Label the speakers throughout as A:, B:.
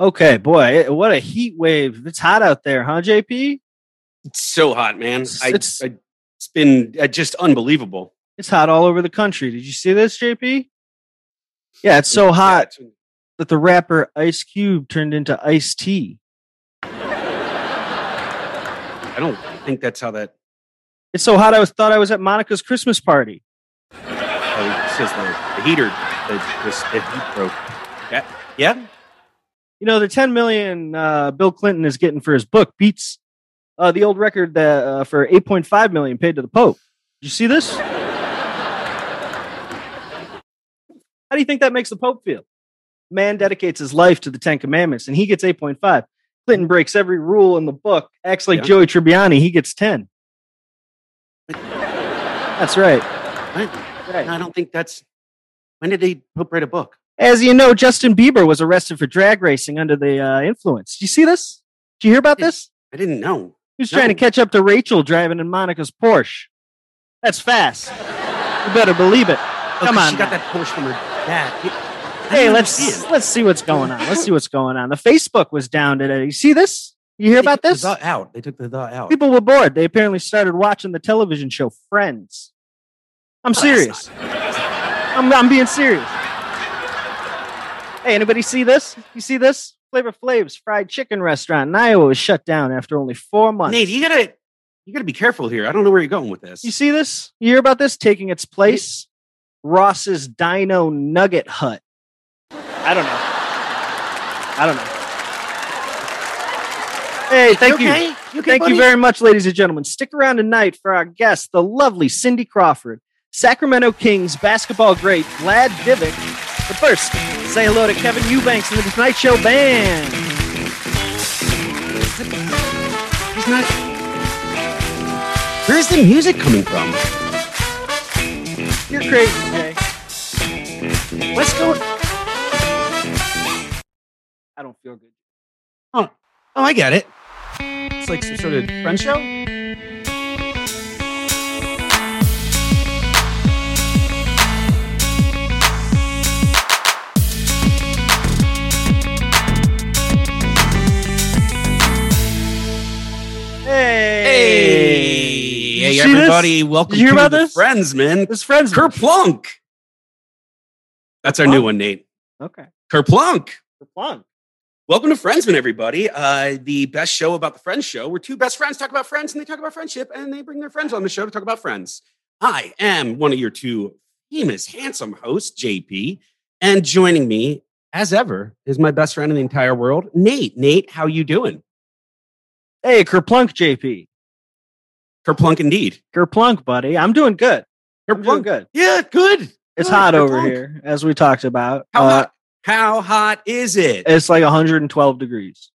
A: Okay, boy, it- what a heat wave! It's hot out there, huh, JP?
B: It's so hot, man. I,
A: It's-
B: I, it's been uh, just unbelievable.
A: It's hot all over the country. Did you see this, JP? Yeah, it's so hot that the rapper Ice Cube turned into Ice Tea.
B: I don't think that's how that
A: It's so hot I was, thought I was at Monica's Christmas party.
B: how it says the, the heater, the, this- the heat broke. Yeah, yeah.
A: you know the 10 million uh, bill clinton is getting for his book beats uh, the old record that, uh, for 8.5 million paid to the pope Did you see this how do you think that makes the pope feel man dedicates his life to the 10 commandments and he gets 8.5 clinton breaks every rule in the book acts like
B: Yeah.
A: joey tribbiani he gets 10 that's right
B: No, I don't think that's. When did he Pope write a book?
A: as you know justin bieber was arrested for drag racing under the uh, influence Do you see this do you hear about this
B: I didn't know.
A: He was trying to
B: No.
A: catch up to Rachel driving in Monica's Porsche. That's fast. You better believe it.
B: Oh,
A: Come
B: 'cause
A: on
B: she got
A: now.
B: that Porsche from her dad. I
A: Hey,
B: don't
A: let's
B: understand.
A: let's see what's going on. Let's see what's going on. The Facebook was down today. You see this? You hear
B: They
A: about
B: took
A: this?
B: The dot out. They took the dot out.
A: People were bored. They apparently started watching the television show Friends. I'm
B: Oh, that's
A: serious. I'm I'm being serious. Hey, anybody see this? You see this? Flavor Flav's fried chicken restaurant in Iowa was shut down after only four months.
B: Nate, you gotta you gotta be careful here. I don't know where you're going with this.
A: You see this? You hear about this taking its place? Ross's Dino Nugget Hut. I don't know. I don't know. Hey, thank you.
B: okay? okay,
A: Thank
B: buddy?
A: you very much, ladies and gentlemen. Stick around tonight for our guest, the lovely Cindy Crawford, Sacramento Kings basketball great Vlad Divic. But first, say hello to Kevin Eubanks and the Tonight Show Band.
B: He's not. Where's the music coming from?
A: You're crazy, Jay.
B: What's going?
A: I don't feel good.
B: Oh, I get it. It's like some sort of friend show.
A: Hey, Did you
B: hey
A: see this?
B: everybody! Welcome
A: Did you hear
B: to
A: about
B: the
A: this?
B: Friends, man.
A: This friends.
B: Kerplunk. That's our new one, Nate.
A: Okay.
B: Kerplunk.
A: For fun.
B: Welcome to Friendsman, everybody. Uh, the best show about the Friends show, where two best friends talk about friends and they talk about friendship and they bring their friends on the show to talk about friends. I am one of your two famous, handsome hosts, JP, and joining me, as ever, is my best friend in the entire world, Nate. Nate, how you doing?
A: Hey, Kerplunk, JP.
B: Kerplunk, indeed.
A: Kerplunk, buddy. I'm doing good. I'm doing
B: Kerplunk.
A: good.
B: Yeah, good.
A: It's
B: Good,
A: hot
B: good
A: over
B: punk.
A: here, as we talked about.
B: How
A: Uh,
B: hot? How hot is it?
A: It's like 112 degrees.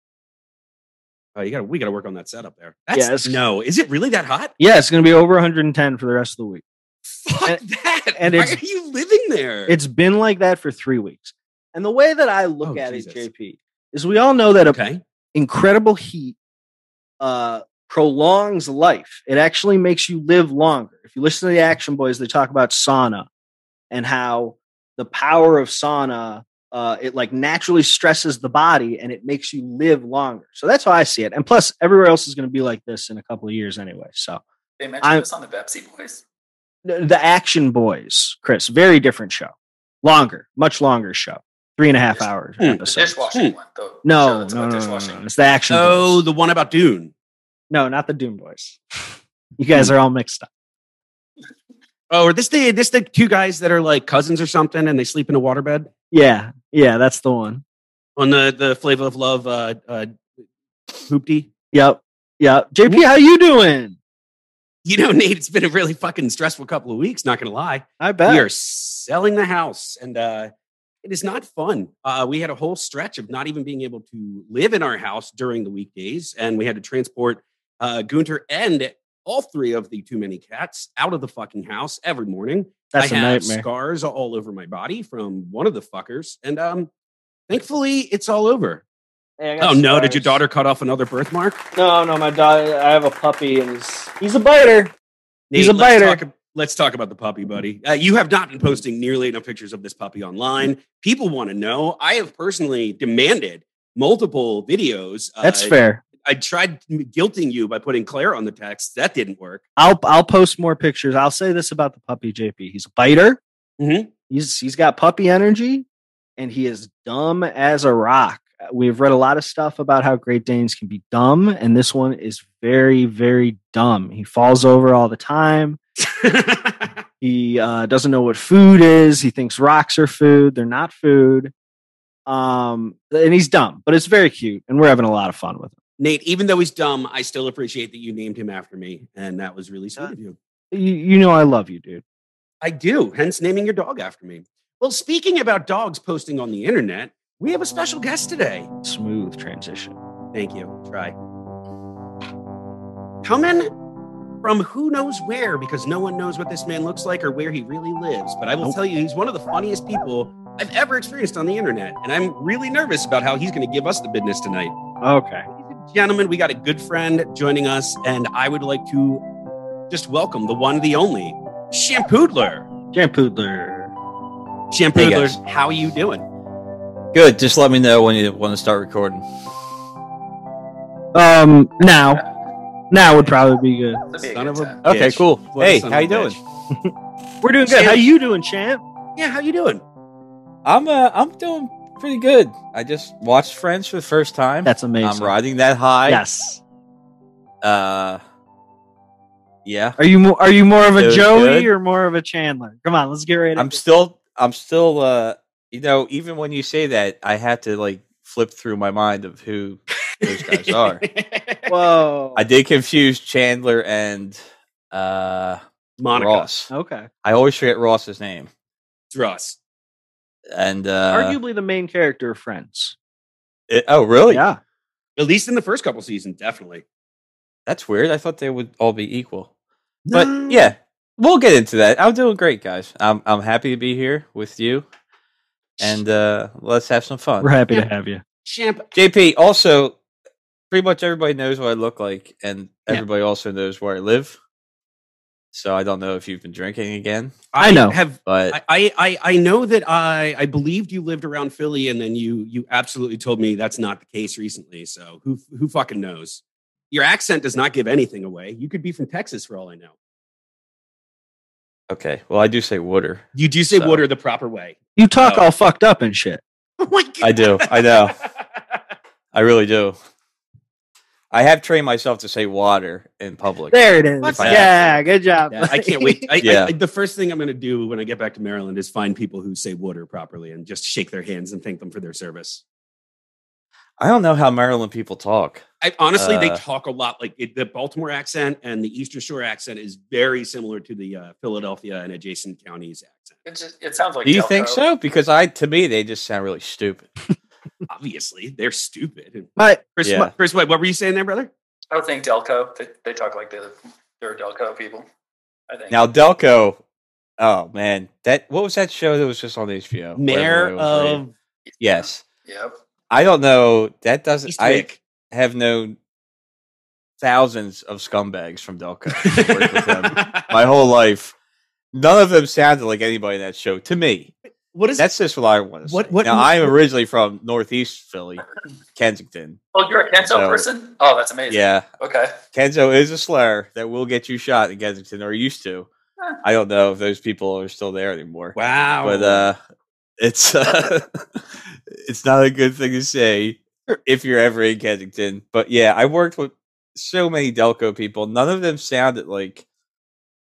B: Oh, you got to we got to work on that setup there.
A: Yeah,
B: That's
A: it's-
B: no. Is it really that hot?
A: Yeah, it's going to be over 110 for the rest of the week.
B: Fuck
A: And-
B: that.
A: and
B: Why
A: it's-
B: are you living there?
A: It's been like that for three weeks. And the way that I look
B: Oh,
A: at
B: Jesus.
A: it, JP, is we all know that
B: okay.
A: incredible heat uh, prolongs life. It actually makes you live longer. If you listen to the Action Boys, they talk about sauna and how the power of sauna uh, it like naturally stresses the body and it makes you live longer. So that's how I see it. And plus, everywhere else is going to be like this in a couple of years anyway. So
C: They mentioned
A: I-
C: this on the Pepsi Boys.
A: Th- the Action Boys, Chris, very different show, longer, much longer show, three and a half hours
B: Hmm. The
C: The
A: episode.
C: dishwashing
B: Hmm.
C: one. The show
A: No,
C: that's
A: no,
C: about
A: no, no, no,
C: dishwashing.
A: no, it's the Action. Boys.
B: Oh, the one about Dune.
A: No, not the Doom Boys. You guys are all mixed up.
B: Oh, or this the this the two guys that are like cousins or something, and they sleep in a waterbed
A: Yeah, yeah, that's the one.
B: on the the Flavor of Love uh, uh, hoopty.
A: Yep, yep. JP, how you doing?
B: You know, Nate, it's been a really fucking stressful couple of weeks. Not gonna lie,
A: I
B: we are selling the house, and uh, it is not fun. Uh, we had a whole stretch of not even being able to live in our house during the weekdays, and we had to transport uh, Gunter and all three of the too many cats out of the fucking house every morning.
A: That's
B: I
A: a
B: have
A: nightmare.
B: scars all over my body from one of the fuckers, and um, thankfully it's all over. Oh no! Did your daughter cut off another birthmark?
A: No, no, my daughter. I have a puppy, and he's he's a biter. He's a
B: let's
A: biter.
B: Talk, let's talk about the puppy, buddy. Uh, you have not been posting nearly enough pictures of this puppy online. People want to know. I have personally demanded multiple videos.
A: That's
B: Uh,
A: fair.
B: I tried guilting you by putting Claire on the text. That didn't work.
A: I'll I'll post more pictures. I'll say this about the puppy JP. He's a biter.
B: Mhm.
A: He's he's got puppy energy, and he is dumb as a rock. We've read a lot of stuff about how Great Danes can be dumb, and this one is very very dumb. He falls over all the time. He uh, doesn't know what food is. He thinks rocks are food. They're not food. Um, and he's dumb, but it's very cute, and we're having a lot of fun with him.
B: Nate, even though he's dumb, I still appreciate that you named him after me. And that was really sweet of you.
A: You, you know I love you, dude.
B: I do, hence naming your dog after me. Well, speaking about dogs posting on the internet, we have a special guest today.
A: Smooth transition.
B: Thank you. Try. Coming from who knows where, because no one knows what this man looks like or where he really lives. But I will
A: Nope.
B: tell you, he's one of the funniest people I've ever experienced on the internet. And I'm really nervous about how he's going to give us the business tonight.
A: Okay.
B: Gentlemen, we got a good friend joining us, and I would like to just welcome the one, the only, Shampoodler.
A: Jam Poodler.
D: Hey,
B: Shampoodler,
D: guys.
B: how you doing?
D: Good. Just let me know when you want to start recording.
A: Um, now, now would probably be good.
B: Son of a
D: Okay,
B: bitch.
D: cool.
B: What a
D: hey,
B: son
D: how
B: of
D: you
B: a
D: doing?
B: bitch.
A: We're doing
B: good. How
A: you doing, champ?
B: Yeah, how you doing?
D: I'm uh, I'm doing pretty good. I just watched Friends for the first time.
A: That's amazing.
D: I'm riding that high.
A: Yes.
D: Uh, yeah.
A: Are you more, are you more of a
D: Doing
A: Joey
D: good.
A: or more of a Chandler? Come on, let's get right.
D: I'm
A: I'm,
D: still I'm still uh you know even when you say that I have to like flip through my mind of who those guys are.
A: Whoa.
D: I did confuse Chandler and uh
B: Monica.
D: Ross.
A: okay.
D: I always forget Ross's name.
B: It's Ross.
D: And uh,
A: Arguably the main character of Friends.
D: it- oh really?
A: yeah.
B: At least in the first couple seasons, definitely.
D: That's weird. I thought they would all be equal. But yeah, we'll get into that. I'm doing great, guys. I'm I'm happy to be here with you, and uh, let's have some fun.
A: We're happy to have you.
B: Champ,
D: JP. Also, pretty much everybody knows what I look like, and
A: Yeah.
D: everybody also knows where I live. So I don't know if you've been drinking again,
A: I know.
B: Have
D: but
B: I, I, I, I know that I, I believed you lived around Philly, and then you you absolutely told me that's not the case recently. So who who fucking knows? Your accent does not give anything away. You could be from Texas for all I know.
D: okay. Well, I do say water.
B: You do say
D: So-
B: water the proper way.
A: You talk
D: Oh.
A: all fucked up and shit.
B: Oh my God.
D: I do. I know. I really do. I have trained myself to say water in public.
A: There it is.
B: What's
D: that?
A: Yeah, good job.
B: Yeah, I can't wait. I, I-
D: Yeah.
B: I- the first thing I'm going to do when I get back to Maryland is find people who say water properly and just shake their hands and thank them for their service.
D: I don't know how Maryland people talk.
B: I, honestly, they
D: Uh,
B: talk a lot. Like it, the Baltimore accent and the Eastern Shore accent is very similar to the uh, Philadelphia and adjacent counties accent.
C: It just it sounds like.
D: Do you
C: Delco.
D: think so? Because I, to me, they just sound really stupid.
B: Obviously, they're stupid. And
A: My,
B: Chris,
D: Yeah.
B: what- Chris, what, what were you saying there, brother?
C: I would think Delco. They, they talk like they're, they're Delco people. I think.
D: Now Delco, oh man, that what was that show that was just on HBO?
B: Mayor
D: Oh, Whatever it was rated.
B: of
D: yes.
C: Yep.
D: I don't know. That doesn't. I
B: Eastwick.
D: have known thousands of scumbags from Delco. I've worked with them My whole life, none of them sounded like anybody in that show to me.
B: what is that?
D: That's just what I want to say.
B: What- what-
D: now I'm originally from Northeast Philly, Kensington.
C: Oh, you're a Kenzo
D: So-
C: person. Oh, that's amazing.
D: Yeah,
C: Okay.
D: Kenzo is a slur that will get you shot in Kensington, or used to.
C: Huh.
D: I don't know if those people are still there anymore.
B: Wow.
D: but uh it's uh, it's not a good thing to say if you're ever in Kensington. But yeah, I worked with so many Delco people. None of them sounded like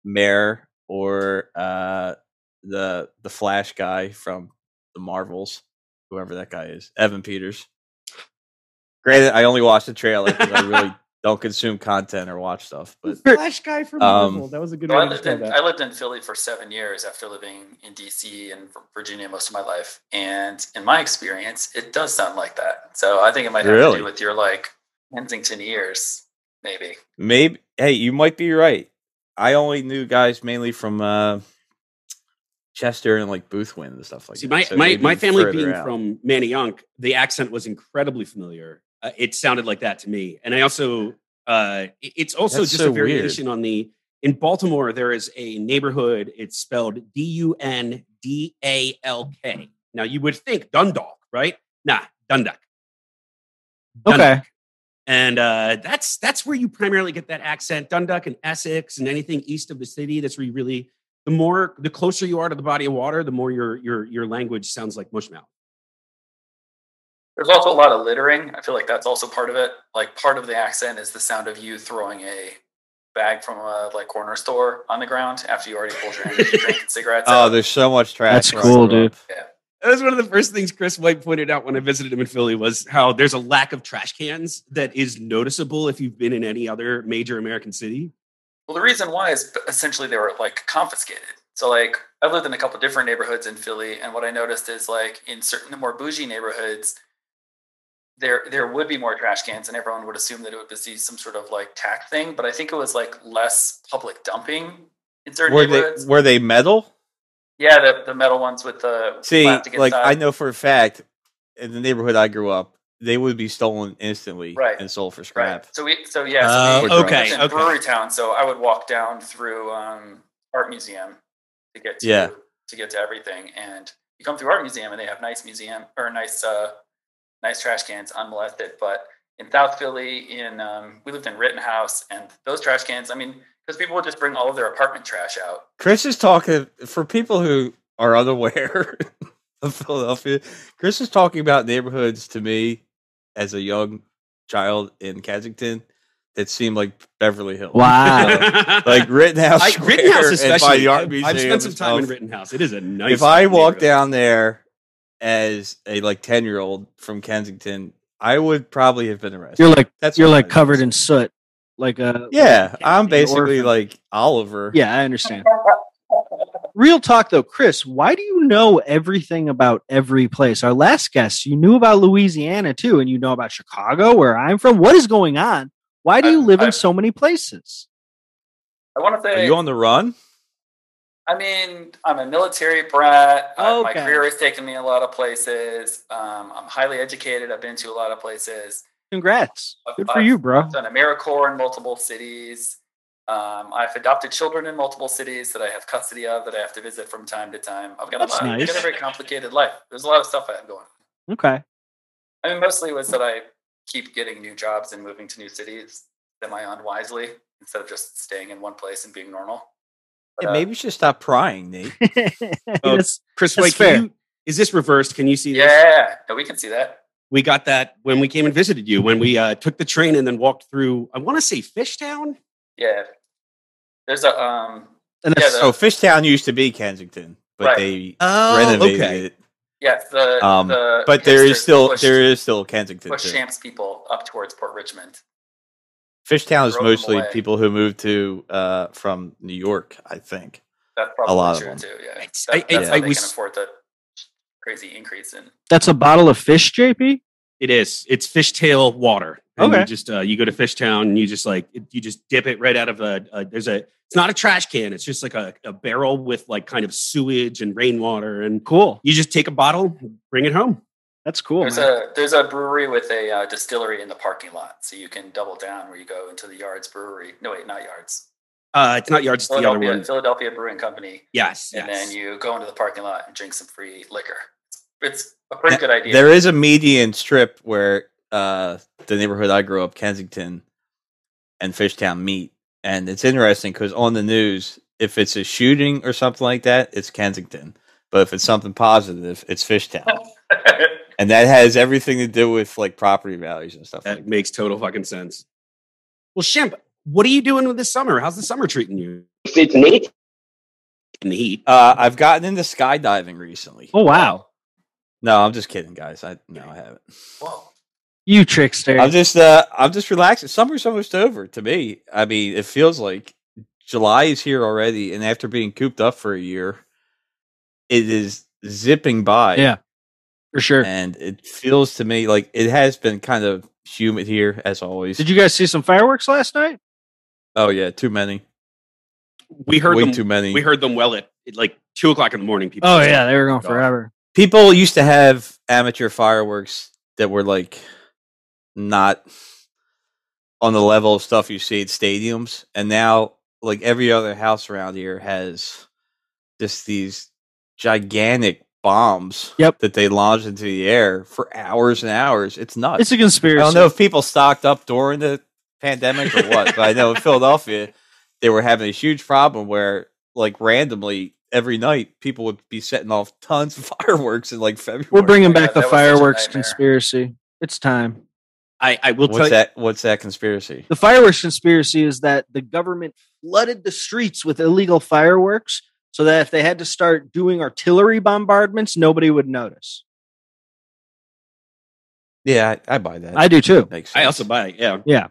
D: Mayor or uh the the Flash guy from the Marvels, whoever that guy is, Evan Peters. Granted, I only watched the trailer because I really don't consume content or watch stuff. But
B: Flash guy from
D: Um,
B: Marvel. That was a good
C: So I
B: one.
C: lived in I lived in Philly for seven years after living in DC and v- Virginia most of my life, and in my experience, it does sound like that. So I think it might have to
D: Really?
C: do with your like Kensington ears, maybe.
D: Maybe. Hey, you might be right. I only knew guys mainly from uh, Chester and like Boothwyn and stuff like
B: See,
D: that.
B: my,
D: so
B: my,
D: maybe
B: my family
D: further
B: being
D: out.
B: from Manayunk, the accent was incredibly familiar. Uh, it sounded like that to me. And I also, uh, it- it's also
D: That's
B: just
D: so
B: a
D: weird.
B: variation on the, in Baltimore, there is a neighborhood, it's spelled D U N D A L K. Now, you would think Dundalk, right? Nah, Dundalk. Dundalk.
A: Okay.
B: And uh, that's that's where you primarily get that accent. Dundalk and Essex and anything east of the city. That's where you really the more the closer you are to the body of water, the more your your your language sounds like mushmouth.
C: There's also a lot of littering. I feel like that's also part of it. Like part of the accent is the sound of you throwing a bag from a like corner store on the ground after you already pulled your energy drink and cigarettes.
D: Oh,
C: out.
D: there's so much trash.
A: That's
D: around
A: cool,
D: the world.
A: dude.
B: That was one of the first things Chris White pointed out when I visited him in Philly was how there's a lack of trash cans that is noticeable if you've been in any other major American city.
C: Well, the reason why is essentially they were like confiscated. So like I lived in a couple different neighborhoods in Philly, and what I noticed is like in certain the more bougie neighborhoods, there there would be more trash cans, and everyone would assume that it would be some sort of like tax thing. But I think it was like less public dumping in certain
D: Were
C: neighborhoods.
D: they were they metal?
C: yeah, the, the metal ones with the
D: See,
C: plastic
D: like
C: inside.
D: I know for a fact, in the neighborhood I grew up, they would be stolen instantly
C: Right.
D: and sold for scrap.
C: Right. So we, so yeah,
B: Uh,
C: so we,
D: okay,
C: lived in
B: okay.
C: Brewery Town. So I would walk down through um, Art Museum to get to,
D: Yeah.
C: to get to everything, and you come through Art Museum, and they have nice museum or nice uh, nice trash cans unmolested. But in South Philly, in um, we lived in Rittenhouse, and those trash cans. I mean, because people would just bring all of their apartment trash out.
D: Chris is talking for people who are unaware of Philadelphia. Chris is talking about neighborhoods to me as a young child in Kensington that seemed like Beverly Hills.
A: Wow.
D: like Rittenhouse,
B: I,
D: Square
B: Rittenhouse
D: and by
B: especially.
D: the art
B: I've-
D: museum.
B: I've spent some
D: and
B: time in
D: stuff.
B: Rittenhouse. It is a nice.
D: if I
B: neighborhood.
D: walked down there as a like ten year old from Kensington, I would probably have been arrested.
A: You're like
D: That's
A: you're
D: what
A: like
D: I-
A: covered in soot. Like a
D: Yeah, I'm
A: An
D: basically
A: orphan.
D: like Oliver.
A: Yeah, I understand. Real talk though, Chris, why do you know everything about every place? Our last guest, you knew about Louisiana too, and you know about Chicago, where I'm from. What is going on? Why do you
C: I've-
A: live in
C: I've-
A: so many places?
C: I want to
D: Are
C: say,
D: you on the run?
C: I mean, I'm a military brat. Uh, my
A: Okay.
C: career has taken me a lot of places. Um, I'm highly educated. I've been to a lot of places.
A: Congrats.
C: I've-
A: Good for
C: I've-
A: you, bro.
C: done AmeriCorps in multiple cities. Um, I've adopted children in multiple cities that I have custody of that I have to visit from time to time. I've got a
A: That's
C: lot. I've got
A: nice.
C: a very complicated life. There's a lot of stuff I have going. on.
A: Okay.
C: I mean, mostly was that I keep getting new jobs and moving to new cities semi unwisely instead of just staying in one place and being normal. But,
D: Yeah,
C: uh,
D: maybe you should stop prying, Nate.
C: Oh,
A: Yes.
B: Oh, Chris
A: That's
B: White, can
A: fair.
B: you, is this reversed? Can you see this?
C: yeah, no, we can see that.
B: We got that when we came and visited you, when we uh, took the train and then walked through, I want to say Fishtown.
C: Yeah, there's a um,
A: and that's
C: Yeah,
D: oh, Fishtown used to be Kensington, but
C: Right.
D: they
B: Oh,
D: renovated it.
C: yeah, the,
D: Um,
C: the
D: But there is
C: hipsters
D: still
C: pushed,
D: there is still Kensington.
C: pushed
D: Too.
C: Champs people up towards Port Richmond.
D: Fishtown is
C: drove them
D: mostly
C: away.
D: people who moved to uh, from New York, I think.
C: That's probably
D: lot of
C: true
D: them.
C: too. Yeah,
B: It's-
C: that's,
B: I-
C: that's
D: I-
C: how
B: I
C: they
B: was-
C: can afford the crazy increase in.
A: that's a bottle of fish, JP.
B: It is. It's fishtail water. And
A: Okay.
B: You just uh, you go to Fishtown and you just like you just dip it right out of a, a there's a it's not a trash can. It's just like a, a barrel with like kind of sewage and rainwater and
A: Cool.
B: you just take a bottle, bring it home.
A: That's cool.
C: There's
A: man.
C: a there's a brewery with a uh, distillery in the parking lot, so you can double down where you go into the Yards Brewery. No, wait, not Yards.
B: Uh, it's not yards, it's the other
C: Philadelphia,
B: one.
C: Philadelphia Brewing Company,
B: Yes,
C: and
B: yes.
C: then you go into the parking lot and drink some free liquor. It's a pretty good idea.
D: There is a median strip where uh, the neighborhood I grew up, Kensington and Fishtown, meet, and it's interesting because on the news, if it's a shooting or something like that, it's Kensington, but if it's something positive, it's Fishtown, and that has everything to do with like property values and stuff.
B: that
D: like
B: makes total fucking sense. Well, Shemp, what are you doing with this summer? How's the summer treating you
E: If it's neat,
B: in the heat?
D: that. Uh, I've gotten into skydiving recently.
A: oh wow,
D: No, I'm just kidding, guys. I no, I haven't.
C: Whoa.
A: you trickster.
D: I'm just uh I'm just relaxing. Summer's almost over to me. I mean, it feels like July is here already, and after being cooped up for a year, it is zipping by.
A: Yeah, for sure.
D: And it feels to me like it has been kind of humid here as always.
A: Did you guys see some fireworks last night?
D: oh yeah, too many.
B: We heard
D: Way
B: them,
D: too many.
B: we heard them well at, at like two o'clock in the morning. People
A: Oh yeah, they were going
B: God.
A: forever.
D: People used to have amateur fireworks that were like not on the level of stuff you see at stadiums, and now like every other house around here has just these gigantic bombs
A: Yep.
D: that they launched into the air for hours and hours. It's nuts.
A: It's a conspiracy.
D: I don't know if people stocked up during the pandemic or what, but I know in Philadelphia they were having a huge problem where, like, randomly every night people would be setting off tons of fireworks in like February.
A: We're bringing
C: Yeah,
A: back the
C: that was such a
A: fireworks
C: nightmare.
A: conspiracy. It's time.
B: I, I will tell
D: what's
B: you.
D: that? What's that conspiracy?
A: The fireworks conspiracy is that the government flooded the streets with illegal fireworks so that if they had to start doing artillery bombardments, nobody would notice.
D: Yeah, I, I buy that.
A: I do too.
D: Makes
B: I
D: sense.
B: also buy it. Yeah.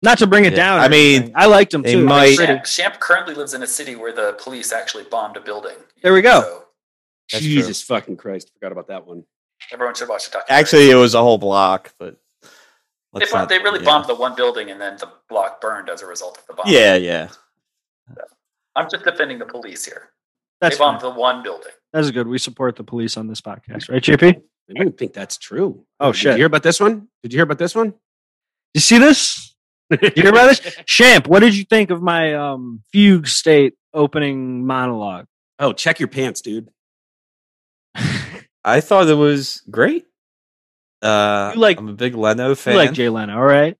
A: Not to bring it
D: Yeah.
A: down. or
D: I mean,
A: anything. I liked them
D: they
A: too. They were
D: might-
A: pretty.
C: Shamp, Shamp currently lives in a city where the police actually bombed a building.
A: There we go.
C: So
D: That's true.
B: Jesus fucking Christ. Forgot about that one.
C: everyone should watch the documentary.
D: Actually, it was a whole block, but
C: they,
D: let's
C: bom-
D: not-
C: they really
D: yeah.
C: bombed the one building and then the block burned as a result of the bomb.
D: Yeah, yeah.
C: I'm just defending the police here.
A: That's,
C: they bombed
A: fine.
C: the one building.
A: that's good. We support the police on this podcast, right, JP?
B: I don't think that's true.
A: Oh,
B: Did
A: shit.
B: you hear about this one? Did you hear about this one?
A: You see this? You hear about this? Shamp, what did you think of my um, fugue state opening monologue?
B: Oh, check your pants, dude.
D: I thought it was great. Uh,
A: You like-
D: I'm a big Leno fan.
A: You like Jay Leno, all right?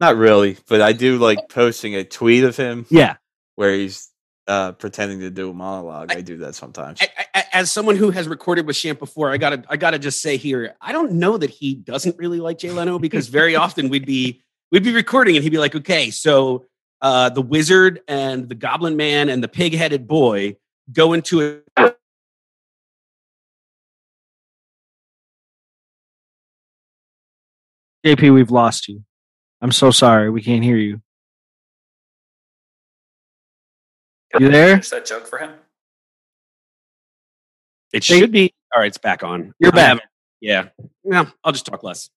D: Not really, but I do like posting a tweet of him
A: Yeah.
D: where he's uh, pretending to do a monologue. I, do that sometimes.
B: A- a- a- As someone who has recorded with Champ before, I gotta, I gotta just say here, I don't know that he doesn't really like Jay Leno because very often we'd be, we'd be recording and he'd be like, okay, so uh, the wizard and the goblin man and the pig-headed boy go into a
A: JP, we've lost you. I'm so sorry. We can't hear you. You there?
C: Is that joke for him?
B: It should be all right. It's back on.
A: You're
B: I
A: back.
B: haven't- Yeah. No, I'll just talk less.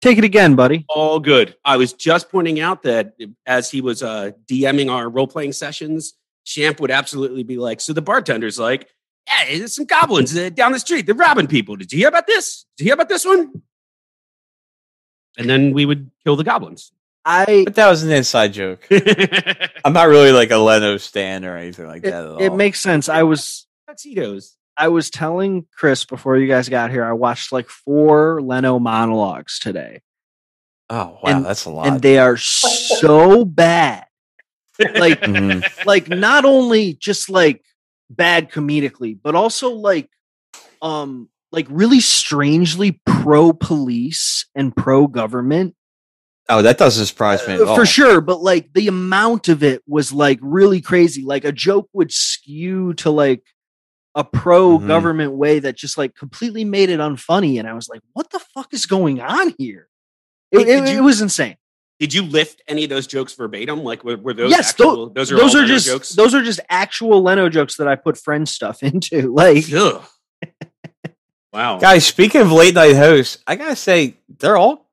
A: Take it again, buddy.
B: All good. I was just pointing out that as he was uh, DMing our role playing sessions, Champ would absolutely be like, "So the bartender's like, hey, there's some goblins uh, down the street. They're robbing people. Did you hear about this? Did you hear about this one?" And then we would kill the goblins.
A: I
D: but that was an inside joke.
B: Tuxedos.
D: I'm not really like a Leno stan or anything like
A: it,
D: that at all.
A: it makes sense. I was I was telling Chris before you guys got here. I watched like four Leno monologues today,
D: oh wow,
A: and-
D: that's a lot.
A: and they are so bad. Like
D: Mhm.
A: like not only just like bad comedically, but also like um like really strangely pro police and pro government
D: Oh, that doesn't surprise me at all.
A: Uh, for sure but like the amount of it was like really crazy like a joke would skew to like a
D: Mm-hmm.
A: pro government way that just like completely made it unfunny and i was like what the fuck is going on here it,
B: Did-
A: it-
B: did you-
A: it was insane
B: Did you lift any of those jokes verbatim? Like, were, were those?
A: Yes, tho-
B: actual, those are
A: those
B: all
A: are
B: Leno
A: just
B: jokes.
A: those are just actual leno jokes that i put friend stuff into like
B: Ugh. wow.
D: Guys, speaking of late night hosts, I gotta say they're all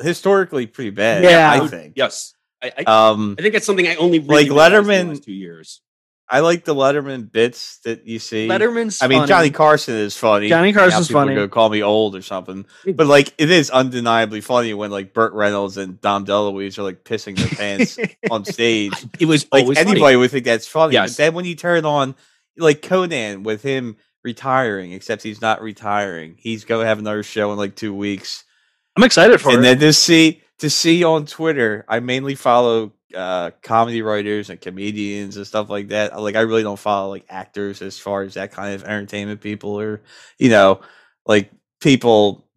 D: historically pretty bad.
A: Yeah.
D: I think.
B: Yes. I, I,
D: Um,
B: I think it's something I only
D: Like
B: really realized in the
D: Letterman-
B: last two years.
D: I like the Letterman bits that you see.
A: letterman's
D: I mean,
A: funny.
D: Johnny Carson is funny.
A: Johnny
D: Now
A: Carson's
D: people are
A: funny.
D: gonna call me old or something, but like it is undeniably funny when like Burt Reynolds and Dom DeLuise are like pissing their pants on stage.
A: Oh,
B: It was
D: Like
B: always
D: anybody
B: funny.
D: would think that's funny.
B: Yes.
D: But then when you turn on like Conan with him retiring, except he's not retiring. He's gonna have another show in like two weeks.
A: i'm excited for
D: and
A: it
D: then to see to see on Twitter, I mainly follow uh, comedy writers and comedians and stuff like that. Like I really don't follow like actors as far as that kind of entertainment people or you know like people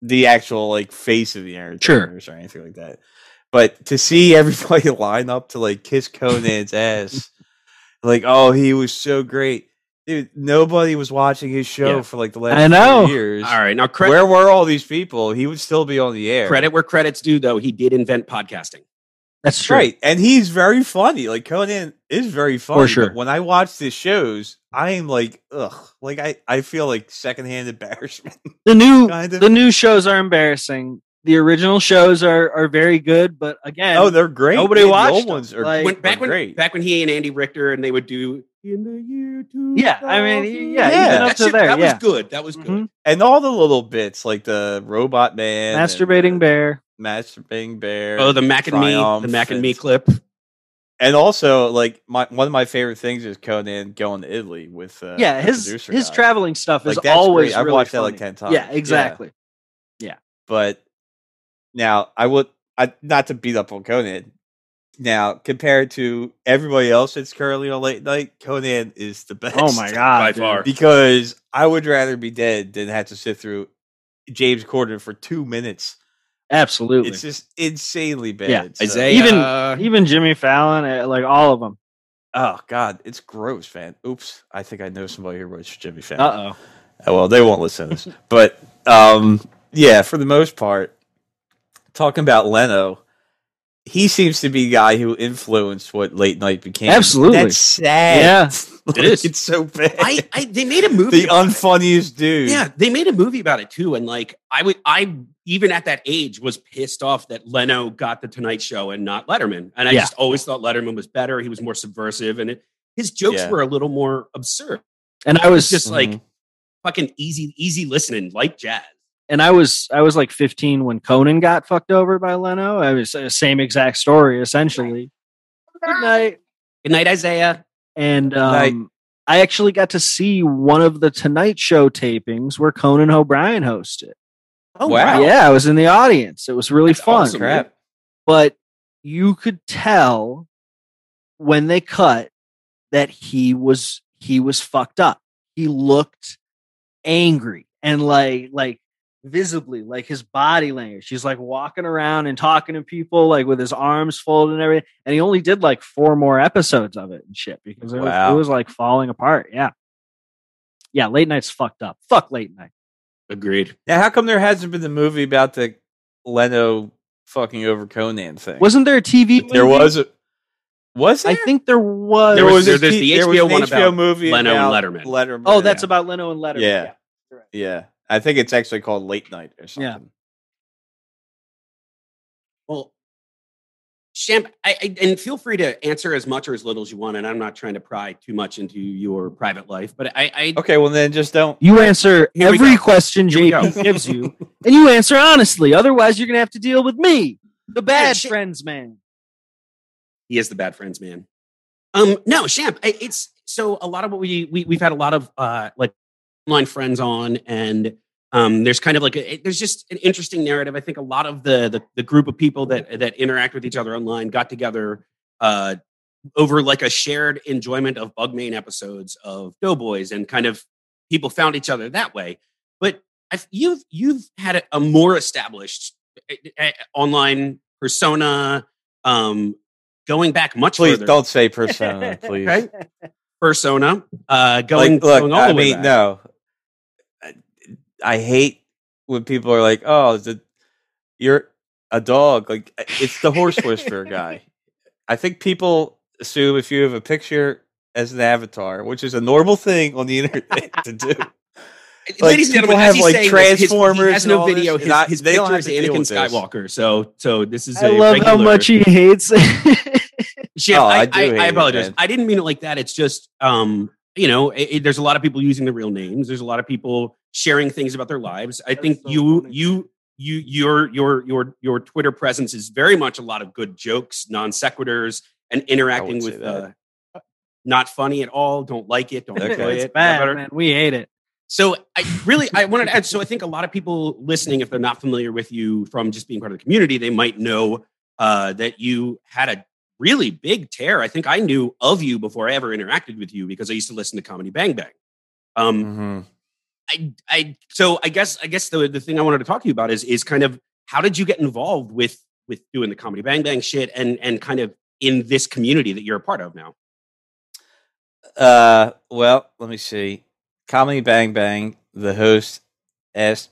D: the actual like face of the entertainers or anything like that. But to see everybody line up to like kiss Conan's ass, like oh he was so great, dude. Nobody was watching his show
B: Yeah.
D: for like the last
A: I
D: four
A: know.
D: years.
B: All right. Now, credit,
D: Where were all these people? He would still be on the air.
B: credit where credit's due, though. He did invent podcasting.
A: that's true
D: Right. And he's very funny. Like Conan is very funny. but
A: sure.
D: when I watch his shows, I am like, ugh. Like I, I feel like secondhand embarrassment.
A: the new
D: Kind of.
A: the new shows are embarrassing the original shows are are very good but again
D: oh, they're great.
A: nobody
D: dude. The
A: watched
D: old
A: them,
D: ones are,
A: like-
B: When,
D: are
B: back, when,
D: oh, great.
B: back when he and Andy Richter and they would do in the year two.
A: Yeah, I mean, yeah,
D: Yeah.
A: even up
B: that,
A: to
B: shit-
A: there,
B: that
A: yeah.
B: was good. That was good.
A: Mhm.
D: and all the little bits, like the robot man, and
A: masturbating
D: the
A: bear Oh,
D: masturbating bear.
B: Oh, the Mac and Me, the
D: Triumph
B: Mac and Me
D: and-
B: clip.
D: And also, like my one of my favorite things is Conan going to Italy with uh,
A: yeah,
D: the
A: his
D: producer
A: his
D: guy.
A: traveling stuff
D: Like,
A: is
D: that's
A: always.
D: great. I've
A: really
D: watched that
A: funny.
D: like ten times.
A: Yeah, exactly.
D: but now I would I not to beat up on Conan. Now compared to everybody else that's currently on late night, Conan is the best.
A: Oh my god,
B: by
A: dude.
B: far.
D: Because I would rather be dead than have to sit through James Corden for two minutes.
A: absolutely.
D: It's just insanely bad.
A: Yeah.
D: so-
B: Isaiah.
A: Even
B: uh,
A: Even Jimmy Fallon, uh, like all of them.
D: Oh God, it's gross, man. Oops, I think I know somebody who writes for Jimmy Fallon.
A: Uh oh.
D: Oh, well, they won't listen to this. but um, yeah, for the most part, talking about Leno, he seems to be a guy who influenced what late night became.
A: Absolutely.
D: That's sad.
A: Yeah.
D: Like,
B: It is.
D: It's so bad.
B: I, I they made a movie.
D: the unfunniest dude.
B: Yeah, they made a movie about it too, and like I would, I even at that age was pissed off that Leno got the Tonight Show and not Letterman, and I
A: Yeah.
B: just always thought Letterman was better. He was more subversive, and it, his jokes
D: Yeah.
B: were a little more absurd.
A: And I was
B: just like
D: Mhm.
B: fucking easy, easy listening, like jazz.
A: and I was I was like 15 when Conan got fucked over by Leno. I was uh, same exact story essentially. Good night.
B: Good night, Isaiah.
A: And um,
D: night.
A: I actually got to see one of the Tonight Show tapings where Conan O'Brien hosted.
D: Oh, wow.
A: Yeah, I was in the audience. It was really
B: That's
A: fun.
B: awesome.
D: crap.
A: But you could tell when they cut that he was he was fucked up. He looked angry and like like visibly like his body language. He's like walking around and talking to people like with his arms folded and everything. And he only did like four more episodes of it and shit because it, was,
D: Wow.
A: it was like falling apart. Yeah. Yeah, late night's fucked up. Fuck late night.
B: Agreed.
D: Now, how come there hasn't been a movie about the Leno fucking over Conan thing?
A: Wasn't there a TV?
D: there
A: movie?
D: was a, was
A: I
D: there?
A: think there was.
B: There was-
D: a
B: there- there's
D: T-
B: the
D: there was
B: HBO
D: an
B: one about
D: movie
B: Leno and
D: about
B: Letterman.
D: Letterman.
A: oh, that's
D: yeah.
A: about Leno and Letterman.
D: Yeah.
A: you're right.
D: Yeah, I think it's actually called Late Night or something.
A: Yeah.
B: Well, Champ, I, I, and feel free to answer as much or as little as you want, and I'm not trying to pry too much into your private life, but I, I
D: Okay, well then just don't.
A: You answer
B: Here we
A: every
B: go.
A: question
B: Here we
A: JP
B: go.
A: gives you, and you answer honestly. Otherwise, you're gonna have to deal with me, the bad
B: shit.
A: friends man.
B: he is the bad friends man um no champ I- it's so a lot of what we, we we've had a lot of uh like online friends on and um there's kind of like a, it- there's just an interesting narrative i think a lot of the, the the group of people that that interact with each other online got together uh over like a shared enjoyment of bugmain episodes of doughboys and kind of people found each other that way but I've, you've you've had a, a more established uh, uh, online persona um going back much
D: Please
B: further
D: don't say persona, please.
B: Okay. persona uh going,
D: like, look,
B: going all
D: I
B: the way
D: mean,
B: back.
D: no. I, I hate when people are like, "Oh, the, you're a dog." Like it's the horse whisperer guy. I think people assume if you have a picture as an avatar, which is a normal thing on the internet to do.
B: ladies and
D: people
B: gentlemen, as
D: have,
B: he's
D: like,
B: saying this, his-
D: Transformers
B: he has
D: and
B: no
D: all
B: video. His,
D: this, and I-
B: his
D: they don't
B: picture
D: have
B: is
D: to deal
B: Anakin
D: with this.
B: Skywalker. So, so this is.
A: I
B: a
A: love how
B: regular-
A: much he hates.
B: Shit,
D: Oh,
B: I,
D: I do
B: I,
D: hate
B: I
D: it,
B: apologize.
D: man.
B: I didn't mean it like that. It's just, um, you know, it, it- there's a lot of people using their real names. There's a lot of people sharing things about their lives. I
A: That's
B: think
A: so
B: you,
A: funny.
B: you, you, your, your, your, your Twitter presence is very much a lot of good jokes, non sequiturs, and interacting
D: wouldn't say
B: with uh,
D: that.
B: not funny at all. Don't like it. Don't
D: Okay.
B: enjoy
A: it's
B: it.
A: bad,
B: whatever.
A: man. We hate it.
B: So I really I wanted to add. So I think a lot of people listening, if they're not familiar with you from just being part of the community, they might know uh, that you had a really big tear. I think I knew of you before I ever interacted with you because I used to listen to Comedy Bang Bang. Um,
A: Mm-hmm.
D: Mhm.
B: I, I, so I guess, I guess the the thing I wanted to talk to you about is is kind of how did you get involved with with doing the Comedy Bang Bang shit and and kind of in this community that you're a part of now.
D: Uh, well, let me see. Comedy Bang Bang. The host asked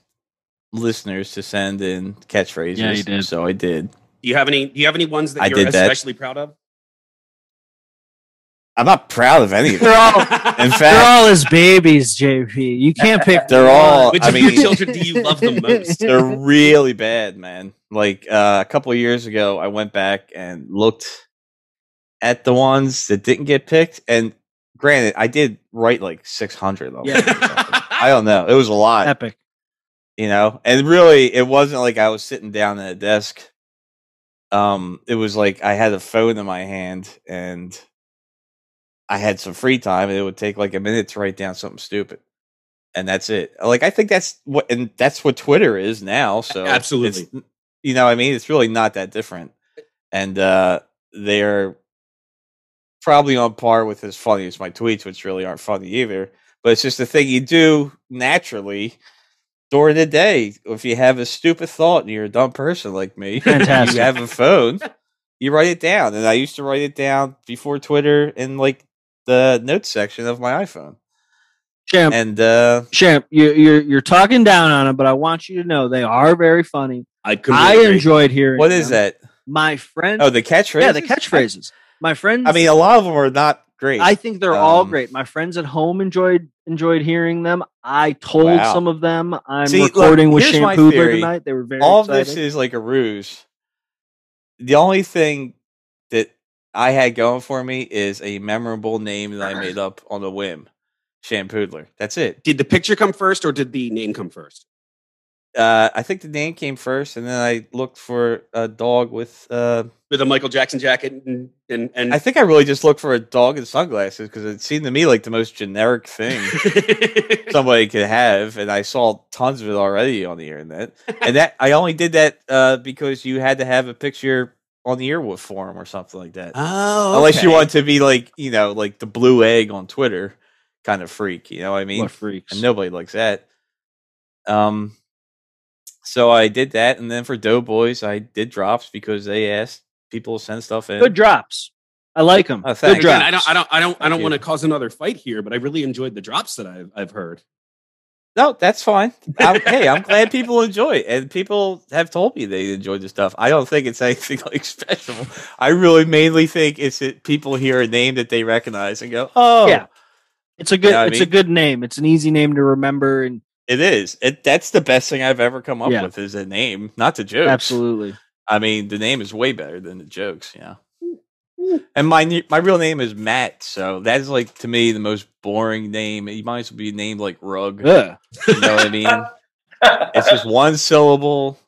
D: listeners to send in catchphrases.
A: Yeah, he did.
D: So I did.
B: Do you have any? Do you have any ones that
D: I
B: you're
D: did that.
B: especially proud of?
D: I'm not proud of any of them.
A: They're all
D: Oh, In
A: they're
D: fact,
A: all his babies, JP. You can't pick.
D: They're
A: one.
D: all-
B: Which
D: I
B: of your
D: mean-
B: children do you love the most?
D: they're really bad, man. Like uh, a couple of years ago, I went back and looked at the ones that didn't get picked. And granted, I did write like 600 of them. or something. I don't know. It was a lot.
A: epic.
D: you know and really it wasn't like i was sitting down at a desk um it was like i had a phone in my hand and i had some free time and it would take like a minute to write down something stupid and that's it like i think that's what and that's what twitter is now so it's-
F: Absolutely.
D: you know what i mean it's really not that different and uh they're probably on par with as funny as my tweets which really aren't funny either but it's just a thing you do naturally during the day if you have a stupid thought and you're a dumb person like me
A: Fantastic.
D: you have a phone you write it down and i used to write it down before twitter in like the notes section of my iphone
A: Champ,
D: and uh
A: Champ, you, you're you're talking down on them, but I want you to know they are very funny.
F: I
A: I
F: completely agree.
A: enjoyed hearing.
D: what is
A: them.
D: that
A: My friend.
D: oh the catchphrase
A: yeah, the catchphrases. My friends.
D: I mean, a lot of them are not great.
A: I think they're all
D: Um,
A: great. My friends at home enjoyed enjoyed hearing them. I told
D: Wow.
A: some of them. I'm
D: See, look,
A: recording with
D: here's my
A: Shampoo
D: theory.
A: tonight. They were very
D: all of
A: excited.
D: this is like a ruse. The only thing that I had going for me is a memorable name that I made up on a whim, Shampoodler. That's it.
F: Did the picture come first or did the name come first?
D: Uh, I think the name came first, and then I looked for a dog with. Uh,
F: With a Michael Jackson jacket and and, and
B: Mm.
D: I think I really just looked for a dog in sunglasses because it seemed to me like the most generic thing somebody could have, and I saw tons of it already on the internet. And that I only did that uh, because you had to have a picture on the Earwolf forum or something like that.
F: oh,
D: Unless you
F: okay.
D: want to be like you know, like the blue egg on Twitter kind of freak. You know what I mean?
A: What freaks.
D: And nobody likes that. Um, so I did that, and then for Doughboys, I did drops because they asked people to send stuff in.
A: Good drops. I like them.
D: Oh,
A: Good
D: thanks.
A: drops.
F: Again, I don't, I don't, I don't, I
D: Thank
F: don't
D: you.
F: want to cause another fight here, but I really enjoyed the drops that I've, I've heard.
D: No, that's fine. I'm, hey, I'm glad people enjoy it, and people have told me they enjoy the stuff. I don't think it's anything like special. I really mainly think it's that people hear a name that they recognize and go, "Oh,
A: Yeah. It's a good.
D: You know what I
A: it's a
D: mean?
A: good name. It's an easy name to remember, and
D: it is." It, that's the best thing I've ever come up
A: Yeah.
D: with is a name, not the jokes.
A: absolutely.
D: I mean, the name is way better than the jokes. Yeah.
A: Mm-hmm.
D: And my ne- my real name is Matt, so that's like to me the most boring name. You might as well be named like Rug.
A: Ugh.
D: You know what I mean? It's just one syllable.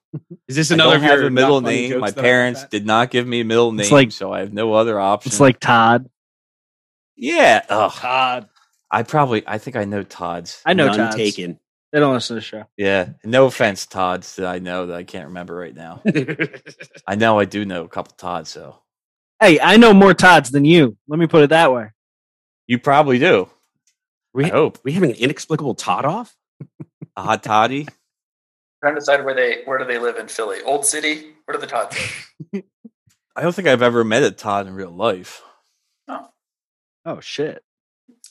F: Is this
D: I
F: another
D: don't
F: of your
D: have a middle
F: not funny
D: name.
F: jokes
D: My
F: that I
D: parents
F: laugh
D: did not give me a middle
A: It's
D: name,
A: like-
D: so I have no other option.
A: It's like Todd.
D: yeah, ugh,
A: Todd.
D: I probably I think I know Todd's.
A: I
F: at?
A: know
F: None
A: Todd.
F: taken.
A: They don't listen to the show.
D: Yeah, no offense, Todd's that I know that I can't remember right now. I know I do know a couple Todd's, so
A: Hey, I know more Todds than you. Let me put it that way.
D: you probably do.
F: we,
D: I hope
F: we having an inexplicable Todd off?
D: a hot toddy.
C: Trying to decide where they where do they live in Philly? Old City? Where do the Todd live?
D: I don't think I've ever met a Todd in real life.
A: Oh shit!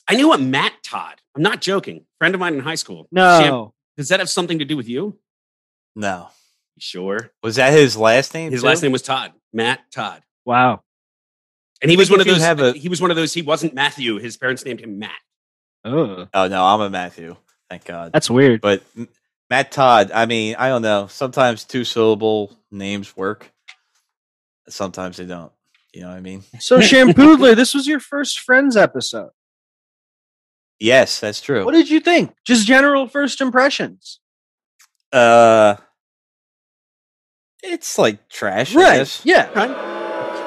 F: I knew a Matt Todd. I'm not joking. Friend of mine in high school.
A: No,
F: Sam, does that have something to do with you?
D: No,
F: You Sure.
D: was that his last name?
F: His
D: too?
F: last name was Todd. Matt Todd.
A: wow.
F: And he was
D: think
F: one of
D: if you
F: those.
D: have a-
F: he was one of those. He wasn't Matthew. His parents named him Matt.
A: Oh,
D: Oh no, I'm a Matthew. Thank God.
A: that's weird.
D: But M- Matt Todd, I mean, I don't know. Sometimes two syllable names work. Sometimes they don't. You know what I mean?
A: So Shampoodler, this was your first Friends episode.
D: Yes, that's true.
A: What did you think? Just general first impressions.
D: uh, it's like trash. I guess.
A: Yeah.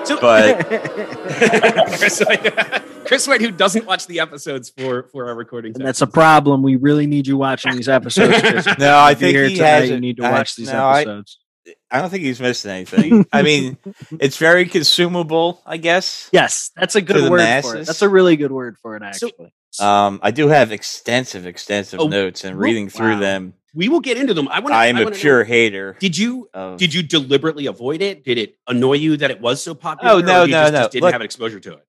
F: So,
D: But
F: Chris, White, Chris White, who doesn't watch the episodes for for our recordings,
A: and that's a problem. We really need you watching these episodes. Chris. If
D: no, I
A: you're
D: think
A: here
D: he
A: tonight,
D: has.
A: you
D: it-
A: need to
D: I-
A: watch these
D: no, I-
A: episodes.
D: I don't think he's missing anything. I mean, it's very consumable, I guess.
A: yes, that's a
D: To
A: good
D: the
A: word for it.
D: masses.
A: That's a really good word for it.
F: So-
A: Actually,
D: Um, I do have extensive, extensive
F: Oh,
D: notes, and
F: woo-
D: reading through
A: wow.
D: them,
F: we will get into them. I want.
D: I'm a pure hater.
F: Did you
D: Of,
F: did you deliberately avoid it? Did it annoy you that it was so popular?
D: Oh, no,
F: or you
D: no,
F: just,
D: no.
F: Just didn't
D: Look-
F: have an exposure to it.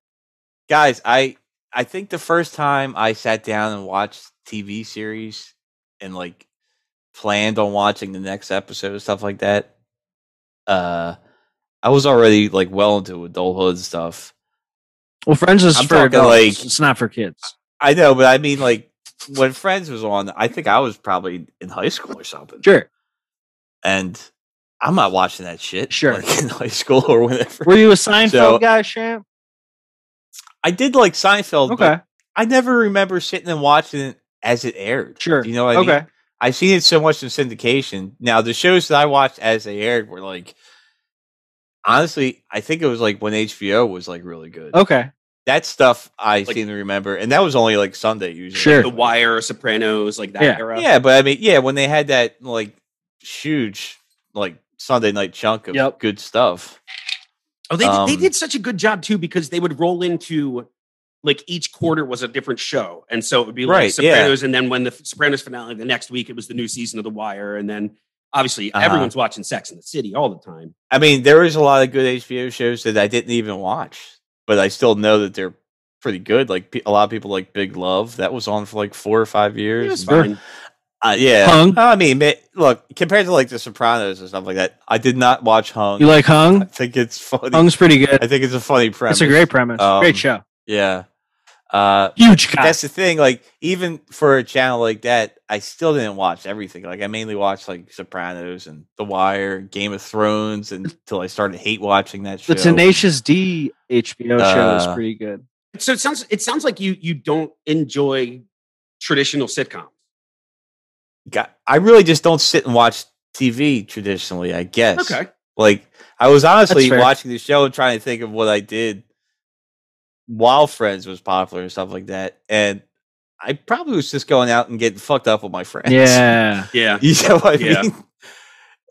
D: guys i i think the first time i sat down and watched tv series and like planned on watching the next episode and stuff like that uh i was already like well into adulthood and stuff
A: well, Friends is
D: I'm
A: for
D: talking
A: adults.
D: like-
A: it's not for kids.
D: i know but i mean like when friends was on i think i was probably in high school or something
A: Sure.
D: and i'm not watching that shit
A: Sure.
D: like, in high school or whatever
A: Were you a Seinfeld
D: So-
A: guy, Sham?
D: i did like seinfeld but
A: Okay.
D: i never remember sitting and watching it as it aired
A: Sure.
D: you know what i mean
A: Okay.
D: I've seen it so much in syndication. Now the shows that I watched as they aired were like honestly, I think it was like when HBO was like really good.
A: Okay.
D: That stuff I
B: Oh. Like-
D: seem to remember, and that was only like Sunday usually.
A: Sure.
B: The Wire, Sopranos, like that
A: Yeah.
B: era.
D: Yeah, but I mean, yeah, when they had that like huge like Sunday night chunk of
A: Yep.
D: good stuff.
B: Oh, they, did- they
D: Um,
B: did such a good job too because they would roll into like each quarter was a different show, and so it would be like
D: Right, yeah.
B: Sopranos, and then when the Sopranos finale the next week, it was the new season of The Wire, and then obviously
D: Uh-huh.
B: everyone's watching Sex in the City all the time.
D: I mean, there was a lot of good HBO shows that I didn't even watch, but I still know that they're pretty good. Like pe- a lot of people like Big Love that was on for like four or five years.
B: It was
D: and-
B: fine.
D: Uh, yeah,
A: Hung?
D: I mean, ma- look compared to like The Sopranos and stuff like that, I did not watch Hung.
A: You like
D: I
A: Hung?
D: think it's funny.
A: Hung's pretty good.
D: I think it's a funny premise.
A: It's a great premise.
D: Um,
A: great show.
D: Yeah. Uh,
A: Huge cast.
D: that's the thing. Like, even for a channel like that, I still didn't watch everything. Like, I mainly watched like Sopranos and The Wire, Game of Thrones, until I started hate watching that show.
A: The Tenacious D HBO show is
D: Uh,
A: pretty good.
B: So it sounds it sounds like you you don't enjoy traditional sitcoms.
D: Got- I really just don't sit and watch TV traditionally. I guess.
B: Okay,
D: Like I was honestly
A: fair.
D: watching the show and trying to think of what I did while Friends was popular and stuff like that. And I probably was just going out and getting fucked up with my friends.
A: Yeah.
B: yeah.
D: You know what I
B: Yeah.
D: mean?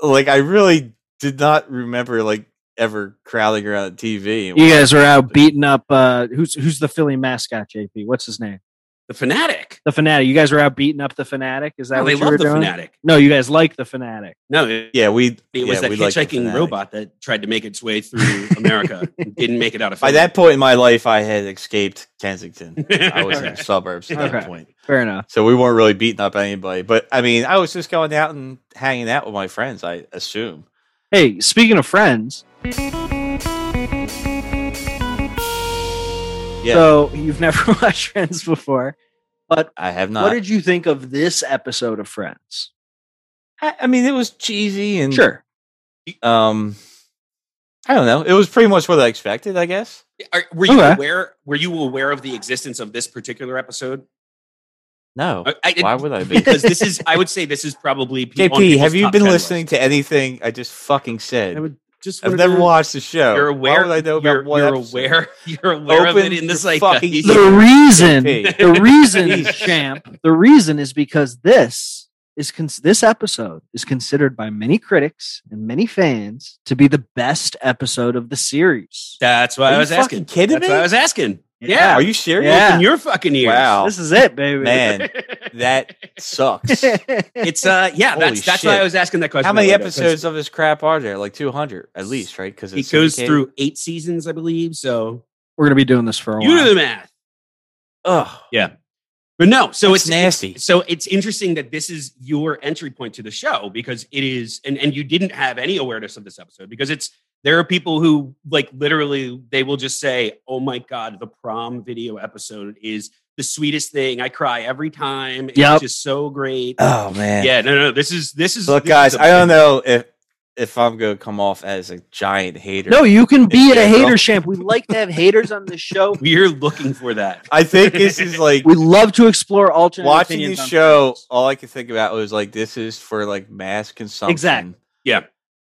D: Like I really did not remember like ever crowding around the TV. and
A: You
D: watching
A: guys were out
D: something.
A: beating up uh who's who's the Philly mascot, JP? What's his name?
B: The Fanatic.
A: The Fanatic. You guys were out beating up the Fanatic? Is that
B: No,
A: what
B: they
A: you were
B: love the
A: doing?
B: Fanatic.
A: No, you guys like the Fanatic.
B: No, it,
D: Yeah, we
B: it was
D: yeah,
B: that
D: we liked the
B: hitchhiking
D: Fanatic.
B: robot that tried to make its way through America and didn't make it out of.
D: By
B: Philly.
D: that point in my life I had escaped Kensington. I was in the
A: Okay.
D: suburbs at that
A: Okay.
D: point.
A: Fair enough.
D: So we weren't really beating up anybody, but I mean, I was just going out and hanging out with my friends. I assume.
A: Hey, speaking of friends,
D: Yeah,
A: so you've never watched Friends before.
D: I have
A: What
D: not.
A: did you think of this episode of Friends?
D: I, I mean, it was cheesy and
A: Sure.
D: Um, I don't know. It was pretty much what I expected, I guess.
B: Are, were you
A: Okay.
B: aware? Were you aware of the existence of this particular episode?
D: No,
B: I- I-
D: why would I be?
B: Uh, Because this is, I would say, this is probably pe- on
D: JP,
B: people's
D: have you
B: top
D: been
B: 10
D: listening to anything I just fucking said?
B: I would just
D: I've
B: wanted
D: never
B: to-
D: watched the show.
B: You're
D: Why
B: aware.
D: would I know
B: you're,
D: about one
B: you're
D: episode?
B: aware. You're aware of
D: Open
B: it in
D: your
B: this like
D: fucking
A: The reason
D: JP.
A: the reason
D: Jeez.
A: champ, the reason is because this is con- this episode is considered by many critics and many fans to be the best episode of the series.
B: That's what
D: Are
B: I
D: you
B: was
D: fucking
B: asking.
D: kidding
B: That's
D: me?
B: what I was asking.
A: Yeah.
B: Yeah.
D: Are you serious?
A: Yeah.
B: In your fucking ears.
D: Oh, Wow.
A: This is it, baby.
D: Oh, Man, that sucks.
B: It's uh yeah,
D: Holy
B: that's that's why
D: shit.
B: I was asking that question.
D: How many
B: earlier, 'cause
D: episodes of this crap are there? Like 200 at least, right? Because
B: It goes through eight seasons, I believe. So
A: We're gonna be doing this for a
B: you do
A: while.
B: the math.
D: Oh,
B: But no, so
D: it's
B: it's
D: nasty.
B: So it's interesting that this is your entry point to the show because it is, and, and you didn't have any awareness of this episode because it's there are people who like literally they will just say, "Oh my god, the prom video episode is the sweetest thing. I cry every time. It's
A: Yep.
B: just so great."
D: oh man.
B: yeah, no, no, this is this is
D: Look,
B: this is
D: guys,
B: a-
D: I don't know if if I'm gonna come off as a giant hater.
A: No, you can be
D: Yeah,
A: a
D: bro.
A: hater champ. We like to have haters on this show.
B: We're looking for that.
D: I think this is like
A: We love to explore alternate
D: watching
A: opinions
D: this
A: on
D: show.
A: things.
D: All I could think about was like, this is for like mass consumption.
B: Yeah.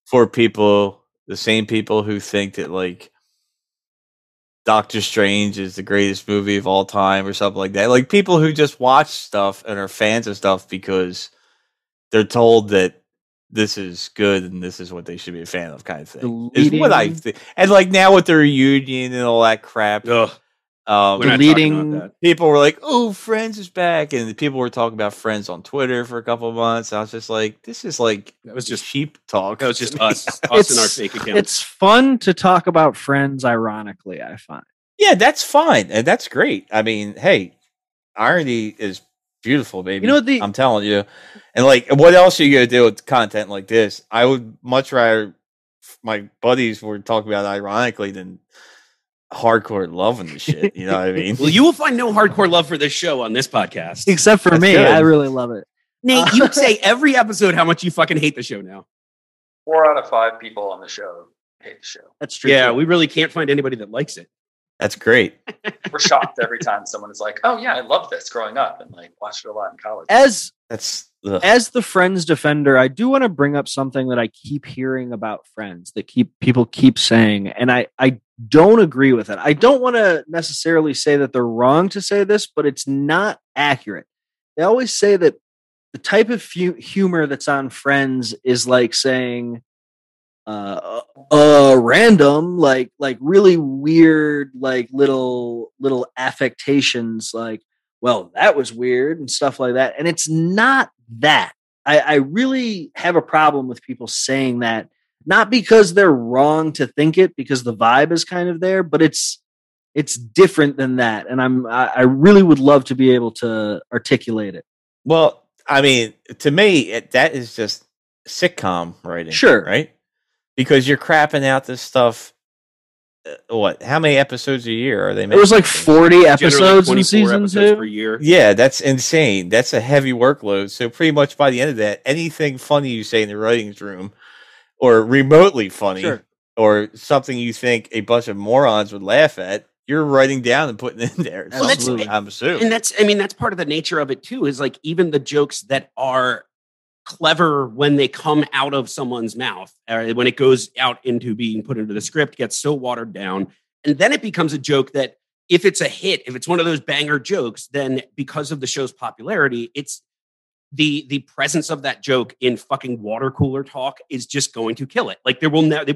D: For people, the same people who think that like Doctor Strange is the greatest movie of all time or something like that. Like people who just watch stuff and are fans of stuff because they're told that this is good and this is what they should be a fan of, kind of thing. is what I
A: Deleting-
D: think. And like now with the reunion and all that crap,
B: Ugh,
D: um,
B: we're not
A: Deleting-
B: talking about
D: people were like, "Oh, Friends is back," and people were talking about Friends on Twitter for a couple of months. I was just like, "This is like
B: That was just-
D: cheap talk."
B: that. That was just
D: to me.
B: us, us and our
A: It's-
B: fake accounts.
A: It's fun to talk about friends, ironically, I find.
D: yeah, that's fine and that's great. I mean, hey, irony is beautiful, baby.
A: know what the-
D: I'm telling you, and like, what else are you gonna do with content like this? I would much rather my buddies were talking about it ironically than hardcore loving the shit. You know what I mean?
B: well, you will find no hardcore love for this show on this podcast.
A: Except for
D: That's
A: me,
D: good.
A: I really love it.
B: Nate, you say every episode how much you fucking hate the show now.
C: Four out of five people on the show hate the show.
A: That's true.
B: Yeah,
A: too.
B: we really can't find anybody that likes it.
D: That's great.
C: We're shocked every time someone is like, "Oh yeah, I loved this growing up and like watched it a lot in college."
A: As
D: That's ugh.
A: as the Friends defender, I do want to bring up something that I keep hearing about Friends that keep people keep saying, and I I don't agree with it. I don't want to necessarily say that they're wrong to say this, but it's not accurate. They always say that the type of fu- humor that's on Friends is like saying, uh, uh, random, like like really weird, like little little affectations, like well, that was weird and stuff like that. And it's not that. I, I really have a problem with people saying that, not because they're wrong to think it, because the vibe is kind of there, but it's it's different than that. And I'm I, I really would love to be able to articulate it.
D: well. I mean, to me, it, that is just sitcom writing.
A: Sure.
D: right? Because you're crapping out this stuff. uh, What? How many episodes a year are they?
A: It was like
D: making?
A: forty
B: Generally
A: episodes in
B: 24
A: season
B: episodes
A: two.
B: per year.
D: Yeah, that's insane. That's a heavy workload. So pretty much by the end of that, anything funny you say in the writing room, or remotely funny,
A: Sure.
D: or something you think a bunch of morons would laugh at, you're writing down and putting in there.
B: Well, that's-
D: Absolutely, I'm assuming.
B: and that's i mean that's part of the nature of it too is like even the jokes that are clever when they come out of someone's mouth or when it goes out into being put into the script gets so watered down and then it becomes a joke that if it's a hit if it's one of those banger jokes then because of the show's popularity it's the the presence of that joke in fucking water cooler talk is just going to kill it like there will never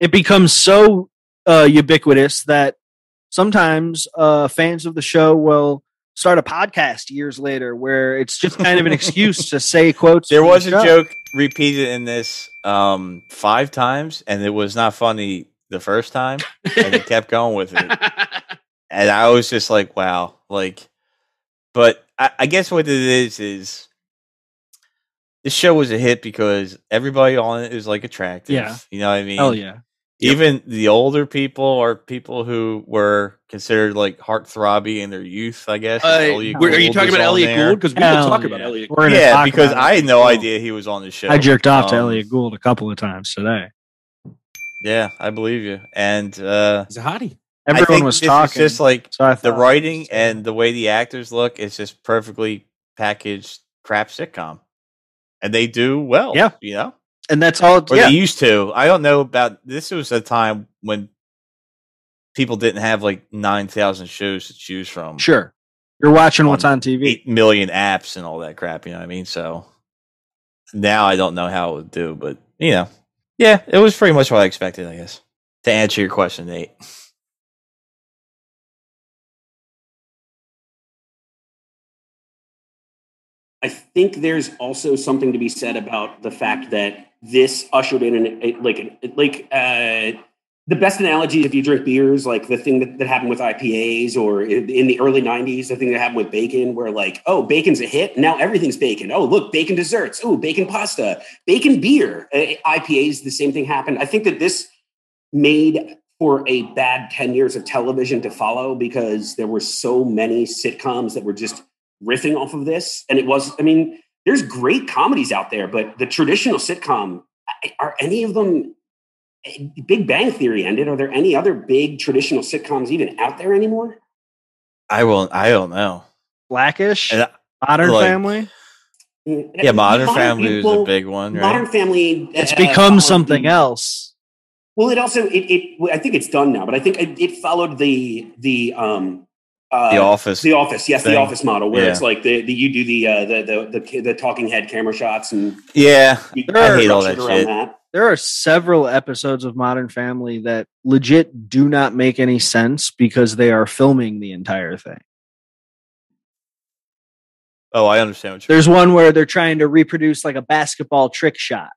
A: it becomes so uh, ubiquitous that sometimes uh, fans of the show will start a podcast years later where it's just kind of an excuse to say quotes.
D: There
A: from
D: was a
A: the show.
D: joke repeated in this um, five times, and it was not funny the first time, and they kept going with it. and I was just like, wow, like, but I, I guess what it is is this show was a hit because everybody on it is like attractive.
A: Yeah.
D: you know what I mean.
A: Hell yeah.
D: Even the older people are people who were considered like hearthrobby in their youth. I guess.
B: Uh,
D: Elliot
B: were- are you
D: Gould
B: talking
D: was
B: about
D: on
B: Elliot
D: there.
B: Gould? Because we
A: Hell
B: will talk about
A: yeah.
B: Elliot.
A: We're gonna
D: Yeah,
A: talk
D: because
A: about
D: I
A: it.
D: had no
A: Cool.
D: idea he was on the show.
A: I jerked off to
D: Um,
A: Elliot Gould a couple of times today.
D: Yeah, I believe you. And uh,
B: He's a hottie.
D: I
A: Everyone
D: think
A: was
D: this is
A: talking.
D: just like
A: so I
D: the
A: thought-
D: writing and the way the actors look is just perfectly packaged crap sitcom, and they do well.
A: Yeah.
D: you know,
A: and that's all.
D: or
A: yeah,
D: they used to. I don't know about this. Was a time when people didn't have like nine thousand shows to choose from,
A: sure. You're watching what's on TV.
D: Um, eight million apps, and all that crap. You know what I mean? So now I don't know how it would do, but you know, yeah, it was pretty much what I expected. I guess to answer your question, Nate.
B: I think there's also something to be said about the fact that this ushered in an, a, like an- like uh, the best analogy is if you drink beers, like the thing that, that happened with IPAs or in, in the early '90s, the thing that happened with bacon, where like oh bacon's a hit, now everything's bacon. Oh look, bacon desserts. Oh bacon pasta, bacon beer. Uh, IPAs, the same thing happened. I think that this made for a bad 10 years of television to follow because there were so many sitcoms that were just riffing off of this. And it was, I mean, there's great comedies out there, but the traditional sitcom, I- are any of them eh, Big Bang Theory ended? Are there any other big traditional sitcoms even out there anymore?
D: I won't. I don't know.
A: Blackish,
D: And I-
A: Modern
D: like-
A: Family.
D: Yeah, Modern, Family was a big one, right?
B: Modern Family.
A: It's
B: uh,
A: become
B: followed
A: something
B: the-
A: else.
B: Well, it also it, it I think it's done now, but I think it, it followed the the um uh,
D: the Office.
B: The office, yes,
D: thing.
B: the office model, where
D: Yeah.
B: it's like the, the you do the, uh, the the the the talking head camera shots and
D: yeah,
B: you
A: I
D: hate all that
B: structured around
D: shit.
B: that.
A: there are several episodes of Modern Family that legit do not make any sense because they are filming the entire thing.
D: Oh, I understand what you're.
A: There's one where they're trying to reproduce like a basketball trick shot.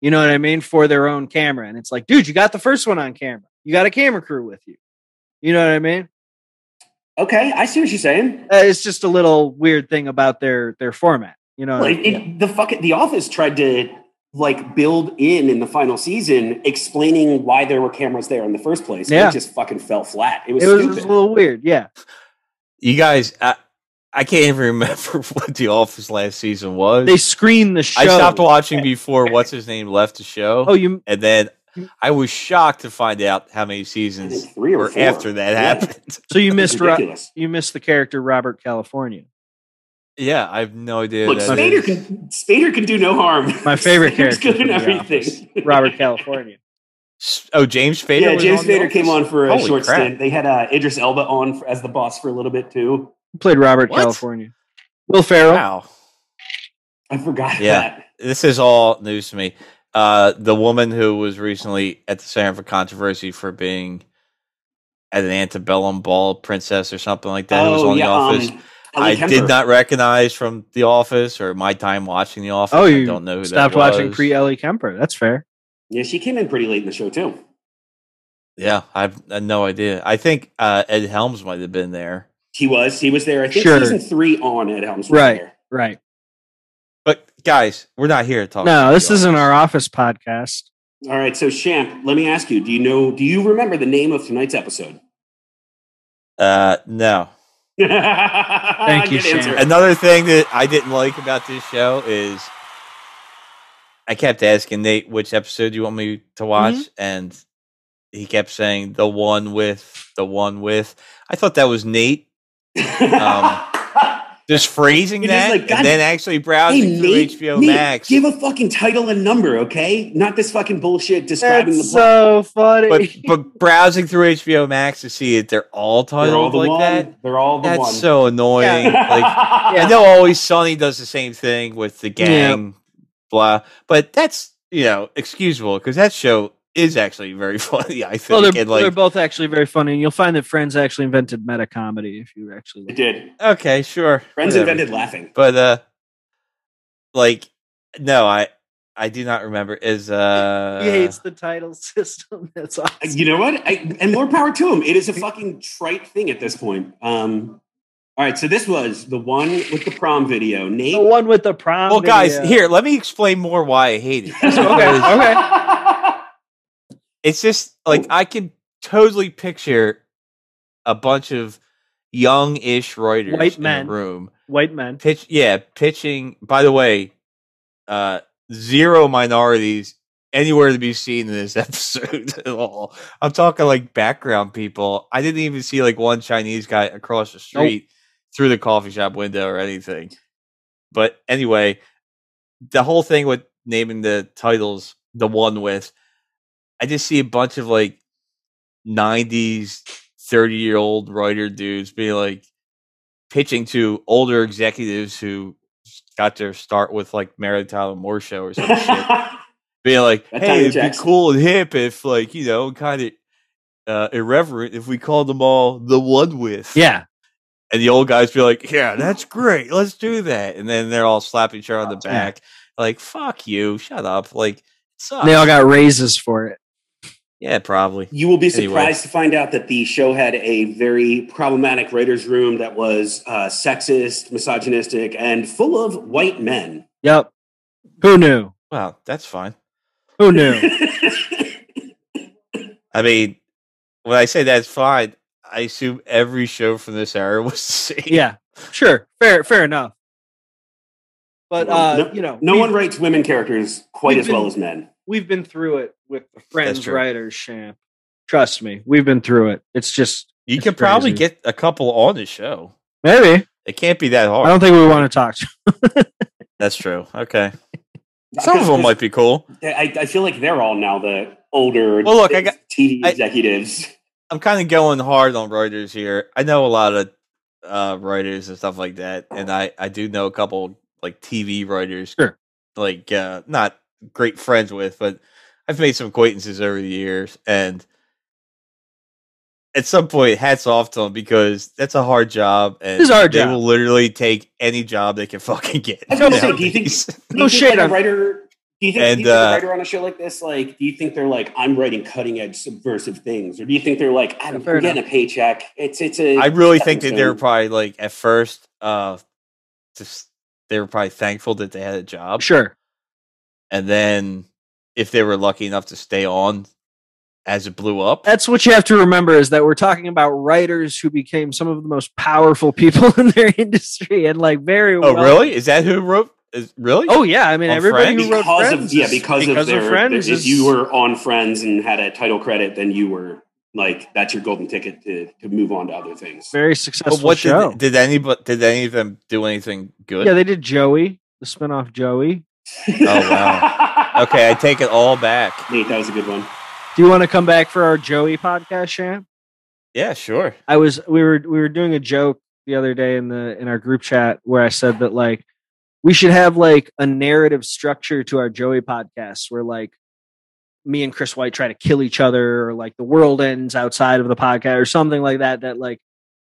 A: You know what I mean? For their own camera. And it's like, dude, you got the first one on camera. You got a camera crew with you. You know what I mean?
B: Okay, I see what you're saying.
A: Uh, it's just a little weird thing about their their format. You know,
B: Like it, the fucking the office tried to like build in in the final season explaining why there were cameras there in the first place.
A: Yeah.
B: It just fucking fell flat. It was,
A: it was, it was a
B: stupid.
A: little weird. Yeah,
D: You guys, I, I can't even remember what The Office last season was.
A: they screen the show.
D: I stopped watching before what's his name left the show,
A: Oh, you
D: and then I was shocked to find out how many seasons
B: three
D: were after that
B: Yeah.
D: happened.
A: So you
B: That's
A: missed Ro-
B: ridiculous.
A: you missed the character Robert California,
D: Yeah, I have no idea.
B: Look,
D: who that
B: Spader
D: is.
B: can Spader can do no harm.
A: My favorite
B: Spader's
A: character
B: good in
A: from The
B: everything.
A: Robert California.
D: S- Oh, James Spader.
B: yeah,
D: was
B: James
D: on The
B: Spader
D: Office?
B: came on for a
D: Holy
B: short
D: crap.
B: stint. They had uh, Idris Elba on for, as the boss for a little bit too.
A: He played Robert
D: What?
A: California. Will Ferrell.
D: Wow,
B: I forgot
D: Yeah.
B: that.
D: this is all news to me. Uh, the woman who was recently at the center for controversy for being at an antebellum ball princess or something like that, who
A: Oh,
D: was on The Office.
B: um, Ellie
D: I
B: Kemper.
D: did not recognize from The Office or my time watching The Office.
A: Oh, you
D: I don't know who
A: stopped
D: that was.
A: watching pre Ellie Kemper. That's fair.
B: Yeah, she came in pretty late in the show too.
D: Yeah, I've I had no idea. I think uh, Ed Helms might have been there,
B: He was. He was there. I think
A: Sure.
B: season three on Ed Helms. was
A: Right.
B: there.
A: Right.
D: but guys, we're not here to talk.
A: No,
D: about
A: this
D: The
A: isn't our office podcast.
B: All right. So Champ, let me ask you: Do you know? Do you remember the name of tonight's episode?
D: Office. Uh, no.
B: Thank
A: you, Champ.
D: Another thing that I didn't like about this show is I kept asking Nate which episode you want me to
B: Mm-hmm.
D: watch, and he kept saying the one with the one with. I thought that was Nate
A: um,
D: just phrasing
B: You're just
D: that,
B: like, "God-
D: and then actually browsing
B: hey,
D: through
B: Nate,
D: HBO
B: Nate,
D: Max.
B: give a fucking title and number, okay? Not this fucking bullshit describing
A: That's
B: the plot.
A: so funny.
D: but but browsing through HBO Max to see it, they're all
B: They're all
D: titled
B: the
D: like
B: one.
D: that.
B: They're all the
D: That's
B: one.
D: so annoying. Like I know always Sonny does the same thing with the gang, blah. But that's you know excusable because that show is actually very funny. I
A: well,
D: think.
A: they're,
D: and like,
A: they're both actually very funny, and you'll find that Friends actually invented meta comedy. If you actually
B: It
A: look.
B: did.
D: okay, sure,
B: Friends
D: whatever.
B: invented laughing.
D: But uh, like, no, I I do not remember. Is uh,
A: he hates the title system. That's awesome.
B: You know what? I, and more power to him. It is a fucking trite thing at this point. Um, all right, so this was the one with the prom video. Nate.
A: the one with the prom.
D: well, guys,
A: video.
D: here let me explain more why I hate it.
A: Okay, okay.
D: it's just like
A: Oh.
D: I can totally picture a bunch of young-ish writers
A: White
D: in
A: men.
D: a room
A: White men.
D: pitch. Yeah, pitching. By the way, uh, zero minorities anywhere to be seen in this episode at all. I'm talking like background people. I didn't even see like one Chinese guy across the
A: Nope.
D: street through the coffee shop window or anything. But anyway, the whole thing with naming the titles the one with, I just see a bunch of like 90s 30 year old writer dudes be like pitching to older executives who got their start with like Mary Tyler Moore show or some shit being like,
B: That
D: hey,
B: Tyler
D: it'd be
B: Jackson.
D: cool and hip if, like, you know, kind of uh, irreverent if we called them all the one with.
A: Yeah.
D: And the old guys be like, yeah, that's great. Let's do that. And then they're all slapping each other on the
A: Yeah.
D: back, like, fuck you, shut up. Like, it sucks.
A: They all got raises for it.
D: yeah, probably.
B: You will be surprised
D: Anyway.
B: to find out that the show had a very problematic writer's room that was uh, sexist, misogynistic, and full of white men.
A: Yep. Who knew?
D: Wow, that's fine.
A: Who knew?
D: I mean, when I say that's fine, I assume every show from this era was the same.
A: yeah. Sure. Fair. Fair enough. But uh,
B: No-
A: you know,
B: no
A: we-
B: one writes women characters quite
A: we've
B: as well
A: been-
B: as men.
A: we've been through it with the Friends
D: true.
A: writers, champ. Trust me, we've been through it. It's just
D: You
A: That's
D: could probably
A: crazy.
D: get a couple on the show.
A: maybe.
D: It can't be
B: Oh.
D: that
A: I
D: hard.
A: don't think we want to talk to
D: That's true. Okay. Some of them might be cool.
B: I, I feel like they're all now the older
D: Well, look, I got-
B: TV
D: I-
B: executives.
D: I'm kind of going hard on writers here. I know a lot of uh, writers and stuff like that, and I I do know a couple like TV writers,
A: Sure.
D: like uh, not great friends with, but I've made some acquaintances over the years, and at some point, hats off to them because that's a hard job, and
A: It's a hard
D: they
A: job.
D: will literally take any job they can fucking get.
B: I was gonna say, do you think-
D: nowadays.
A: No
B: Do you think,
A: shade
B: like, a
A: on-
B: writer. Do you think,
D: And,
B: do you think
D: uh,
B: a writer on a show like this, like, do you think they're like, I'm writing cutting edge subversive things, or do you think they're like, I'm,
A: Fair
B: I'm getting a paycheck? It's it's a.
D: I really think that they were
B: Definitely.
D: probably like at first, uh, just they were probably thankful that they had a job.
A: Sure.
D: and then if they were lucky enough to stay on as it blew up,
A: That's what you have to remember is that we're talking about writers who became some of the most powerful people in their industry and like very
D: oh
A: well-
D: really? Is that who wrote Is, really?
A: Oh yeah, I mean
D: On
A: everybody
D: Friends?
A: who wrote
B: because
A: Friends
B: of yeah
A: is-
B: because, of, their,
A: Friends.
B: if
A: is-
B: you were on friends and had a title credit then you were like that's your golden ticket to, to move on to other things
A: very
D: But
A: successful
D: what
A: show.
D: did, did any but did any of them do anything good?
A: yeah, they did Joey, the spinoff Joey.
D: Oh, wow. okay, I take it all back.
B: Nate, that was a good one.
A: Do you want to come back for our Joey podcast, Sham?
D: Yeah, sure.
A: I was we were we were doing a joke the other day in the in our group chat where I said that like we should have like a narrative structure to our Joey podcast where like me and Chris White try to kill each other or like the world ends outside of the podcast or something like that that like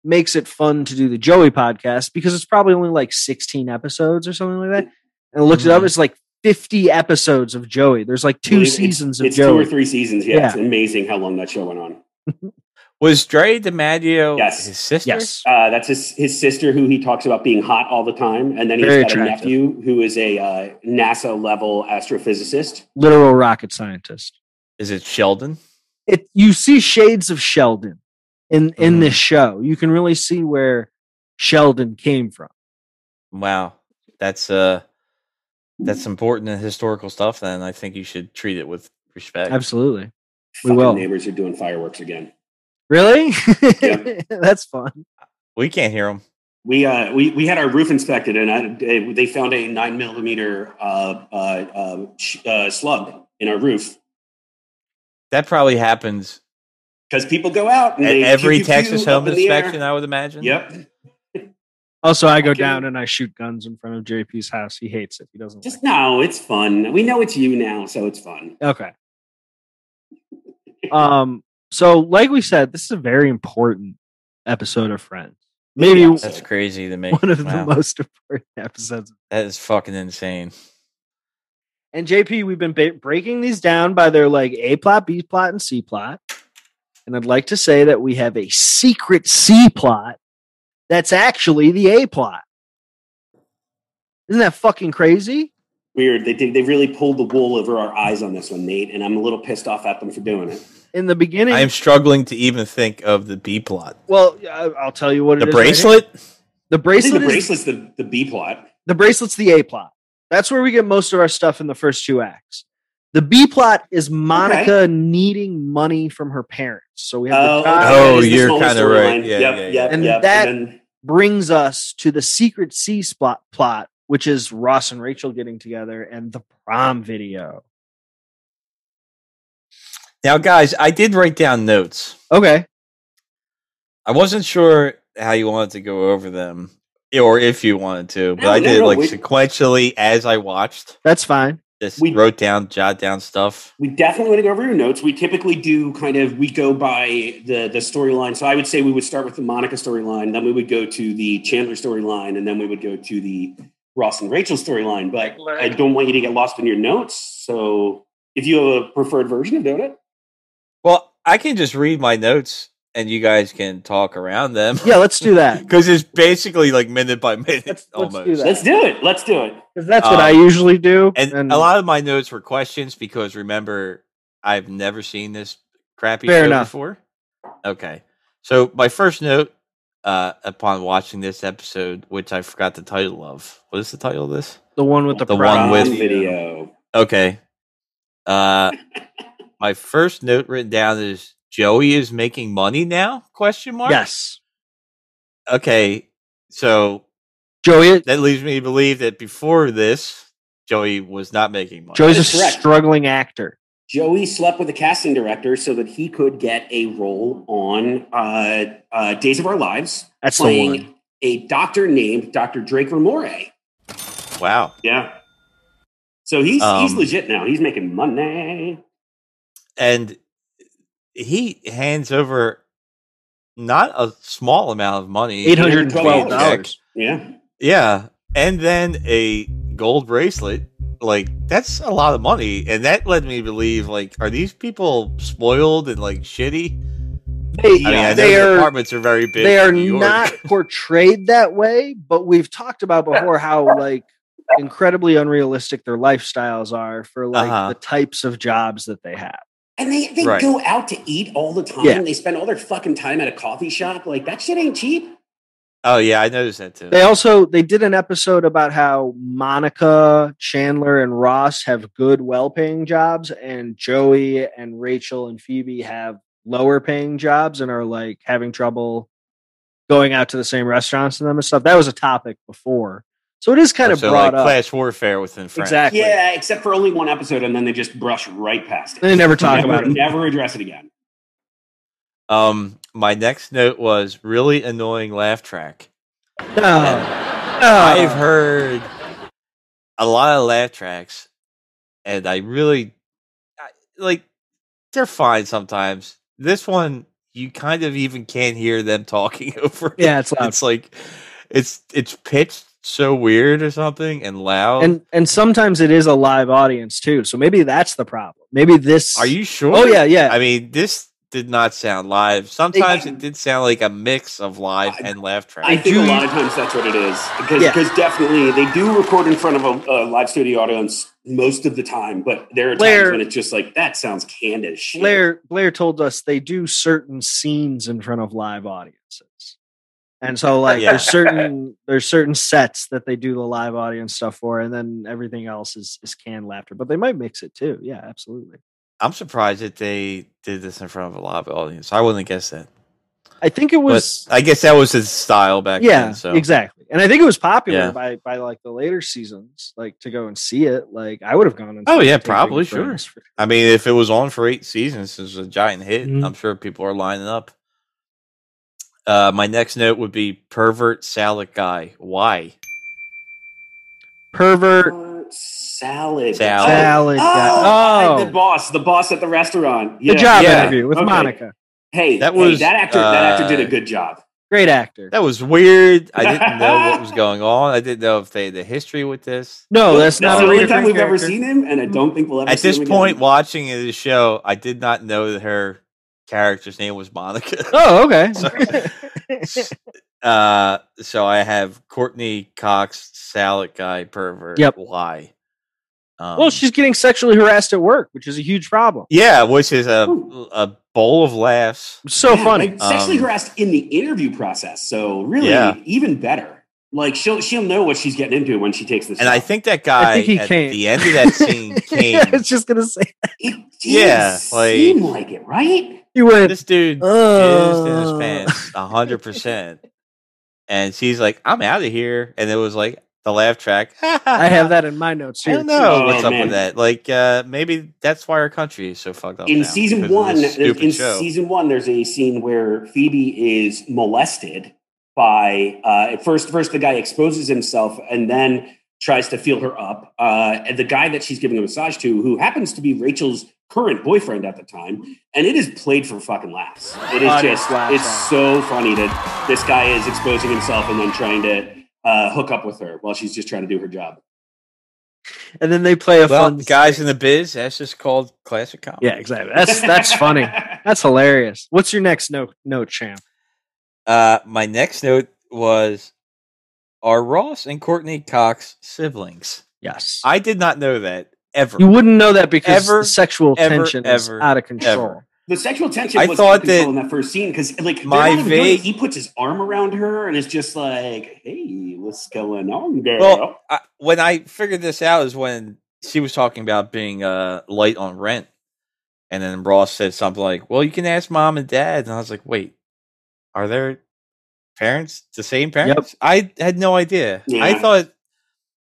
A: makes it fun to do the Joey podcast because it's probably only like 16 episodes or something like that. And I looked it up, it's like 50 episodes of Joey. There's like two
B: Mm-hmm. It's-
A: seasons of
B: It's two
A: Joey.
B: or three seasons. Yeah, it's amazing how long that show went on.
D: Was Dre DiMaggio
B: Yes.
D: his sister?
A: Yes.
B: Uh, that's his, his sister, who he talks about being hot all the time, and then he's
A: Very
B: got a
A: attractive.
B: nephew who is a uh, NASA level astrophysicist.
A: Literal rocket scientist.
D: Is it Sheldon?
A: it you see shades of Sheldon in in
B: Mm-hmm.
D: Mhm.
A: this show. You can really see where Sheldon came from.
D: Wow, that's uh, that's important and historical stuff. Then I think you should treat it with respect.
A: Absolutely. We
B: Fucking
A: will.
B: Neighbors are doing fireworks again.
A: Really?
B: Yeah.
A: That's fun.
D: We can't hear him.
B: We uh, we we had our roof inspected, and I, they they found a nine millimeter uh, uh, uh, sh- uh, slug in our roof
D: That probably happens
B: because people go out and
D: at
B: they
D: E-, every
B: pew, pew, pew
D: Texas
B: up
D: home
B: in the air.
D: inspection. I would imagine.
B: Yep,
A: Also, I go
B: Okay.
A: down and I shoot guns in front of JP's house. He hates it. He doesn't
B: just
A: like
B: no, it's fun. We know it's you now, so it's fun.
A: it. Okay. Um so like we said, this is a very important episode of Friends. Maybe
B: Yeah,
A: one
D: That's crazy to me.
A: of
D: Wow.
A: the most important episodes.
D: That is fucking insane.
A: And JP, we've been ba- breaking these down by their like A plot, B plot, and C plot. And I'd like to say that we have a secret C plot that's actually the A plot. Isn't that fucking crazy?
B: Weird. They did, they really pulled the wool over our eyes on this one, Nate, and I'm a little pissed off at them for doing it.
A: In the beginning,
D: I am struggling to even think of the B plot.
A: well, I- I'll tell you what
D: The
A: it is right here.
D: bracelet?
A: the
B: I think
A: bracelet,
B: the
A: is-
B: bracelet's the, the B plot.
A: the bracelet's the A plot. That's where we get most of our stuff in the first two acts. The B plot is Monica needing money from her parents. So we have
B: Uh,
A: the child-
D: okay. Oh,
B: that is the
D: you're
B: smallest
D: kinda
B: storyline.
D: right. Yeah,
B: yep,
D: yeah, yeah.
B: yep,
A: And
B: yep.
A: that-
B: then
A: brings us to the secret C spot plot, which is Ross and Rachel getting together and the prom video.
D: Now, guys, I did write down notes.
A: Okay.
D: I wasn't sure how you wanted to go over them or if you wanted to, but
B: No,
D: I
B: no,
D: did
B: no,
D: like
B: we-
D: sequentially as I watched.
A: That's fine.
D: Just
B: We-
D: wrote down, jot down stuff.
B: we definitely want to go over your notes. We typically do kind of we go by the the storyline. So I would say we would start with the Monica storyline, then we would go to the Chandler storyline, and then we would go to the Ross and Rachel storyline. But
C: Like-
B: I don't want you to get lost in your notes. So if you have a preferred version of doing it,
D: Well, I can just read my notes and you guys can talk around them
A: Yeah, let's do that.
D: because it's basically like minute by minute
A: Let's- let's do
D: almost.
A: that.
B: let's do it. Let's do it.
A: 'Cause that's what
D: Um,
A: I usually do.
D: And, a lot of my notes were questions because remember, I've never seen this crappy
A: Fair
D: show
A: enough.
D: before. Okay. So my first note uh, upon watching this episode, which I forgot the title of. What is the title of this?
A: the one with the,
D: the
A: prom.
D: one with-
B: Prom video.
D: Okay. Uh, my first note written down is Joey is making money now? Question mark.
A: Yes.
D: Okay. So
A: Joey
D: that leads me to believe that before this, Joey was not making money.
A: Joey's a
B: That is correct.
A: struggling actor.
B: Joey slept with the casting director so that he could get a role on uh, uh, Days of Our Lives,
A: That's the one.
B: playing a doctor named Dr. Drake Ramore.
D: wow.
B: Yeah. So he's he's
D: Um,
B: legit now. He's making money.
D: and he hands over not a small amount of money
A: Eight hundred and twelve dollars.
B: Yeah.
D: yeah and then a gold bracelet like that's a lot of money and that led me to believe like are these people spoiled and like shitty
A: They,
D: i mean i know
A: they
D: the
A: are
D: apartments are very big
A: they are
D: in New York.
A: not portrayed that way, but we've talked about before how like incredibly unrealistic their lifestyles are for like
D: Uh-huh.
A: the types of jobs that they have.
B: And they, they
D: Right.
B: go out to eat all the time.
A: Yeah.
B: They spend all their fucking time at a coffee shop. Like that shit ain't cheap.
D: Oh yeah, I noticed that too.
A: They also they did an episode about how Monica, Chandler, and Ross have good, well-paying jobs, and Joey and Rachel and Phoebe have lower-paying jobs and are like having trouble going out to the same restaurants and them and stuff. That was a topic before, so it is kind of
D: Oh, So,
A: brought
D: like
A: up.
D: class warfare within France.
A: Exactly.
B: Yeah, except for only one episode, and then they just brush right past it.
A: They never talk about it.
B: Never address it again.
D: Um, my next note was really annoying laugh track.
A: No, Uh,
D: I've
A: no.
D: heard a lot of laugh tracks, and I really I, like. They're fine sometimes. This one, you kind of even can't hear them talking over. it.
A: Yeah, it's loud.
D: It's like it's it's pitched so weird or something and loud.
A: and and sometimes it is a live audience too. So maybe that's the problem. Maybe this.
D: Are you sure?
A: Oh yeah, yeah.
D: I mean, this did not sound live. Sometimes it did sound like a mix of live
B: I-
D: and laugh track.
B: I think a
A: do-
B: lot of times that's what it is because
A: Yeah.
B: because definitely they do record in front of a, a live studio audience most of the time, but there are
A: Blair-
B: times when it's just like that sounds canned as shit.
A: Blair Blair told us they do certain scenes in front of live audiences. And so like
D: Oh, Yeah.
A: there's certain there's certain sets that they do the live audience stuff for and then everything else is is canned laughter, but they might mix it too. Yeah, absolutely.
D: I'm surprised that they did this in front of a live audience. I wouldn't guess that.
A: I think it was
D: But I guess that was his style back
A: yeah,
D: then. So
A: exactly. And I think it was popular
D: Yeah.
A: by by like the later seasons like to go and see it. Like I would have gone and
D: Oh,
A: seen
D: yeah,
A: Taping
D: probably,
A: of Friends for-
D: I mean, if it was on for eight seasons, it was a giant hit.
A: Mhm.
D: I'm sure people are lining up. Uh, my next note would be pervert salad guy. Why?
A: Pervert
B: What? salad.
A: salad.
D: Salad.
B: Oh,
A: guy.
B: I- the boss, the boss at the restaurant.
A: The
B: Yeah.
A: job
D: Yeah.
A: interview with
B: Okay.
A: Monica.
B: Hey, that
D: That was,
B: was that actor. that actor did a
D: uh,
B: good job.
A: Great actor.
D: That was weird. I didn't know what was going on. I didn't know if they had a history with this.
A: no, Oh, that's
B: That's
A: not
B: the
A: a
B: only
A: Rita
B: time
A: Frank
B: we've ever
A: character.
B: seen him, and I don't think we'll ever
D: At
B: see
D: this
B: him again.
D: point, watching the show, I did not know that her character's name was Monica.
A: Oh, okay.
D: So- uh, so I have Courtney Cox, salad guy, pervert.
A: Yep.
D: Why? Um,
A: well, she's getting sexually harassed at work, which is a huge problem.
D: yeah, which is a
B: Ooh.
D: a bowl of laughs.
A: It's so
B: Yeah,
A: funny.
B: like, sexually
D: Um,
B: harassed in the interview process, so really
D: Yeah.
B: even better. Like she'll she'll know what she's getting into when she takes this.
D: And I
B: job.
D: think that guy
A: I think he
D: at
A: came.
D: the end of that scene came.
A: yeah, I was just gonna say
B: it
D: yeah,
B: yeah,
D: like-
B: seem like it, right?
A: he went.
D: this dude jizzed in his
A: Uh.
D: pants a hundred percent. And she's like, I'm out of here. And it was like the laugh track.
A: I have that in my notes
D: I
A: here.
D: don't know
B: Oh,
D: what's up
B: man.
D: with that. Like, uh, maybe that's why our country is so fucked up.
B: In
D: now,
B: season
D: Oh, because of
B: one,
D: this
B: there's-
D: stupid
B: in
D: show.
B: season one, there's a scene where Phoebe is molested by uh, at first. First, the guy exposes himself, and then tries to feel her up. Uh, and the guy that she's giving a massage to, who happens to be Rachel's current boyfriend at the time, and it is played for fucking laughs. It is
A: Oh, it
B: just,
A: is laugh
B: it's
A: track.
B: so funny that this guy is exposing himself and then trying to uh, hook up with her while she's just trying to do her job.
A: And then they play a
D: well,
A: fun
D: guys in the biz, that's just called classic comedy.
A: Yeah, exactly. That's that's funny. That's hilarious. What's your next note? Note, champ.
D: Uh, my next note was Are Ross and Courtney Cox siblings?
A: Yes,
D: I did not know that ever.
A: you wouldn't know that because
D: Ever,
A: the sexual
D: ever,
A: tension is
D: ever,
A: out of control.
B: The sexual tension
D: I
B: was
D: thought
B: out of control
D: that
B: in that first scene because like they're
D: my
B: not even doing it.
D: vague-
B: he puts his arm around her and it's just like, hey, what's going on, girl?
D: Well, I, when I figured this out is when she was talking about being uh, light on rent, and then Ross said something like, "Well, you can ask mom and dad," and I was like, "Wait, are their parents the same parents?" I had no idea. I
B: Yeah.
D: thought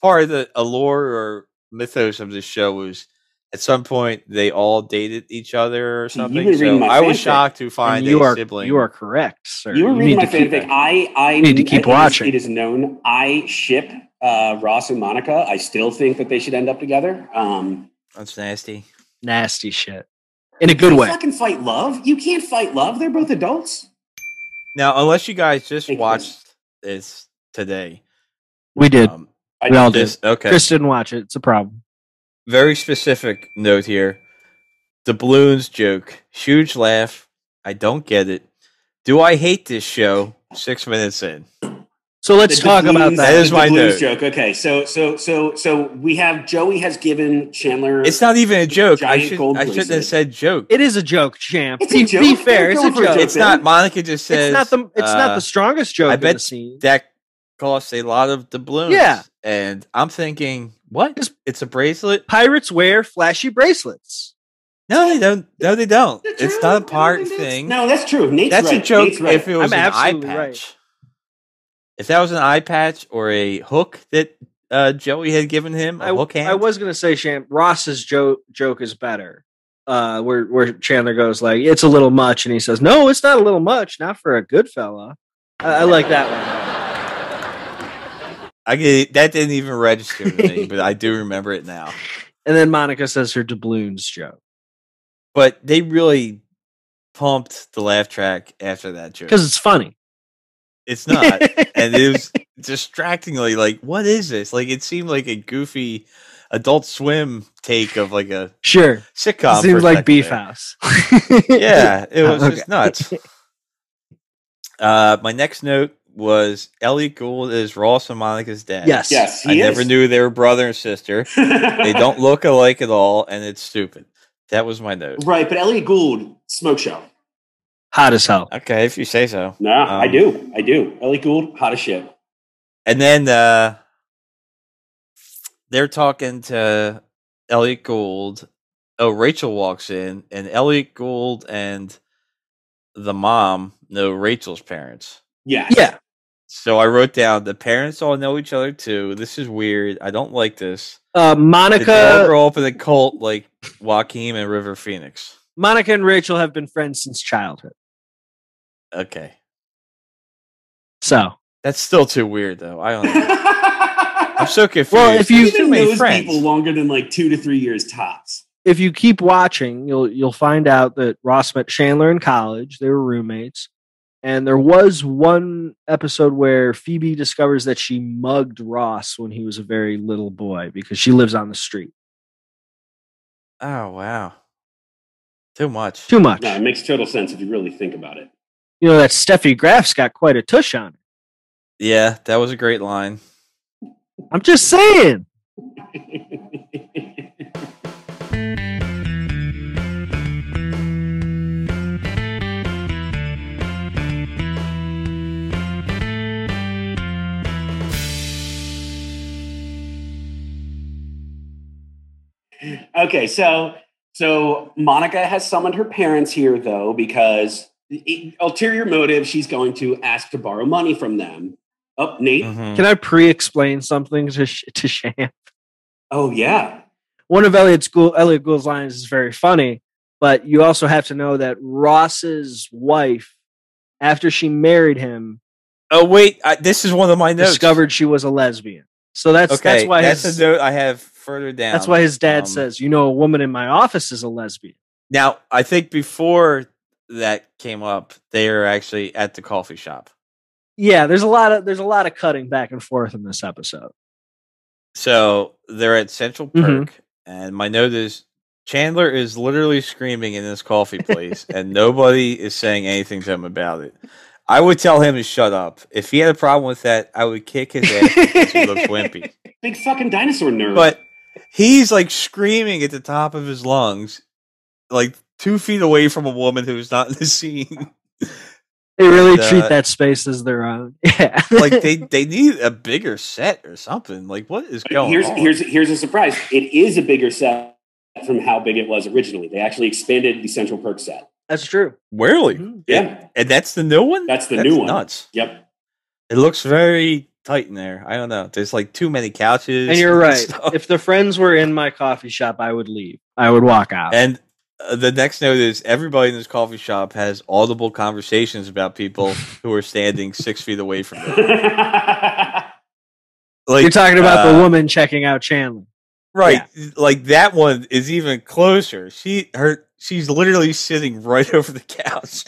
D: part of the allure or mythos of this show was at some point they all dated each other or
B: See, you
D: something.
B: were reading
D: so
B: my
D: I was
B: fanfic.
D: shocked to find
A: And you
D: a
A: are
D: sibling.
A: you are correct, sir.
B: you were
A: need
B: reading my
A: to keep
B: fanfic.
A: that.
B: I I
A: need to keep
B: it is-
A: watching.
B: It is known I ship uh, Ross and Monica. I still think that they should end up together. Um,
D: That's nasty.
A: Nasty shit in a good
B: you
A: way.
B: Fucking fight love. You can't fight love. They're both adults.
D: Now, unless you guys just
B: Thank you.
D: watched this today,
A: We did.
D: um,
B: I
A: We all did.
D: just okay.
A: Chris didn't watch it. It's a problem.
D: very specific note here. The balloons joke. Huge laugh. I don't get it. Do I hate this show? Six minutes in.
A: So let's
B: The- the
A: talk about
B: blues-
A: that.
D: That is
B: the
D: my
B: blues
D: note.
B: joke. Okay, so so so so we have Joey has given Chandler.
D: It's not even a joke. I
B: Giant
D: should
B: gold
D: I shouldn't have
B: bracelet.
D: said joke.
A: It is a joke, champ.
B: It's a
A: be,
B: joke.
A: be fair, it's a
B: Don't go for a
A: joke.
B: joke.
D: It's not. Monica just says uh,
A: It's not the it's not the strongest joke
D: I
A: in the
D: bet-
A: scene.
D: that costs a lot of doubloons.
A: Yeah.
D: and I'm thinking, what?
A: It's-
D: It's a bracelet?
A: Pirates wear flashy bracelets.
D: No, they don't. No, they don't.
B: That's
D: It's
B: true.
D: not
B: I
D: a
B: don't
D: part
B: think that's-
D: thing.
B: No, that's true. Nate's
D: that's
B: right.
D: a joke.
B: Nate's right.
D: If it was
A: I'm
D: an eye
A: absolutely
D: patch,
A: right.
D: if that was an eye patch or a hook that uh, Joey had given him, a
A: I,
D: hook hand.
A: I was gonna say, Champ Ross's joke joke is better. Uh, where where Chandler goes like, "It's a little much," and he says, "No, it's not a little much. Not for a good fella." I, I like that one.
D: I get that didn't even register to me, but I do remember it now.
A: And then Monica says her doubloons joke
D: But they really pumped the laugh track after that joke.
A: because it's funny.
D: It's not. and it was distractingly like, what is this? Like, it seemed like a goofy Adult Swim take of like a
A: sure,
D: sitcom. for a
A: seems like
D: second
A: Beef
D: there.
A: House.
D: Yeah, it
A: Oh,
D: was
A: okay.
D: just nuts. Uh, my next note was Elliot Gould is Ross and Monica's dad.
A: Yes.
B: yes, he
D: I
B: is.
D: never knew they were brother and sister. They don't look alike at all, and it's stupid. That was my note.
B: right, but Elliot Gould, smoke show.
A: hot as hell.
D: Okay, if you say so.
B: No, I
D: Um,
B: do. I do. Elliot Gould, hot as shit.
D: And then uh, they're talking to Elliot Gould. Oh, Rachel walks in, and Elliot Gould and the mom know Rachel's parents.
B: Yeah.
A: Yeah,
D: So I wrote down the parents all know each other too. This is weird. I don't like this.
A: uh,
D: Did they all
A: Monica,
D: grow up in a cult like Joaquin and River Phoenix?
A: Monica and Rachel have been friends since childhood.
D: Okay,
A: So,
D: that's still too weird though. I don't. Know. I'm
B: I'm
D: so confused.
A: if you-
D: There's too
B: even
D: many
B: knows
D: friends.
B: people longer than like two to three years tops.
A: if you keep watching, you'll you'll find out that Ross met Chandler in college. They were roommates, and there was one episode where Phoebe discovers that she mugged Ross when he was a very little boy because she lives on the street.
D: oh wow, too much.
A: Too much,
B: No, it makes total sense if you really think about it.
A: you know that Steffi Graf's got quite a tush on her.
D: Yeah, that was a great line.
A: I'm just saying.
B: okay, so so Monica has summoned her parents here though because i- ulterior motive she's going to ask to borrow money from them. Up, Nate.
D: Mhm.
A: Can I pre-explain something to Sh- to Sham?
B: Oh yeah.
A: one of Elliot's Gould, Elliot Gould's lines is very funny, but you also have to know that Ross's wife, after she married him,
D: Oh wait, I, this is one of my notes.
A: discovered she was a lesbian. So that's
D: Okay,
A: that's why
D: that's
A: his,
D: a note I have further down.
A: that's why his dad
D: Um,
A: says, "You know, a woman in my office is a lesbian."
D: Now, I think before that came up, they are actually at the coffee shop.
A: Yeah, there's a lot of there's a lot of cutting back and forth in this episode.
D: So they're at Central Perk,
B: Mm-hmm.
A: Mhm.
D: and my note is Chandler is literally screaming in this coffee place, and nobody is saying anything to him about it. I would tell him to shut up. If he had a problem with that, I would kick his ass because he looks wimpy.
B: Big fucking dinosaur nerd.
D: But he's like screaming at the top of his lungs, like two feet away from a woman who's not in the scene.
A: They really
D: And, uh,
A: treat that space as their own. Yeah,
D: like they they need a bigger set or something. Like what is
B: But
D: going
B: here's
D: on?
B: here's here's a surprise. It is a bigger set from how big it was originally. They actually expanded the Central Perk set.
A: that's true.
D: Really?
A: Mhm.
B: Mm-hmm. Yeah.
D: And that's the new one.
B: That's the new one.
D: Nuts.
B: Yep.
D: It looks very tight in there. I don't know. There's like too many couches.
A: And you're right.
D: stuff.
A: If the friends were in my coffee shop, I would leave. I would walk out.
D: and uh, the next note is everybody in this coffee shop has audible conversations about people who are standing six feet away from them. Like
A: You're talking about
D: uh,
A: the woman checking out Chandler.
D: right? Like that one is even closer. She her she's literally sitting right over the couch.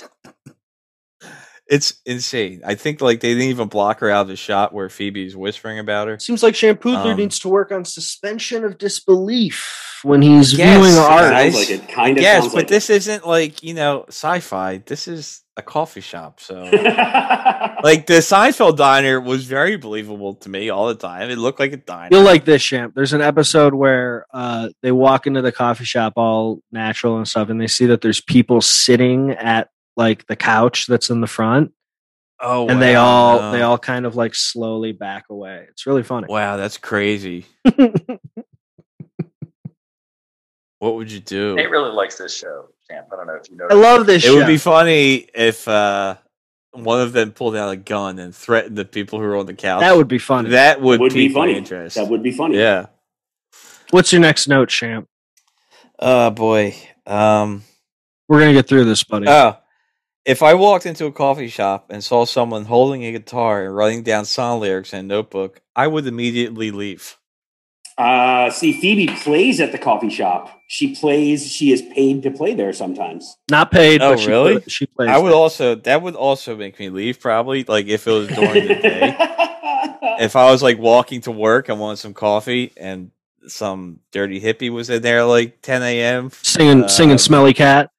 D: it's insane. I think like they didn't even block her out of the shot where Phoebe's whispering about her.
A: Seems like Shampoodler
D: Um,
A: needs to work on suspension of disbelief when he's
D: Yes,
A: viewing art.
D: guys.
B: Sounds like it. Kind of
D: yes,
B: sounds
D: but
B: like
D: this isn't like you know sci-fi. This is a coffee shop, so.
B: it.
D: Like the Seinfeld diner was very believable to me all the time. It looked like a diner.
A: You'll like this, Champ. There's an episode where uh, they walk into the coffee shop all natural and stuff, and they see that there's people sitting at like the couch that's in the front,
D: oh,
A: and they
D: wow,
A: all
D: no.
A: they all kind of like slowly back away. It's really funny.
D: Wow, that's crazy. What would you do?
C: Nate really likes this show, Champ. I don't know if you know.
A: I love this.
D: It
A: show.
D: would be funny if uh, one of them pulled out a gun and threatened the people who were on the couch.
A: that would be funny.
D: that would,
B: Would be
D: pique my
B: funny.
D: interest.
B: That would be funny.
D: yeah.
A: What's your next note, Champ?
D: Oh boy. Um.
A: We're gonna get through this, buddy.
D: Oh, if I walked into a coffee shop and saw someone holding a guitar and writing down song lyrics in a notebook, I would immediately leave.
B: Uh, see, Phoebe plays at the coffee shop. She plays. She is paid to play there sometimes.
A: Not paid.
D: Oh,
A: but she
D: really?
A: pla- She plays.
D: I would also. That would also make me leave. Probably like if it was during the day. if I was like walking to work, I wanted some coffee, and some dirty hippie was in there like 10 a.m.
A: singing, singing,
D: Um,
A: smelly cat.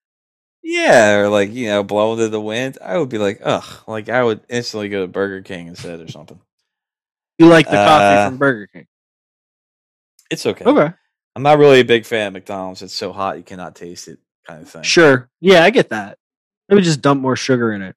D: Yeah, or like you know, blowing to the wind. I would be like, ugh, like I would instantly go to Burger King instead or something.
A: You like the
D: uh,
A: coffee from Burger King?
D: It's okay.
A: Okay,
D: I'm not really a big fan of McDonald's. It's so hot you cannot taste it, kind of thing.
A: sure. Yeah, I get that. Maybe just dump more sugar in it.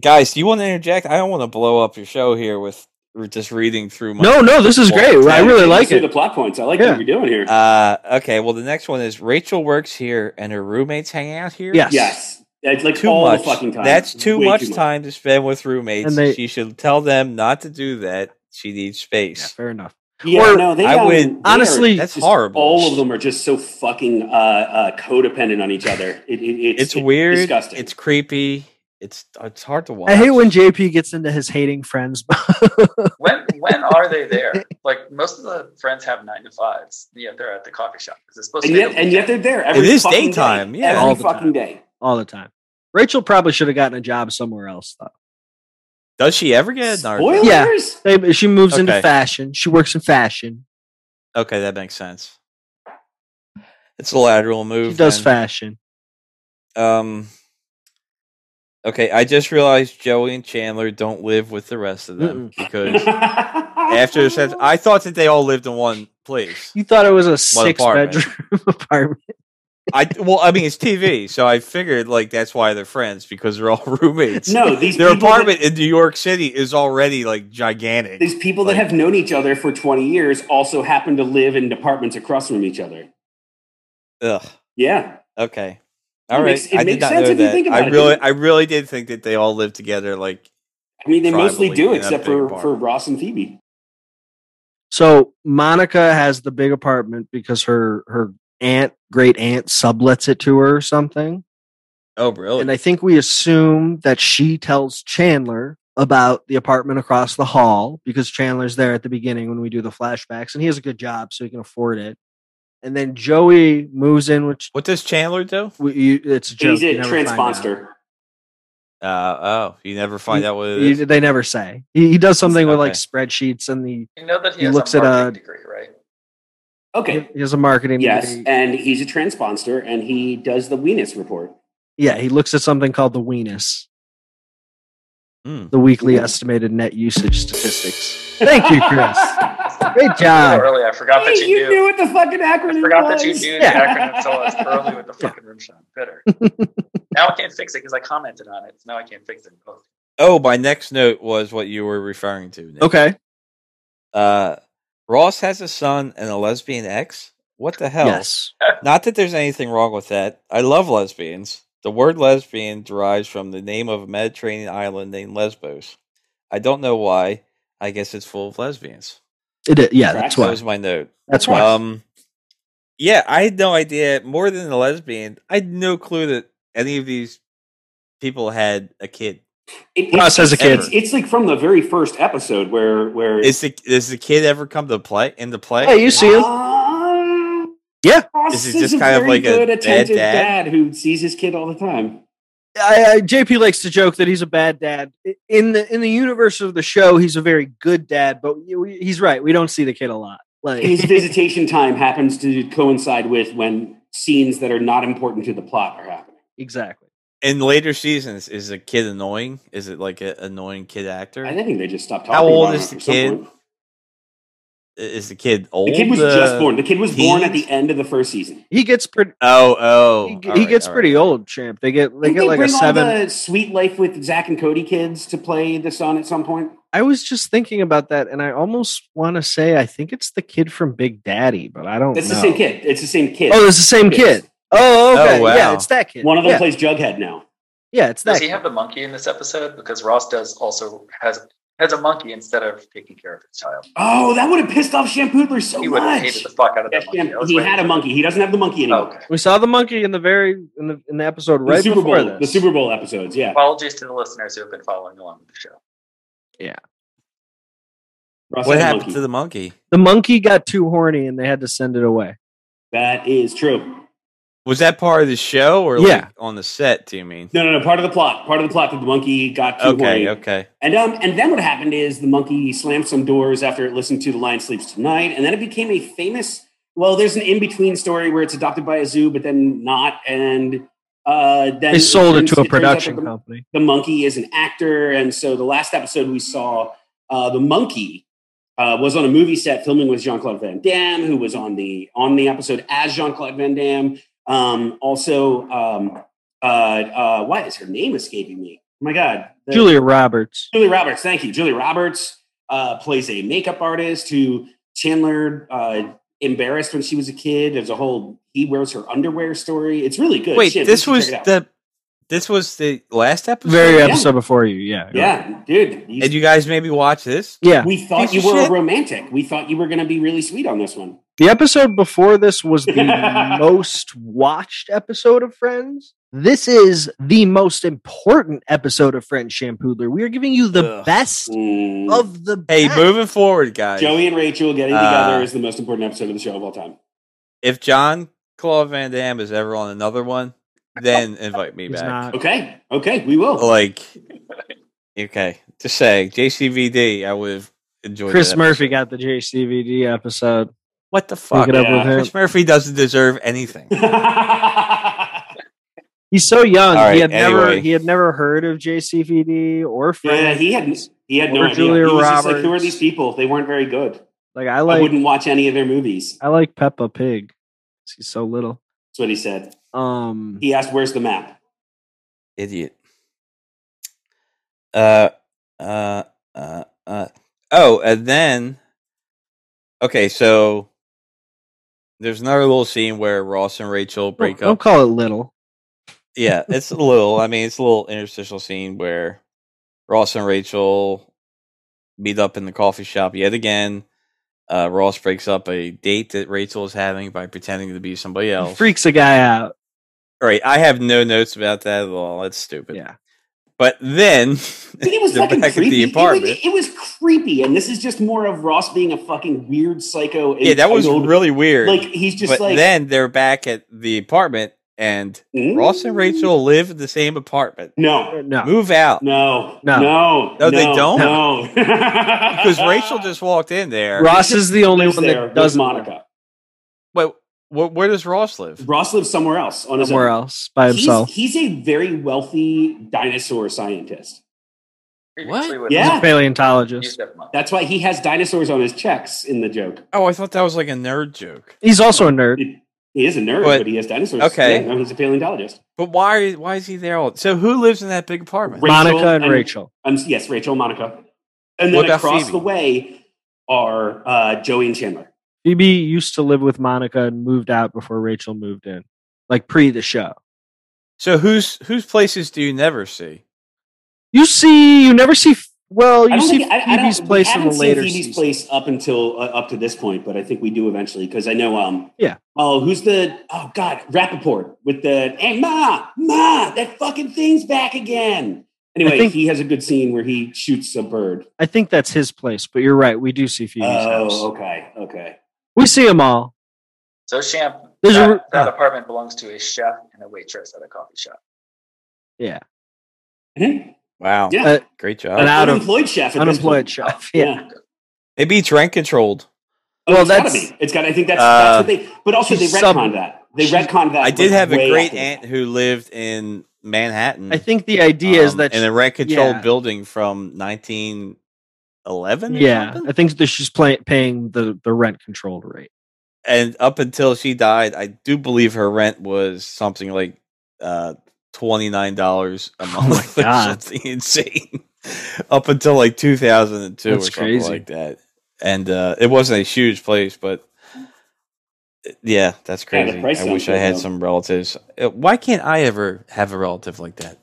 D: Guys, do you want to interject? I don't want to blow up your show here with r- just reading through my.
A: No, no, this is
D: Well,
A: great. I
B: Yeah,
A: really
B: these
A: like
B: are
A: it.
B: The plot points. I like
A: Yeah.
B: what you're doing here.
D: Uh, okay. Well, the next one is Rachel works here, and her roommates hang out here.
A: Yes.
B: yes, That's like
D: too
B: all
D: much.
B: the fucking time.
D: That's too
B: Way
D: much time to spend with roommates.
A: And they-
D: she should tell them not to do that. She needs
A: Yeah,
D: space.
A: fair enough.
B: Yeah,
A: Or
B: no, they
D: I
B: um,
D: would-
B: they are
A: honestly-
D: That's
B: just-
D: horrible.
B: All of them are just so fucking uh, uh, codependent on each other. It, it, it's,
D: It's, weird.
B: disgusting.
D: It's creepy. It's it's hard to watch.
A: I hate when JP gets into his hating friends.
C: when when are they there? Like most of the friends have nine to fives. Yeah, they're at the coffee shop. Is it supposed
B: and
C: to be?
B: yet, and yet they're there. Every
D: It is
B: fucking
D: daytime,
B: Day.
D: yeah.
B: every
A: All the
B: fucking
A: time.
B: day.
A: all the time. Rachel probably should have gotten a job somewhere else though.
D: Does she ever get a narc?
B: Spoilers.
A: They- She moves into
D: Okay.
A: fashion. She works in fashion.
D: Okay, that makes sense. It's a lateral move.
A: She does
D: then.
A: fashion.
D: Um. Okay, I just realized Joey and Chandler don't live with the rest of them because after the sex- I thought that they all lived in one place.
A: You thought it was a six
D: apartment.
A: bedroom apartment.
D: I well, I mean, it's TV, so I figured like that's why they're friends because they're all roommates.
B: no, these
D: Their
B: people that-
D: apartment in New York City is already like gigantic.
B: these people that
D: Like-
B: have known each other for 20 years also happen to live in apartments across from each other.
D: Ugh.
B: Yeah.
D: Okay. All
B: It
D: right.
B: makes- it
D: I did
B: makes
D: not
B: sense
D: know
B: if you
D: that.
B: think about
D: I
B: it,
D: really,
B: doesn't it?
D: I really did think that they all lived together. Like,
B: I mean, they mostly
D: Tribally
B: do,
D: in a
B: except
D: big
B: for,
D: bar.
B: for Ross and Phoebe.
A: So Monica has the big apartment because her her aunt, great aunt, sublets it to her or something.
D: oh, really?
A: And I think we assume that she tells Chandler about the apartment across the hall because Chandler's there at the beginning when we do the flashbacks and he has a good job so he can afford it. And then Joey moves in, which
D: what does Chandler do?
A: we, you, it's a joke.
B: He's
A: you
B: a
A: never find out.
B: transponster.
D: Uh, oh, you never find out what it
A: You-
D: is.
A: they never say. He, he does something with like
D: Okay.
A: spreadsheets and the
C: You know that he,
A: He
C: has
A: looks
C: a
A: at a-
C: marketing
B: uh,
C: degree, right?
B: Okay.
A: he has a marketing.
B: Yes.
A: degree.
B: And he's a transponster and he does the weenus report.
A: yeah, he looks at something called the Weenus,
D: Hmm.
A: the weekly
B: Ooh.
A: estimated net usage statistics. Thank you, Chris. Great
C: So
A: job.
C: early, I forgot
B: Hey,
C: that you, knew.
B: what the fucking acronym
C: I forgot that you
B: was.
C: knew the
A: Yeah.
C: acronym until I was early with the
A: Yeah.
C: fucking room shot. Bitter. now I can't fix it because I commented on it. So now I can't fix it. Oh,
D: Oh, my next note was what you were referring to. Nick.
A: Okay.
D: Uh, Ross has a son and a lesbian ex. What the hell?
A: Yes.
D: Not that there's anything wrong with that. I love lesbians. The word lesbian derives from the name of a Mediterranean island named Lesbos. I don't know why. I guess it's full of lesbians.
A: It is. Yeah, that's
B: Tracks.
D: That
A: why.
D: was my note.
A: That's why.
D: Um, yeah, I had no idea. More than a lesbian, I had no clue that any of these people had a kid.
B: It- it's-
A: Ross has a
B: it's-
A: kid.
B: It's, it's like from the very first episode where where
D: Is the does the kid ever come to play in the play?
A: Hey, you see him?
B: Ah,
A: Yeah.
B: Ross
D: This is
B: is
D: just
B: a
D: kind of
B: very
D: like a
B: good,
D: bad
B: attentive
D: dad?
B: dad who sees his kid all the time.
A: I, I, JP likes to joke that he's a bad dad. I- In the in the universe of the show, he's a very good dad, but we- we- he's right. We don't see the kid a lot. Like
B: His visitation time happens to coincide with when scenes that are not important to the plot are happening.
A: exactly.
D: In later seasons, is the kid annoying? Is it like an annoying kid actor?
B: I think they just stopped talking.
D: How old
B: about
D: is
B: it
D: the
B: at some
D: kid?
B: point.
D: I- Is the kid old?
B: The kid was
D: uh,
B: just born. The kid was born at
D: teens?
B: the end of the first season.
A: He gets pretty.
D: Oh, oh,
A: he,
D: all
A: he
D: right,
A: gets
D: all right.
A: pretty old, champ. They get they
B: Didn't
A: get like a
B: bring
A: seven.
B: all the Sweet Life with Zach and Cody kids to play the son at some point.
A: I was just thinking about that, and I almost want to say I think it's the kid from Big Daddy, but I don't.
B: That's the
A: know.
B: same kid. It's the same kid.
A: Oh, it's the same
B: Yes.
A: kid. Oh, okay.
D: Oh, wow.
A: Yeah, it's that kid.
B: One of them
A: yeah.
B: plays Jughead now.
A: yeah, it's
C: Does
A: that.
C: he
A: Kid.
C: have the monkey in this episode? Because Ross does also has has a monkey instead of taking care of his child.
B: Oh, that would have pissed off Shampoodler so
C: He would have
B: much.
C: hated the fuck out of that
B: That
C: monkey. I
B: Sham-
C: was
B: He
C: waiting
B: had a
C: for-
B: monkey. He doesn't have the monkey
C: Oh,
B: anymore.
C: okay.
A: We saw the monkey in the very in the in the episode right
B: the Super
A: before
B: Bowl.
A: this.
B: The Super Bowl episodes. Yeah.
C: Apologies to the listeners who have been following along with the show.
B: Ross
D: What
B: had a
D: happened
B: monkey.
D: to the monkey?
A: The monkey got too horny, and they had to send it away.
B: That is true.
D: Was that part of the show or
A: Yeah.
D: like on the set? Do you mean?
B: No, no, no. Part of the plot. Part of the plot that the monkey got too
D: Okay,
B: horny.
D: okay.
B: And um, and then what happened is the monkey slammed some doors after it listened to "The Lion Sleeps Tonight," and then it became a famous. Well, there's an in between story where it's adopted by a zoo, but then not, and uh, then
A: They sold it
B: turns-
A: to a
B: turns out that
A: production
B: the-
A: company.
B: the monkey is an actor. And so the last episode we saw, uh, the monkey uh, was on a movie set filming with Jean Claude Van Damme, who was on the on the episode as Jean Claude Van Damme. Um, also, um, uh, uh, why is her name escaping me? Oh my God, The-
A: Julia Roberts.
B: Julie Roberts. Thank you, Julie Roberts uh, plays a makeup artist who Chandler uh, embarrassed when she was a kid. There's a whole he wears her underwear story. It's really good.
D: Wait,
B: Shit,
D: this
B: you should
D: was
B: check it out.
D: the this was the last episode.
A: Very
B: Yeah.
A: episode before you. Yeah. you're right.
B: yeah, dude. you
D: And you guys maybe watch this.
A: Yeah.
B: We thought
D: Piece
B: you
D: of
B: were
D: shit.
B: a romantic. We thought you were going to be really sweet on this one.
A: The episode before this was the most watched episode of Friends. This is the most important episode of Friends, Shampoodler. We are giving you the
D: Ugh.
A: best
B: Mm.
A: of the
D: Hey,
A: best.
D: moving forward, guys.
B: Joey and Rachel getting
D: Uh,
B: together is the most important episode of the show of all time.
D: If John Claude Van Damme is ever on another one, then invite me
A: He's
D: back.
A: not.
B: Okay, okay, we will.
D: Like, okay, just saying, JCVD, I would have enjoyed.
A: Chris
D: that
A: Murphy
D: episode.
A: got the JCVD episode.
D: what the
A: Hook
D: fuck?
A: it up
B: yeah.
A: with
D: Chris
A: him.
D: Murphy doesn't deserve anything.
A: He's so young.
D: All right,
A: he had never
D: anyway.
A: he had never heard of JCVD or
B: yeah,
A: Friends.
B: he had he had no
A: Or
B: idea.
A: Julia
B: he was just like, who are
A: Roberts.
B: these people? They weren't very good.
A: like I
B: I
A: like
B: wouldn't watch any of their movies.
A: I like Peppa Pig. 'cause He's so little.
B: That's what he said.
A: Um,
B: He asked, "Where's the map?"
D: Idiot. Uh, uh, uh, uh. Oh, and then, okay, so there's another little scene where Ross and Rachel break
A: don't, don't
D: up.
A: call it little.
D: yeah, it's a little. I mean, it's a little interstitial scene where Ross and Rachel meet up in the coffee shop yet again. Uh, Ross breaks up a date that Rachel is having by pretending to be somebody
A: He
D: else.
A: freaks a guy out.
D: All right, I have no notes about that at all. That's stupid.
A: Yeah.
D: But then
B: But it was
D: they're
B: fucking
D: back
B: creepy.
D: at the
B: It was-
D: apartment.
B: It, was, creepy, and this is just more of Ross being a fucking weird psycho.
D: Yeah, that was
B: entitled-
D: really weird.
B: like he's just
D: but
B: like
D: then they're back at the apartment, and
B: "Mm,
D: Ross and Rachel live in the same apartment.
B: No,
A: No,
D: Move out
B: No,
A: No.
B: no, no,
D: No, they don't?
B: No,
D: because Rachel just walked in there.
A: Ross is the only
B: lives
A: one
B: there
A: that
B: with
A: doesn't.
B: Monica.
D: Wait, wh- where does Ross live?
B: Ross lives somewhere else on his
A: somewhere
B: own.
A: else by himself.
B: He's, he's a very wealthy dinosaur scientist.
C: Previously
D: What?
C: with-
B: Yeah.
C: Used
A: Paleontologist.
C: that monkey.
B: That's why he has dinosaurs on his checks in the joke.
D: Oh, I thought that was like a nerd joke.
A: He's also a nerd.
B: He he is a nerd,
D: But-
B: but, he has dinosaurs.
D: okay.
B: Yeah, no, he's a paleontologist.
D: But why? Why is he there? All- so who lives in that big apartment?
B: Rachel
A: Monica and,
B: and-
A: Rachel.
B: Um, yes, Rachel, Monica, and
D: What
B: then
D: about
B: across
D: Phoebe?
B: the way are uh, Joey and Chandler.
A: Phoebe used to live with Monica and moved out before Rachel moved in, like pre the show.
D: So whose whose places do you never see?
A: You see, you never see. Well,
B: I
A: you
B: don't
A: see
B: think- I- I don't-
A: Phoebe's
B: we
A: place in
B: haven't
A: the
B: seen
A: later
B: Phoebe's
A: season.
B: place up until uh, up to this point, but I think we do eventually because I know. Um,
A: Yeah.
B: Oh, who's the? Oh God, Rappaport with the hey ma ma that fucking thing's back again. Anyway,
A: think-
B: he has a good scene where he shoots a bird.
A: I think that's his place, but you're right. We do see Phoebe's house.
B: Oh, okay, okay.
A: We see them all.
C: So Champ,
A: There's a
C: that,
A: re-
C: that
A: ah.
C: apartment belongs to a chef and a waitress at a coffee shop.
B: Mhm.
D: Wow,
B: Yeah,
A: Uh,
D: great
A: And
D: job.
A: out of-
B: unemployed chef. At this
A: Unemployed
B: point.
A: chef. Yeah.
B: Yeah.
D: It beats rent controlled.
B: Oh,
A: Well,
B: it's gotta
A: that's-
B: be. It's got. I think that's,
D: Uh,
B: that's what they. But also, they
A: she's sub-
B: retconned that. They
A: she's-
B: retconned that.
D: I
B: like,
D: did have
B: way
D: a great
B: after the
D: aunt
B: fact.
D: who lived in Manhattan.
A: I think the idea is
D: Mm-hmm. um,
A: that
D: in
A: she-
D: a rent controlled
A: yeah.
D: building from 1911. or
A: yeah,
D: something?
A: I think that she's play, paying the the rent controlled rate.
D: and up until she died, I do believe her rent was something like uh, twenty nine dollars a
A: Oh my
D: month or
A: God.
D: something insane. up until like two thousand and two or
A: That's
D: something
A: crazy.
D: like that. And uh, it wasn't a huge place, but uh, yeah, that's
B: Yeah, the
D: crazy.
B: price
D: I
B: sounds
D: wish I
B: good,
D: had
B: though.
D: some relatives. Uh, Why can't I ever have a relative like that?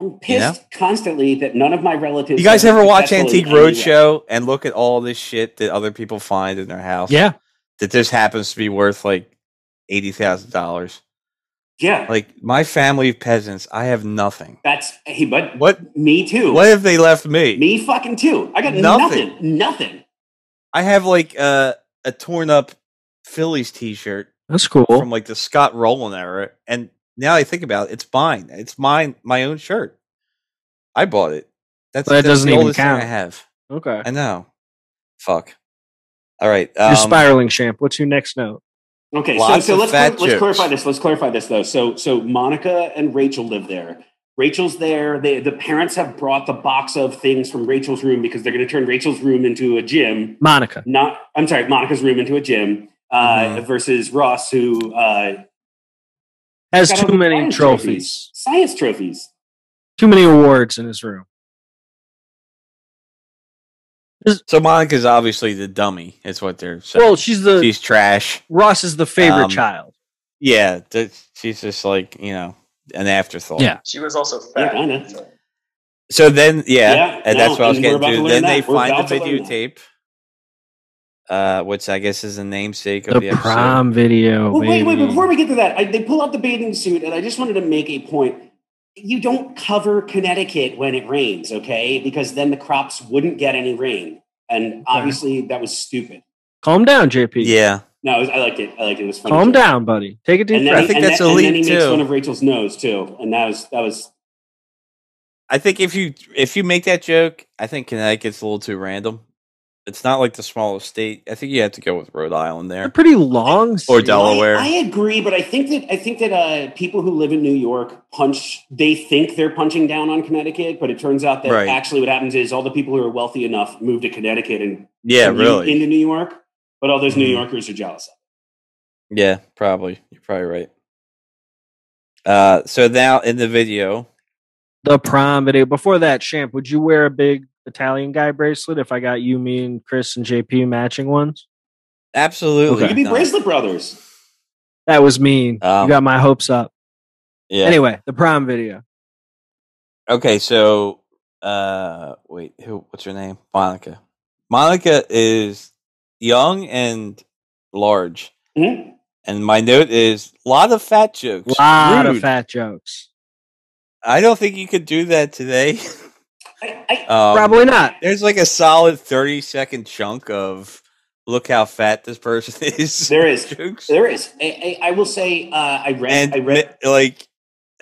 B: I'm pissed constantly that none of my relatives.
D: You guys
B: have
D: ever watch
B: successfully
D: Antique Roadshow
B: anywhere.
D: and look at all this shit that other people find in their house?
A: Yeah,
D: that just happens to be worth like eighty thousand dollars.
B: Yeah,
D: Like my family of peasants, I have nothing.
B: that's hey, but
D: What
B: me too.
D: what have they left me?
B: Me fucking too. I got
D: Nothing.
B: nothing. Nothing.
D: I have like uh, a torn up Phillies T-shirt
A: that's cool.
D: from like the Scott Rowland era, and now I think about it, it's mine. It's mine, my own shirt. I bought it. That's,
A: But that
D: that's
A: doesn't
D: the
A: even
D: oldest
A: count.
D: thing I have.
A: okay,
D: I know. Fuck. All right.
A: you're
D: um,
A: spiraling, champ. What's your next note?
B: Okay, so,
D: Lots
B: so
D: of
B: let's
D: fat
B: clar- let's clarify
D: jokes.
B: this. Let's clarify this though. So so Monica and Rachel live there. Rachel's there. They, the parents have brought the box of things from Rachel's room because they're going to turn Rachel's room into a gym.
A: Monica.
B: Not, I'm sorry, Monica's room into a gym uh,
D: Mhm.
B: versus Ross, who uh,
A: Has
B: got all
A: too
B: the
A: many
B: science
A: trophies.
B: Science trophies.
A: too many awards in his room.
D: so Monica's obviously the dummy. Is what they're saying.
A: Well, she's the
D: she's trash.
A: Ross is the favorite
D: Um,
A: child.
D: Yeah, th- she's just like you know an afterthought.
A: Yeah.
C: She was also
B: Yeah,
C: fat.
B: I know.
D: So then, yeah,
B: Yeah,
D: and that's
B: no,
D: what I was
B: and we're
D: getting
B: about to
D: to.
B: learn
D: Then
B: that.
D: they
B: We're
D: find
B: about
D: the
B: to learn that.
D: videotape, uh, which I guess is the namesake of
A: The
D: the, episode.
A: prom video.
B: Well, wait, wait,
A: baby.
B: before we get to that, I, they pull out the bathing suit, and I just wanted to make a point. You don't cover Connecticut when it rains, okay? Because then the crops wouldn't get any rain. And obviously, that was stupid.
A: Calm down, JP.
D: Yeah,
B: No, it was- I liked it. I liked it. It was funny.
A: Calm down, buddy. Take a deep
B: And then,
A: breath.
D: I think
B: and
D: that's
B: then- and then
D: elite,
B: he makes
D: too.
B: fun of Rachel's nose, too. And that was, that was,
D: I think if you if you make that joke, I think Connecticut's a little too random. It's not like the smallest state. I think you have to go with Rhode Island
A: They're
D: there.
A: pretty long.
D: Or
A: scenes.
D: Delaware.
B: I, I agree, but I think that I think that uh, people who live in New York punch. They think they're punching down on Connecticut, but it turns out that
D: Right.
B: actually what happens is all the people who are wealthy enough move to Connecticut and
D: Yeah,
B: commute
D: really.
B: into New York. But all those New
D: Mhm.
B: Yorkers are jealous. of
D: Yeah, probably. You're probably right. Uh, so now in the video,
A: The prom video. Before that, Champ, would you wear a big Italian guy bracelet if I got you, me, and Chris and JP matching ones?
D: absolutely.
B: it. You could be
D: not.
B: Bracelet Brothers.
A: That was mean.
D: Um,
A: you got my hopes up.
D: Yeah.
A: Anyway, the prom video.
D: Okay, so uh wait, who what's her name? Monica. Monica is young and large.
B: Mhm.
D: And my note is a lot of fat jokes.
A: lot
D: Rude.
A: of fat jokes.
D: I don't think you could do that today.
B: I, I,
D: Um,
A: Probably not.
D: There's like a solid 30 second chunk of look how fat this person is.
B: there is,
D: jokes.
B: there is. I, I, I will say, uh, I read,
D: and
B: I read.
D: mi- like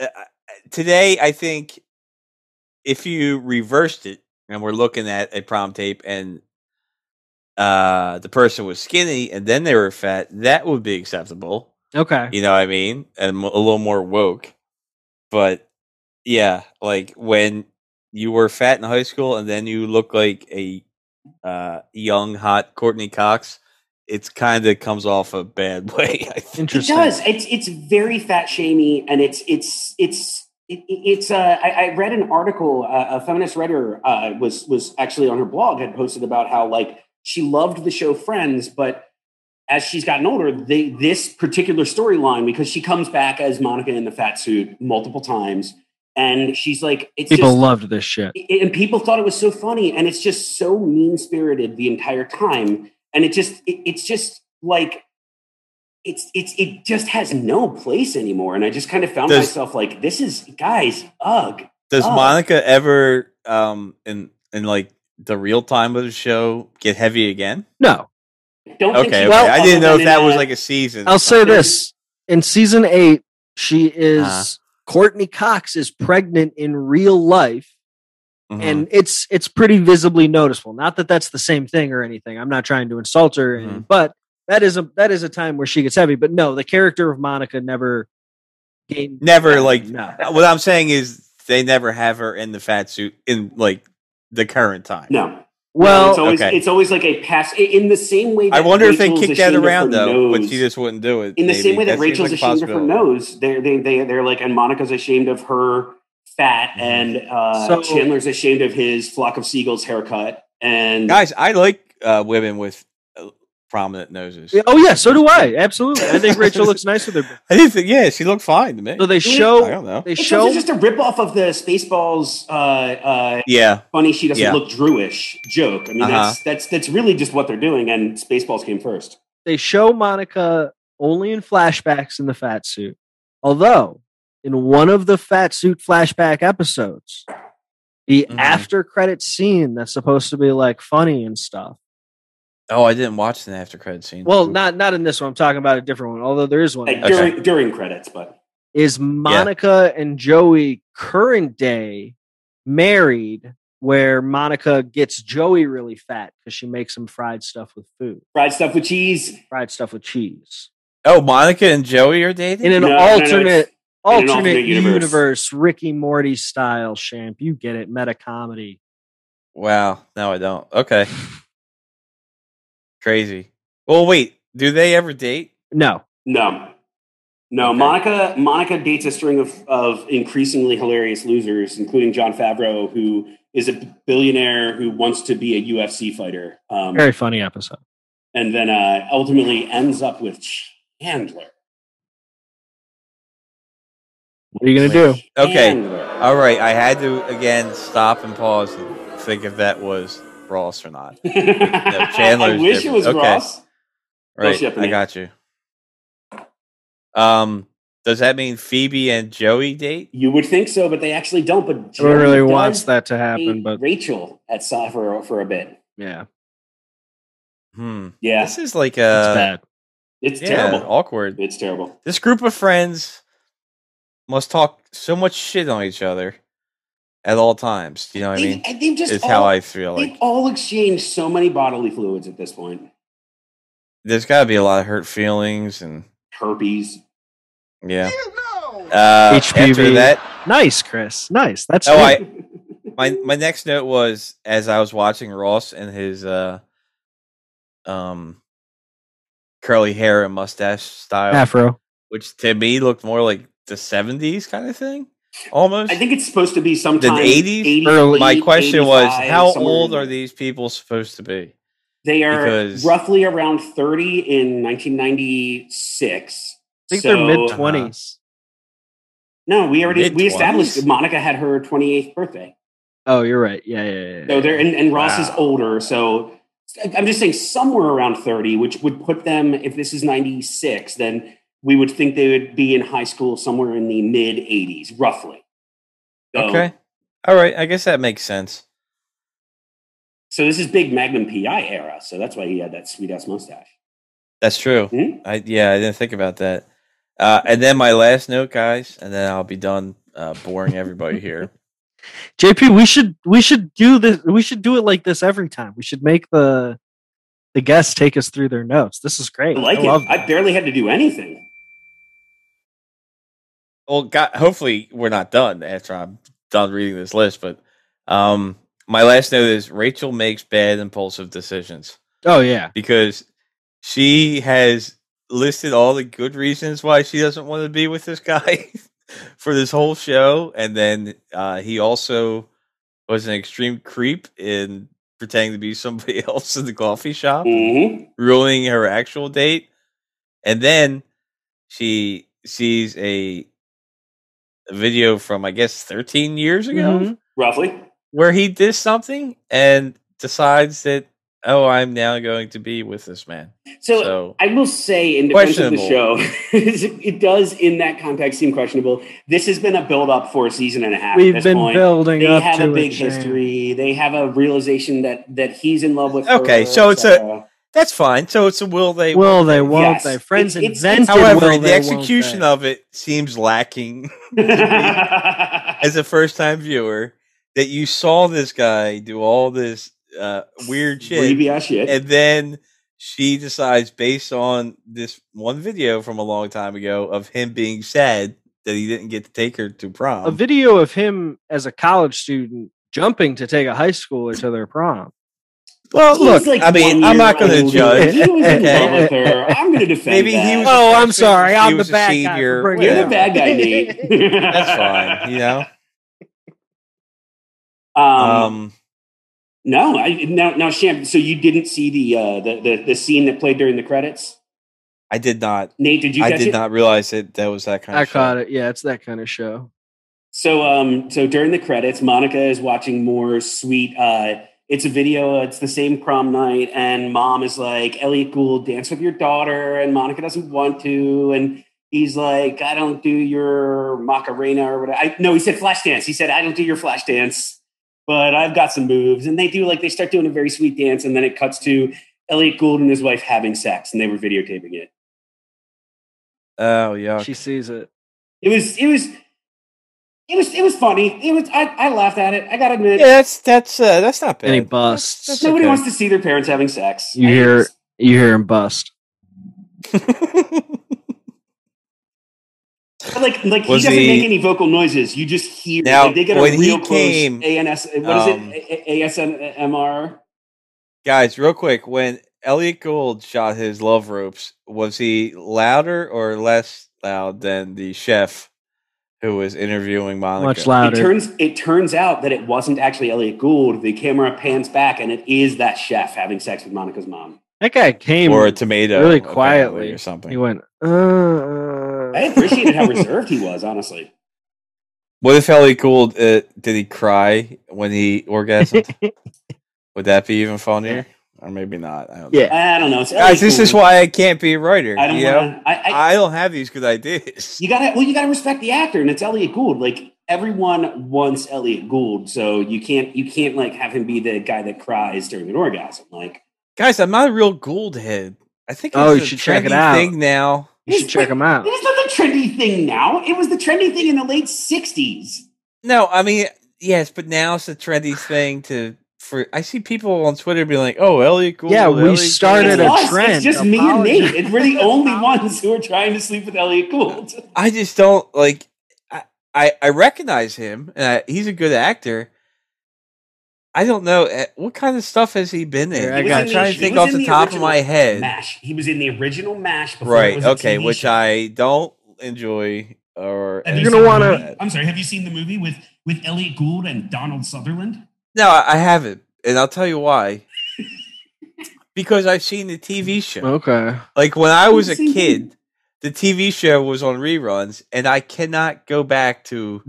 D: uh, uh, today i think if you reversed it and we're looking at a prom tape and uh the person was skinny and then they were fat that would be acceptable
A: Okay.
D: you know what i mean and mo- a little more woke but yeah like when you were fat in high school and then you look like a uh young hot courtney cox it's kind of comes off a bad way i think
B: It
A: Interesting.
B: does. It's it's very fat shamey, and it's it's it's it, it's. Uh, I, I read an article. Uh, a feminist writer uh, was was actually on her blog had posted about how like she loved the show Friends, but as she's gotten older, they this particular storyline because she comes back as Monica in the fat suit multiple times, and she's like, it's
A: People
B: just,
A: loved this shit.
B: it- and people thought it was so funny and it's just so mean spirited the entire time and it just it, it's just like it's it's it just has no place anymore and i just kind of found
D: Does-
B: myself like this is guys ugh
D: Does
B: Oh.
D: Monica ever um in in like the real time of the show get heavy again?
A: No.
B: don't think
D: Okay,
B: she-
D: okay.
A: Well-
D: I didn't know if that was
B: uh,
D: like a season.
A: I'll say
B: Not really.
A: this: in season eight, she is
D: Uh-huh.
A: Courtney Cox is pregnant in real life
D: Mm-hmm.
A: and it's it's pretty visibly noticeable. Not that that's the same thing or anything. I'm not trying to insult her,
D: Mm-hmm.
A: and, but that is a that is a time where she gets heavy. But no, the character of Monica never gained
D: Never, like-
A: no.
D: Mhm. what I'm saying is they never have her in the fat suit in like the current time.
B: No. No, it's
A: Well,
B: always,
D: okay.
B: it's always like a pass i- in the same way. That
D: I wonder if they
B: Rachel's
D: kicked that
B: ashamed of her
D: around though, but
B: nose.
D: she just wouldn't do it.
B: in the same
D: maybe.
B: way that,
D: seems
B: Rachel's
D: like a
B: ashamed of her
D: possibility.
B: nose, they're they, they they're like, and Monica's ashamed of her
D: Mm-hmm.
B: fat, and uh,
A: So-
B: Chandler's ashamed of his flock of seagulls haircut, and
D: Guys, I like uh, women with uh, prominent noses.
A: oh yeah, so do I. Absolutely, I think Rachel looks nice with her.
D: I didn't think, yeah, she looked fine to me.
A: So they
D: I
A: show
D: don't know.
A: they
B: it's also
A: show
B: just a ripoff of the Spaceballs. Uh, uh,
D: Yeah,
B: funny, she doesn't
D: Yeah. Uh-huh.
B: look Drewish joke. I mean, that's that's that's really just what they're doing, and Spaceballs came first.
A: they show Monica only in flashbacks in the fat suit. Although, in one of the fat suit flashback episodes, the
D: Mhm.
A: after credit scene that's supposed to be like funny and stuff.
D: Oh, I didn't watch the after credit scene.
A: Well, not not in this one. I'm talking about a different one. Although there is one.
B: Like
D: Okay.
B: during during credits, but
A: Is Monica and Joey current day married? Where Monica gets Joey really fat because she makes him fried stuff with food,
B: fried stuff with cheese
A: fried stuff with cheese.
D: oh, Monica and Joey are dating.
A: In an
B: No, no, no, it's-
A: alternate
B: in an
A: alternate,
B: alternate
A: universe.
B: universe.
A: Ricky Morty style, Champ. You get it, meta comedy.
D: wow, no, I don't. Okay, crazy. Well, wait, do they ever date?
A: No,
B: No. No,
D: Okay.
B: Monica Monica dates a string of, of increasingly hilarious losers, including John Favreau, who is a billionaire who wants to be a UFC fighter. Um,
A: very funny episode.
B: and then uh, ultimately ends up with Chandler.
A: What are you gonna do?
D: Okay.
B: Chandler.
D: All right, I had to again stop and pause and think if that was Ross or not. Chandler's
B: I wish
D: different.
B: it was
D: Okay.
B: Ross.
D: Right,
B: Jeopardy.
D: I got you. Um, does that mean Phoebe and Joey date?
B: You would think so, but they actually don't. But
A: No one really
B: Chandler
A: wants
B: does
A: that to
B: date
A: happen, but
B: Rachel at Sa- for for a bit.
A: yeah,
D: Hmm.
B: Yeah,
D: This is like
A: it's
B: Uh,
D: a
A: bad.
B: it's
D: yeah,
B: terrible.
D: awkward.
B: It's terrible.
D: This group of friends must talk so much shit on each other at all times. You know what I mean?
B: They- and they've just
D: It's
B: all-
D: how I feel. Like
B: They've all exchanged so many bodily fluids at this point.
D: there's got to be a lot of hurt feelings, and
B: Herpes.
D: yeah. Uh, After
A: HPV.
D: that,
A: Nice, Chris. Nice. That's
D: Oh,
A: good.
D: I my my next note was as I was watching Ross and his uh um curly hair and mustache style,
A: Afro.
D: which to me looked more like the seventies kind of thing, almost.
B: I think it's supposed to be
D: the
B: sometime
D: eighties.
B: 80,
D: My question was,
B: 85,
D: how
B: somewhere
D: old
B: in
D: are
B: there.
D: these people supposed to be?
B: They are
D: Because-
B: roughly around thirty in nineteen ninety six.
A: I think they're mid twenties.
B: No, we already we
D: Mid-twenties?
B: established that Monica had her twenty eighth birthday.
A: Oh, you're right. Yeah, yeah, yeah. yeah.
B: uh, So they're and, and Ross is
D: Wow.
B: older. So I'm just saying somewhere around thirty, which would put them if this is ninety six, then we would think they would be in high school somewhere in the mid eighties, roughly. So-
D: Okay, all right. I guess that makes sense.
B: So this is big Magnum PI era. So that's why he had that sweet ass mustache.
D: That's true.
B: Hmm?
D: I yeah, I didn't think about that. Uh, and then my last note, guys, and then I'll be done uh, boring everybody here.
A: JP, we should we should do this. We should do it like this every time. We should make the the guests take us through their notes. This is
B: I
A: great.
B: like
A: I
B: it.
A: love
B: I
A: that.
B: barely had to do anything.
D: well god hopefully we're not done after i'm done reading this list but um my last note is rachel makes bad impulsive decisions
A: Oh yeah.
D: because she has listed all the good reasons why she doesn't want to be with this guy for this whole show and then uh he also was an extreme creep in pretending to be somebody else in the coffee shop
B: Mhm.
D: ruining her actual date. And then she sees a a video from I guess 13 years ago
A: Mhm.
B: Roughly.
D: where he did something and decides that oh I'm now going to be with this man.
B: So,
D: so
B: I will say, in defense of the show,
D: Questionable.
B: it does in that context seem questionable. This has been a build up for a season and a half. at
A: We've
B: this
A: been
B: point.
A: building
B: They
A: up
B: have
A: to
B: a big
A: it, Shane.
B: history. They have a realization that that he's in love with.
D: Okay,
B: her,
D: so it's a-
B: etc.
D: that's fine. So it's a will they
A: Will they? Won't
B: Yes.
A: they? Friends
B: It's- it's-
A: invented.
D: However,
A: will
D: the
A: they,
D: execution
A: won't
D: of it seems lacking
B: I
D: as a first time viewer. that you saw this guy do all this uh, weird shit,
B: Creepy ass shit.
D: and then she decides, based on this one video from a long time ago of him being sad that he didn't get to take her to prom.
A: A video of him as a college student jumping to take a high schooler to their prom.
D: well,
B: He's
D: Oh, look,
B: like
D: I mean,
B: one
D: I'm not
B: year
D: going to
B: old.
D: judge.
B: He was in
D: Okay.
B: love with her. I'm going to defend
D: Maybe
B: that.
D: he was.
A: Oh, I'm
D: a freshman,
A: sorry,
D: he
A: I'm the
D: was a
A: bad guy for
D: senior.
A: bringing
B: You're
A: Yeah.
B: the bad guy, Nate.
D: That's fine. You know.
B: Um,
D: Um.
B: no, I, now, now, Sham. So you didn't see the, uh, the the the scene that played during the credits,
D: I did not.
B: Nate? Did you?
D: I
B: catch
D: did
B: it?
D: not realize that that was that kind
A: I
D: of.
A: caught it. Yeah, it's that kind of show.
B: So, um, so during the credits, Monica is watching more sweet. Uh, it's a video. It's the same prom night, and mom is like, "Elliot Gould, dance with your daughter," and Monica doesn't want to, and he's like, "I don't do your macarena or whatever." I, no, he said flash dance. He said, "I don't do your flash dance, but I've got some moves." And they do like they start doing a very sweet dance, and then it cuts to Elliot Gould and his wife having sex, and they were videotaping it.
D: Oh yeah.
A: She sees it.
B: It was, it was. It was it was funny. It was I, I laughed at it. I gotta admit.
D: Yeah, that's that's uh, that's not bad.
A: And he
D: That's-
A: busts.
D: that's
B: Nobody
D: okay.
B: wants to see their parents having sex.
A: You
B: I
A: hear-
B: guess.
A: You hear him bust.
B: But, like, like he
D: Was
B: doesn't
D: he-
B: make any vocal noises. You just hear.
D: Now,
B: like, they get a
D: when he
B: real close
D: came,
B: ANS. What is
D: um,
B: it? A- A- ASMR.
D: Guys, real quick, when Elliot Gould shot his love ropes, was he louder or less loud than the chef who was interviewing Monica?
A: Much
B: It
A: louder.
B: turns. It turns out that it wasn't actually Elliot Gould. The camera pans back, and it is that chef having sex with Monica's mom.
A: that guy came.
D: or a tomato,
A: really
D: apparently,
A: quietly.
D: or something.
A: he went. Uh, uh.
B: I appreciated how reserved he was. Honestly,
D: what if Elliot Gould uh, did he cry when he orgasmed? Would that be even funnier, or maybe not? I don't know.
A: Yeah.
B: I don't know. It's Elliot
D: guys, this is
B: Gould.
D: why I can't be a writer.
B: I don't
D: you know?
B: want to. I, I,
D: I don't have these good ideas.
B: You gotta well, you gotta respect the actor, and it's Elliot Gould. Like everyone wants Elliot Gould, so you can't you can't like have him be the guy that cries during an orgasm. Like
D: Guys, I'm not a real Gould head. I think
A: Oh,
D: it's
A: you
D: a
A: should check it
D: trendy
A: out.
D: Thing now.
A: You should check him out.
B: it's not the trendy thing now. It was the trendy thing in the late '60s.
D: No, I mean yes, but now it's a trendy thing to. For I see people on Twitter being like, "Oh, Elliot Gould."
A: Yeah, we
D: Elliot Gould."
A: started It's a
B: us.
A: trend.
B: It's just me and
A: Apologize.
B: Nate. And we're the only ones who are trying to sleep with Elliot Gould.
D: I just don't like. I I, I recognize him, and I, he's a good actor. I don't know eh, what kind of stuff has he been in.
A: Here, I
D: I'm
A: got you.
D: trying
B: He
D: to think
B: was
D: off
B: in
D: the,
B: the
D: top of my
B: original
D: head.
B: Mash. He was in the original Mash. Before It
D: Right.
B: was a
D: Okay,
B: TV
D: which
B: show.
D: I don't enjoy. Or
B: Have you
A: You're
B: seen
A: gonna
B: the
A: wanna-
B: movie- I'm sorry. Have you seen the movie with with Elliot Gould and Donald Sutherland?
D: No, I I haven't, and I'll tell you why. because I've seen the TV show.
A: Okay.
D: Like when I was a
B: Same thing.
D: kid, the TV show was on reruns, and I cannot go back to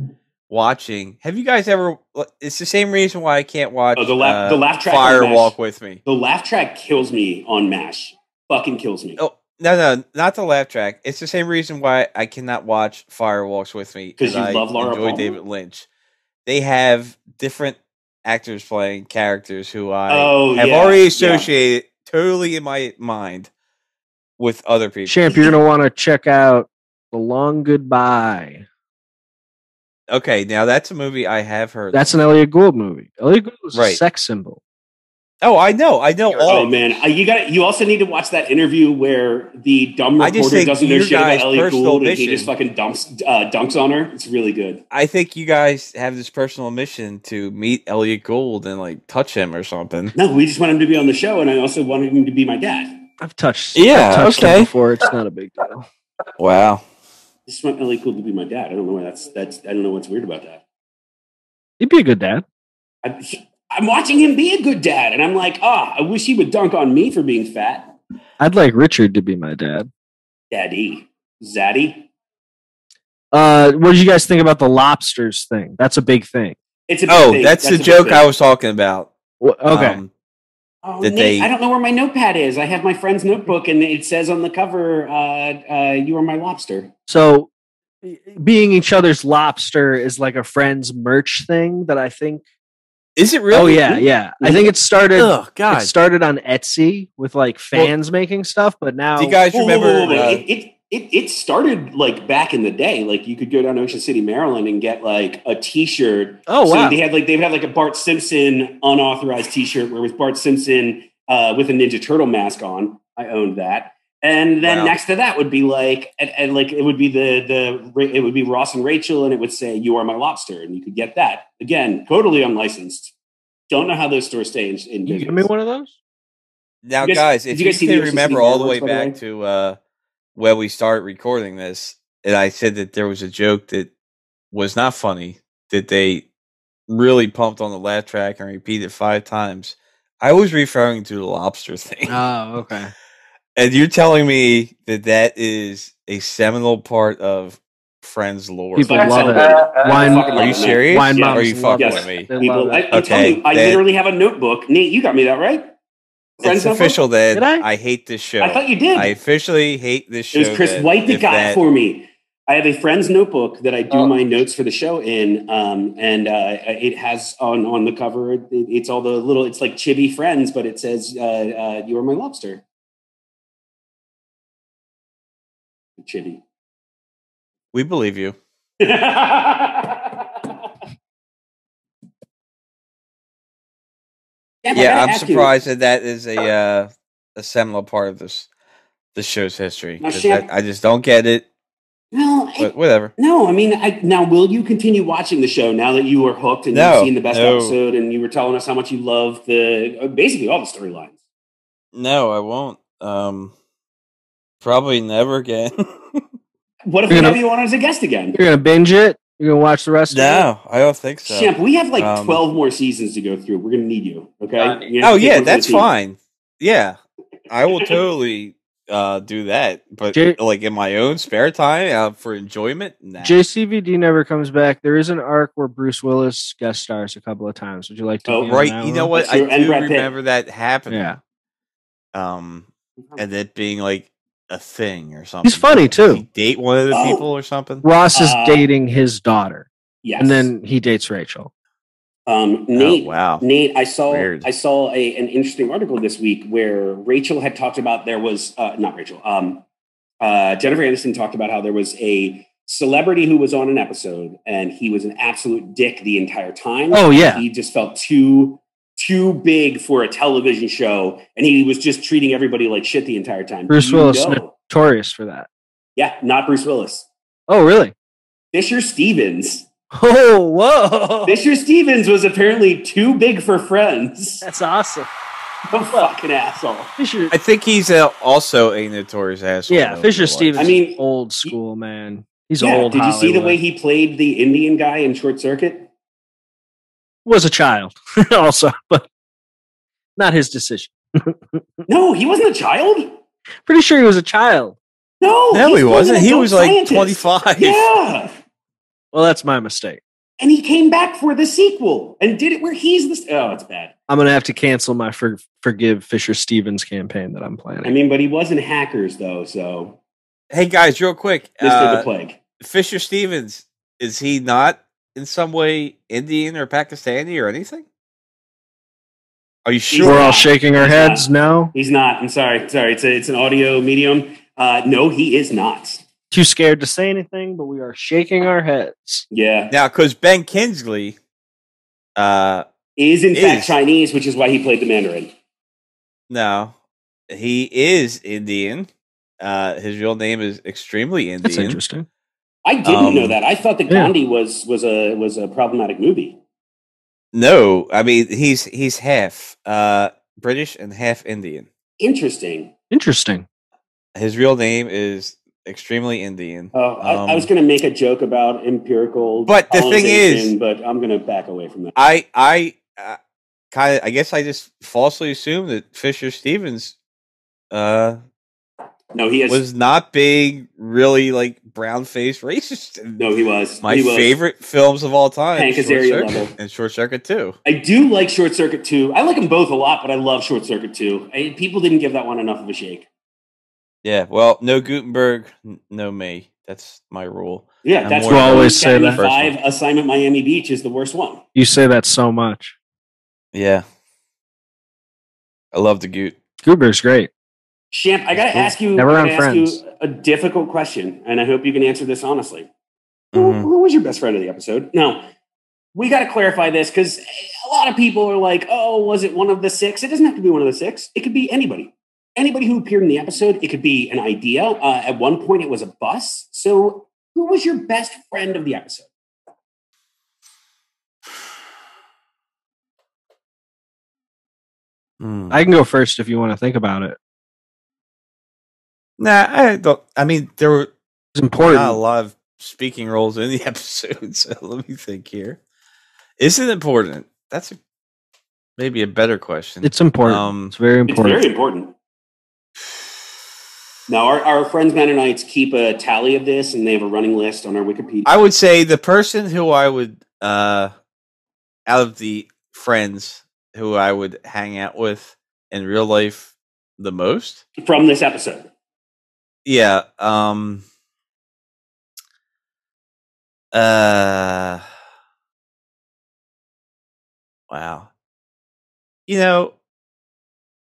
D: watching. Have you guys ever? It's the same reason why I can't watch. uh,
B: Oh, the laugh- the laugh track on
D: Fire
B: MASH.
D: Walk with Me.
B: The laugh track kills me on MASH. Fucking kills me.
D: Oh no, no, not the laugh track. It's the same reason why I cannot watch Fire Walks with Me
B: 'Cause
D: and
B: you
D: I
B: love Laura
D: enjoy
B: Palmer?
D: David Lynch. They have different actors playing characters who I
B: Oh,
D: have
B: yeah,
D: already
B: yeah.
D: associated totally in my mind with other people.
A: Champ, you're gonna want to check out the long goodbye.
D: Okay, now that's a movie I have heard.
A: That's an Elliot Gould movie. Elliot Gould was a
D: Right.
A: sex symbol.
D: Oh, I know, I know
C: Oh,
B: Oh
D: all.
B: man, Uh, you got. You also need to watch that interview where the dumb
D: I just
B: reporter
D: think
B: doesn't know
D: your
B: shit about
D: guys'
B: Elliot
D: personal
B: Gould, and he
D: mission-
B: just fucking dumps uh, dunks on her. It's really good.
D: I think you guys have this personal mission to meet Elliot Gould and like touch him or something.
B: No, we just want him to be on the show, and I also wanted him to be my dad.
A: I've touched.
D: Yeah,
A: I've touched him
D: okay.
A: before it's not a big deal.
D: Wow.
B: I just want Elliot Gould to be my dad. I don't know why that's that's. I don't know what's weird about that.
A: He'd be a good dad.
B: I, I'm watching him be a good dad, and I'm like, ah, I wish he would dunk on me for being fat,
A: I'd like Richard to be my dad.
B: daddy, zaddy.
A: Uh, what did you guys think about the lobsters thing? That's a big thing.
B: It's a big
D: Oh,
B: thing.
D: that's,
B: a
D: the
B: big
D: joke
B: thing.
D: I was talking about.
A: Wha- Okay.
D: Um,
B: Oh,
D: that
B: Nate,
D: they-
B: I don't know where my notepad is. I have my friend's notebook, and it says on the cover, uh, uh, "You are my lobster."
A: So e- being each other's lobster is like a friend's merch thing that I think.
D: is it really?
A: Oh yeah, yeah. I think it started.
D: Oh
A: It
D: God.
A: started on Etsy with like fans making stuff, but now
D: Do you guys
B: Whoa, whoa,
D: remember?
B: whoa, whoa, whoa.
D: uh,
B: it, it, it, it started like back in the day. Like you could go down to Ocean City, Maryland, and get like a T-shirt.
A: Oh
B: So
A: wow!
B: they had like they would have like a Bart Simpson unauthorized T-shirt where it was Bart Simpson uh, with a Ninja Turtle mask on. I owned that, and then
D: Wow.
B: next to that would be like and, and like it would be the the it would be Ross and Rachel, and it would say "You are my lobster," and you could get that again, totally unlicensed. Don't know how those stores stay in, in
A: you
B: business.
A: give me one of those?
D: Now,
B: You guys-
D: guys,
B: did
D: if
B: you
D: you,
B: guys see the
D: can
B: OCC
D: remember all the way
B: fireworks, by the
D: back
B: way?
D: to uh, when we started recording this, and I said that there was a joke that was not funny that they really pumped on the laugh track and repeated five times. I was referring to the lobster thing,
B: Uh.
A: Oh, okay.
D: and you're telling me that that is a seminal part of Friends lore.
A: People
B: That's
A: love
B: a-
A: it.
B: uh,
A: Wine-
B: fucking
D: Are you
B: love it, man.
D: serious?
A: Wine
B: Yeah.
A: moms
D: Are you
A: love
D: fucking
A: it.
B: Yes.
D: with me?
A: They love
B: People, I,
A: it.
B: I'm telling
D: Okay,
B: you, I
D: that-
B: literally have a notebook. Nate, you got me that right?
D: It's
B: notebook?
D: official, then.
A: Did I?
D: I? hate this show.
B: I thought you did.
D: I officially hate this show.
B: It was Chris
D: then,
B: White that
D: if
B: got
D: that-
B: it for me. I have a friend's notebook that I do
C: Oh.
B: my notes for the show in, um, and uh, it has on on the cover. It, it's all the little. It's like chibi friends, but it says uh, uh, "You are my lobster." Chibi.
D: We believe you.
B: Damn, I gotta
D: yeah, I'm
B: ask you.
D: surprised that that is a uh, a seminal part of this the show's history.
B: Now,
D: 'cause
B: Shaq-
D: that- I just don't get it.
B: Well, I-
D: But whatever.
B: No, I mean, I, now will you continue watching the show now that you are hooked and
D: No,
B: you've seen the best
D: no.
B: episode and you were telling us how much you love the uh, basically all the storylines?
D: No, I won't. Um, probably never again.
B: What if
A: You're
B: we
A: gonna-
B: have you on as a guest again?
A: You're gonna binge it. You're gonna watch the rest. of it?
D: no, I don't think so.
B: Champ, we have like
D: um,
B: 12 more seasons to go through. We're going to need you. Okay.
C: Uh,
B: You have
D: Oh
B: to take
D: yeah,
B: one for the
D: that's
B: team.
D: fine. Yeah, I will totally uh, do that. But
A: J-
D: like in my own spare time uh, for enjoyment, nah.
A: JCVD never comes back. There is an arc where Bruce Willis guest stars a couple of times. Would you like to?
B: Oh,
A: be on that
D: right? You know
A: one?
D: what?
B: That's
D: I
B: true, and
D: do
B: Brad Pitt.
D: remember that happening.
A: Yeah,
D: um, and it being like a thing or something.
A: he's funny
D: Does
A: too.
D: he date one of the
B: Oh.
D: people or something.
A: Ross is
B: Uh,
A: dating his daughter,
B: Yes.
A: and then he dates Rachel.
B: um,
D: Oh
B: Nate,
D: wow!
B: Nate, I saw
D: Weird.
B: I saw a, an interesting article this week where Rachel had talked about there was uh, not Rachel, um, uh, Jennifer Anderson talked about how there was a celebrity who was on an episode and he was an absolute dick the entire time.
A: Oh yeah,
B: He just felt too too big for a television show, and he was just treating everybody like shit the entire time.
A: Bruce
B: You
A: Willis,
B: know.
A: notorious for that.
B: yeah, not Bruce Willis.
A: Oh really?
B: Fisher Stevens.
A: Oh whoa,
B: Fisher Stevens was apparently too big for Friends.
A: that's awesome.
B: a fucking asshole.
A: Fisher,
D: I think he's uh, also a notorious asshole.
A: yeah,
D: though,
A: Fisher
D: in real life.
A: Stevens.
B: I mean,
A: is old school man. He's
B: Yeah,
A: old.
B: Did you see the way
A: Hollywood.
B: he played the Indian guy in Short Circuit?
A: was a child also, but not his decision.
B: No, he wasn't a child.
A: Pretty sure he was a child.
B: No,
D: no,
B: oh, he's
D: he
B: an
D: wasn't. He
B: adult
D: was like
B: scientist.
D: twenty-five.
B: Yeah,
A: Well, that's my mistake.
B: and he came back for the sequel and did it where he's the. Oh, it's bad.
A: I'm gonna have to cancel my for, forgive Fisher Stevens campaign that I'm planning.
B: I mean, but he wasn't hackers though, so
D: Hey guys, real quick,
B: Mister
D: uh,
B: the Plague.
D: Fisher Stevens is he not in some way Indian or Pakistani or anything? Are you
B: He's
A: We're
D: sure?
A: all
B: not.
A: shaking our
B: He's
A: heads now.
B: He's not. I'm sorry. Sorry. It's a, it's an audio medium. Uh, no, he is not.
A: Too scared to say anything, but we are shaking our heads.
B: Yeah,
D: Now, because Ben Kinsley, uh,
B: is in fact
D: Is.
B: Chinese, which is why he played the Mandarin.
D: No, he is Indian. Uh, his real name is extremely Indian.
A: That's interesting.
B: I didn't
D: Um,
B: know that. I thought that
A: yeah.
B: Gandhi was was a was a problematic movie.
D: No, I mean he's he's half uh, British and half Indian.
B: Interesting.
A: Interesting.
D: His real name is extremely Indian.
B: Oh, I, I was
D: Um,
B: going to make a joke about empirical,
D: But the thing
B: colonization,
D: is-
B: but I'm going to back away from that.
D: I I uh, kind of I guess I just falsely assumed that Fisher Stevens uh,
B: No, he is.
D: was not being really like brown faced racist. in
B: no, he was.
D: My
B: he was.
D: favorite films of all time,
B: Hank
D: Short
B: Azaria
D: Circuit
B: level.
D: and Short Circuit too.
B: I do like Short Circuit 2. I like them both a lot, but I love Short Circuit 2. I, people didn't give that one enough of a shake.
D: Yeah, well, no Gutenberg, n- no me. That's my rule.
B: Yeah,
D: I'm
B: that's
D: more-
B: why
D: We'll
A: always say that.
B: 75 Assignment Miami Beach is the worst one.
A: You say that so much.
D: Yeah. I love the Gut.
A: Goober's great.
B: Champ, I got to
A: Cool.
B: ask you,
A: Never
B: I
A: on
B: gotta ask
A: Friends.
B: you a difficult question, and I hope you can answer this honestly.
D: Mhm.
B: Who, who was your best friend of the episode? Now, we got to clarify this because a lot of people are like, oh, was it one of the six? It doesn't have to be one of the six, it could be anybody. Anybody who appeared in the episode, it could be an idea. Uh, at one point, it was a bus. So, who was your best friend of the episode?
D: Mm.
A: I can go first if you want to think about it.
D: Nah, I don't. I mean, there were
A: It's important.
D: not a lot of speaking roles in the episode, so let me think here. Is it important? That's a, maybe a better question.
A: It's important.
D: Um,
A: it's very important.
B: It's very important. Now, our, our friends Mennonites keep a tally of this, and they have a running list on our Wikipedia.
D: I would say the person who I would, uh, out of the friends who I would hang out with in real life the most,
B: from this episode.
D: yeah, um, uh, wow, you know,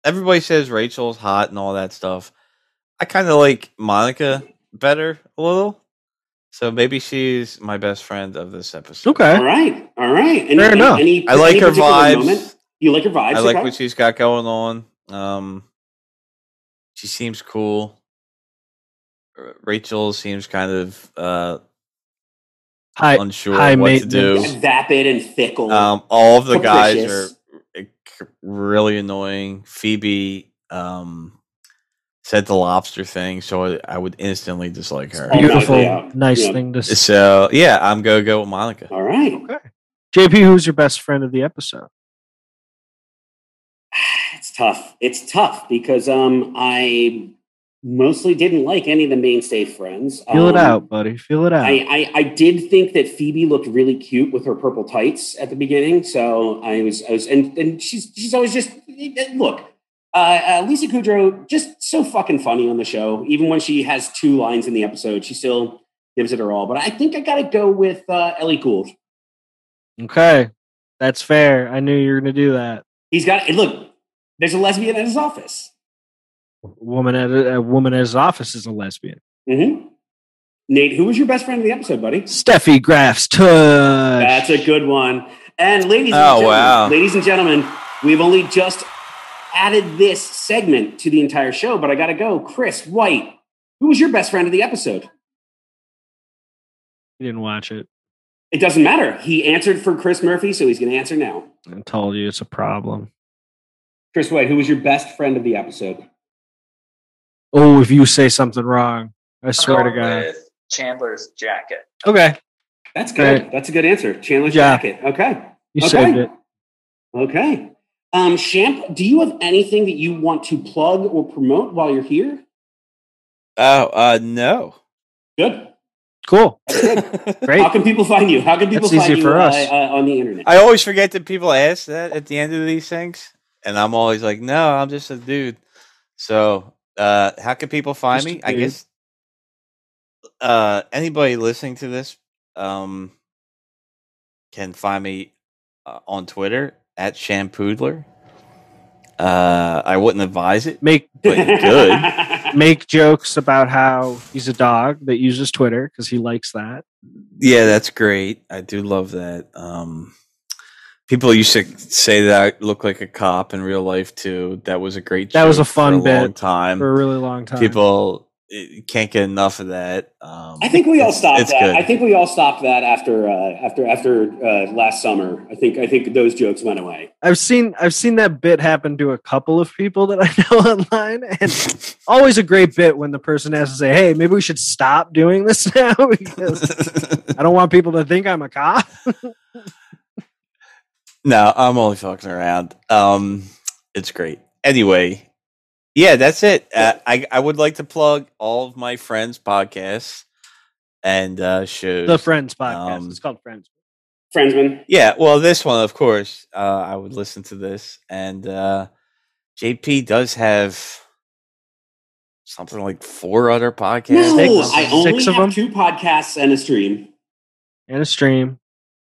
D: everybody says Rachel's hot and all that stuff. I kind of like Monica better a little. So maybe she's my best friend of this episode.
A: Okay.
B: All right, all right. Any,
A: Fair enough.
B: Any,
D: I like
B: any
D: her
B: particular
D: vibes.
B: moment? You like her vibes?
D: I like
B: okay.
D: what she's got going on. Um, she seems cool. R- Rachel seems kind of uh,
A: Hi,
D: unsure
A: high
D: what to
A: maintenance.
D: do.
B: Yeah, vapid and fickle.
D: Um, all of the guys are
B: Capricious.
D: eh, c- really annoying. Phoebe um, said the lobster thing, so I, I would instantly dislike her.
B: All nicely
A: beautiful,
B: out.
A: nice
B: Yeah.
A: thing to say.
D: So yeah, I'm gonna go with Monica.
B: all right.
A: JP, who's your best friend of the episode?
B: It's tough. It's tough because um, I mostly didn't like any of the mainstay friends.
A: Feel it
B: Um,
A: out, buddy. Feel it out.
B: I, I, I did think that Phoebe looked really cute with her purple tights at the beginning. So I was, I was, and, and she's, she's always just, look, uh, uh, Lisa Kudrow, just so fucking funny on the show. Even when she has two lines in the episode, she still gives it her all. But I think I got to go with uh, Ellie Gould.
A: okay, that's fair. I knew you were going to do that.
B: He's got, and look, there's a lesbian at his office.
A: Woman at a woman at his office is a lesbian.
D: Mm-hmm.
B: hmm Nate, who was your best friend of the episode, buddy?
A: Steffi Graf's touch.
B: That's a good one. And ladies, and
D: Oh,
B: gentlemen,
D: wow.
B: ladies and gentlemen, we've only just added this segment to the entire show, but I got to go. Chris White, who was your best friend of the episode?
A: you didn't watch it.
B: It doesn't matter. He answered for Chris Murphy, so he's going to answer now.
A: I told you it's a problem.
B: Chris White, who was your best friend of the episode?
A: Oh, if you say something wrong, I
C: I'm
A: swear to
C: going
A: God.
C: with Chandler's jacket.
B: Oh,
A: Okay,
B: That's good.
A: Right.
B: That's a good answer. Chandler
A: Yeah.
B: Jacket. Okay.
A: you
B: okay.
A: saved it.
B: Okay. Um, Champ, do you have anything that you want to plug or promote while you're here?
D: Oh uh, no,
B: Good.
A: Cool,
B: That's good.
A: great.
B: How can people find you? How can people
A: That's
B: find
A: easy
B: you
A: for
B: uh,
A: us.
B: Uh, on the internet?
D: I always forget that people ask that at the end of these things, and I'm always like, "No, I'm just a dude." So, uh, how can people find
A: Just a
D: me? I
A: dude.
D: guess uh, anybody listening to this um, can find me uh, on Twitter at Shampoodler. Uh, I wouldn't advise it,
A: Make
D: but good.
A: make jokes about how he's a dog that uses Twitter because he likes that.
D: Yeah, that's great. I do love that. Um, people used to say that I look like a cop in real life too. That was a great.
A: That was a
D: joke
A: fun
D: for a long
A: bit
D: time.
A: for a really long time.
D: People eh, can't get enough of that. Um,
B: I think we all
D: it's-
B: stopped
D: It's
B: that.
D: good.
B: I think we all stopped that after uh, after after uh, last summer. I think I think those jokes went away.
A: I've seen I've seen that bit happen to a couple of people that I know online, and always a great bit when the person has to say, "Hey, maybe we should stop doing this now because I don't want people to think I'm a cop."
D: no, I'm only fucking around. Um, it's great. Anyway, yeah, that's it. Uh, I I would like to plug all of my friends' podcasts and uh, shows.
A: The Friends podcast.
D: Um,
A: it's called Friends.
B: Friendsman,
D: Yeah, well, this one, of course, uh, I would listen to this, and uh, JP does have something like four other podcasts.
B: no,
A: six-
B: I only
A: six of
B: have
A: them?
B: two podcasts and a stream.
A: and a stream.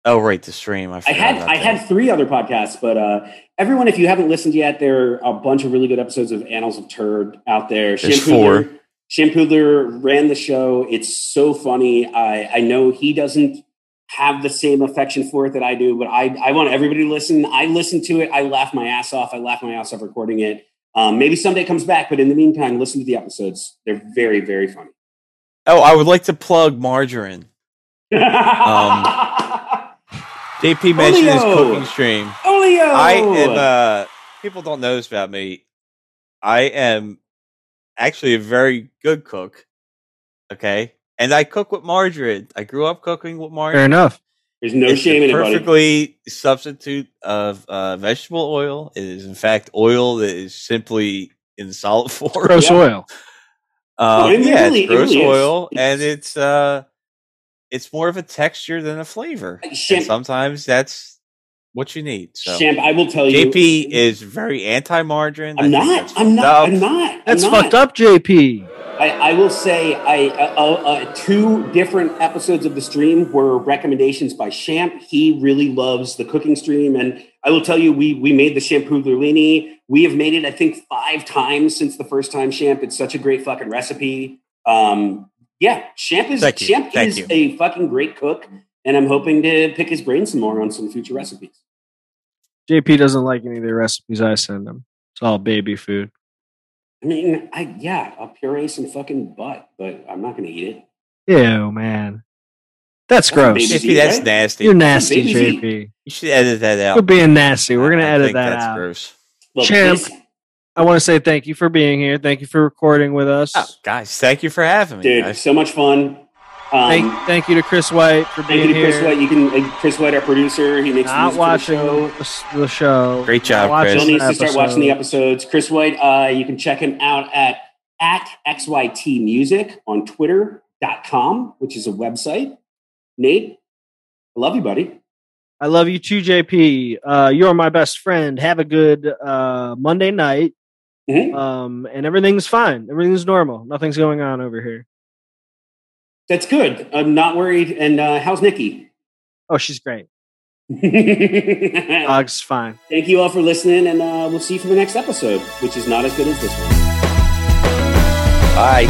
D: Oh, right, the stream. I,
B: I
D: forgot
B: had
D: about
B: I
D: that.
B: had three other podcasts, but uh, everyone, if you haven't listened yet, there are a bunch of really good episodes of Annals of Turd out there.
D: There's
B: Shampoodler-
D: four.
B: Shampoodler ran the show. It's so funny. I I know he doesn't have the same affection for it that I do, but I I want everybody to listen. I listen to it. I laugh my ass off. I laugh my ass off recording it. Um, maybe someday it comes back, but in the meantime, listen to the episodes. They're very very funny.
D: Oh, I would like to plug margarine. Um,
B: Oh,
D: JP mentioned his
B: Olio!
D: cooking stream.
B: Olio!
D: I am. Uh, people don't know this about me. I am actually a very good cook. Okay, and I cook with margarine. I grew up cooking with
A: Fair
D: margarine.
A: enough.
B: There's no
D: It's
B: shame
D: a
B: in it, buddy.
D: perfectly substitute of uh, vegetable oil. It is in fact oil that is simply in solid form.
A: Gross
B: Yeah.
A: oil.
D: Um,
B: it
D: yeah,
B: really- it
D: it's gross
B: really is.
D: oil,
B: It's-
D: and it's uh, it's more of a texture than a flavor.
B: Uh,
D: And
B: Shem-
D: sometimes that's what you need. So
B: Champ, I will tell you.
D: JP is very anti-margarine.
B: I'm not. I'm not. I'm not.
A: That's
B: I'm
A: fucked
B: not.
A: up, JP.
B: I, I will say, I uh, uh, uh, two different episodes of the stream were recommendations by Champ. He really loves the cooking stream, and I will tell you, we we made the shampoo Lurlini. We have made it, I think, five times since the first time, Champ. It's such a great fucking recipe. Um, yeah, Champ is
D: Thank you.
B: Champ
D: Thank
B: is
D: you.
B: a fucking great cook, and I'm hoping to pick his brain some more on some future recipes.
A: JP doesn't like any of the recipes I send him. It's all baby food.
B: I mean, I yeah, I'll puree some fucking butt, but I'm not gonna eat it.
A: Ew, man. That's
B: That's a
A: gross.
B: baby-
D: JP, that's
B: right?
D: nasty.
A: You're nasty,
B: Baby feet.
A: JP.
D: You should edit that out.
A: You're being nasty. We're gonna
D: I
A: edit
D: think
A: that
D: that's
A: out.
D: gross.
B: Well,
A: Champ.
B: please-
A: I want to say thank you for being here. Thank you for recording with us.
D: Oh, guys, thank you for having me.
B: dude,
D: guys.
B: so much fun. Um,
A: thank,
B: thank,
A: thank you to Chris White for being
B: you, to
A: here.
B: Chris White. You can uh, Chris White, our producer. He makes
A: Not
B: the music
A: watching
B: for the show.
A: the s- the show.
D: Great
A: Not
D: job,
A: watching
D: Chris.
B: Bill
A: the
B: needs to start
A: episode.
B: watching the episodes. Chris White, uh, you can check him out at at xyt music on twitter.com, which is a website. Nate, I love you, buddy.
A: I love you too, JP. Uh, you're my best friend. Have a good uh, Monday night.
B: Mhm.
A: Um, and everything's fine. Everything's normal. Nothing's going on over here.
B: That's good. I'm not worried. And uh, how's Nikki?
A: Oh, she's great.
B: Thank
A: Dog's fine.
B: you all for listening, and uh, we'll see you for the next episode, which is not as good as this one.
D: Bye.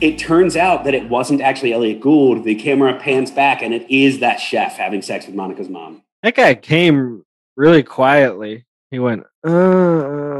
B: it turns out that it wasn't actually Elliot Gould. The camera pans back, and it is that chef having sex with Monica's mom.
A: That guy came really quietly. He went, uh, uh,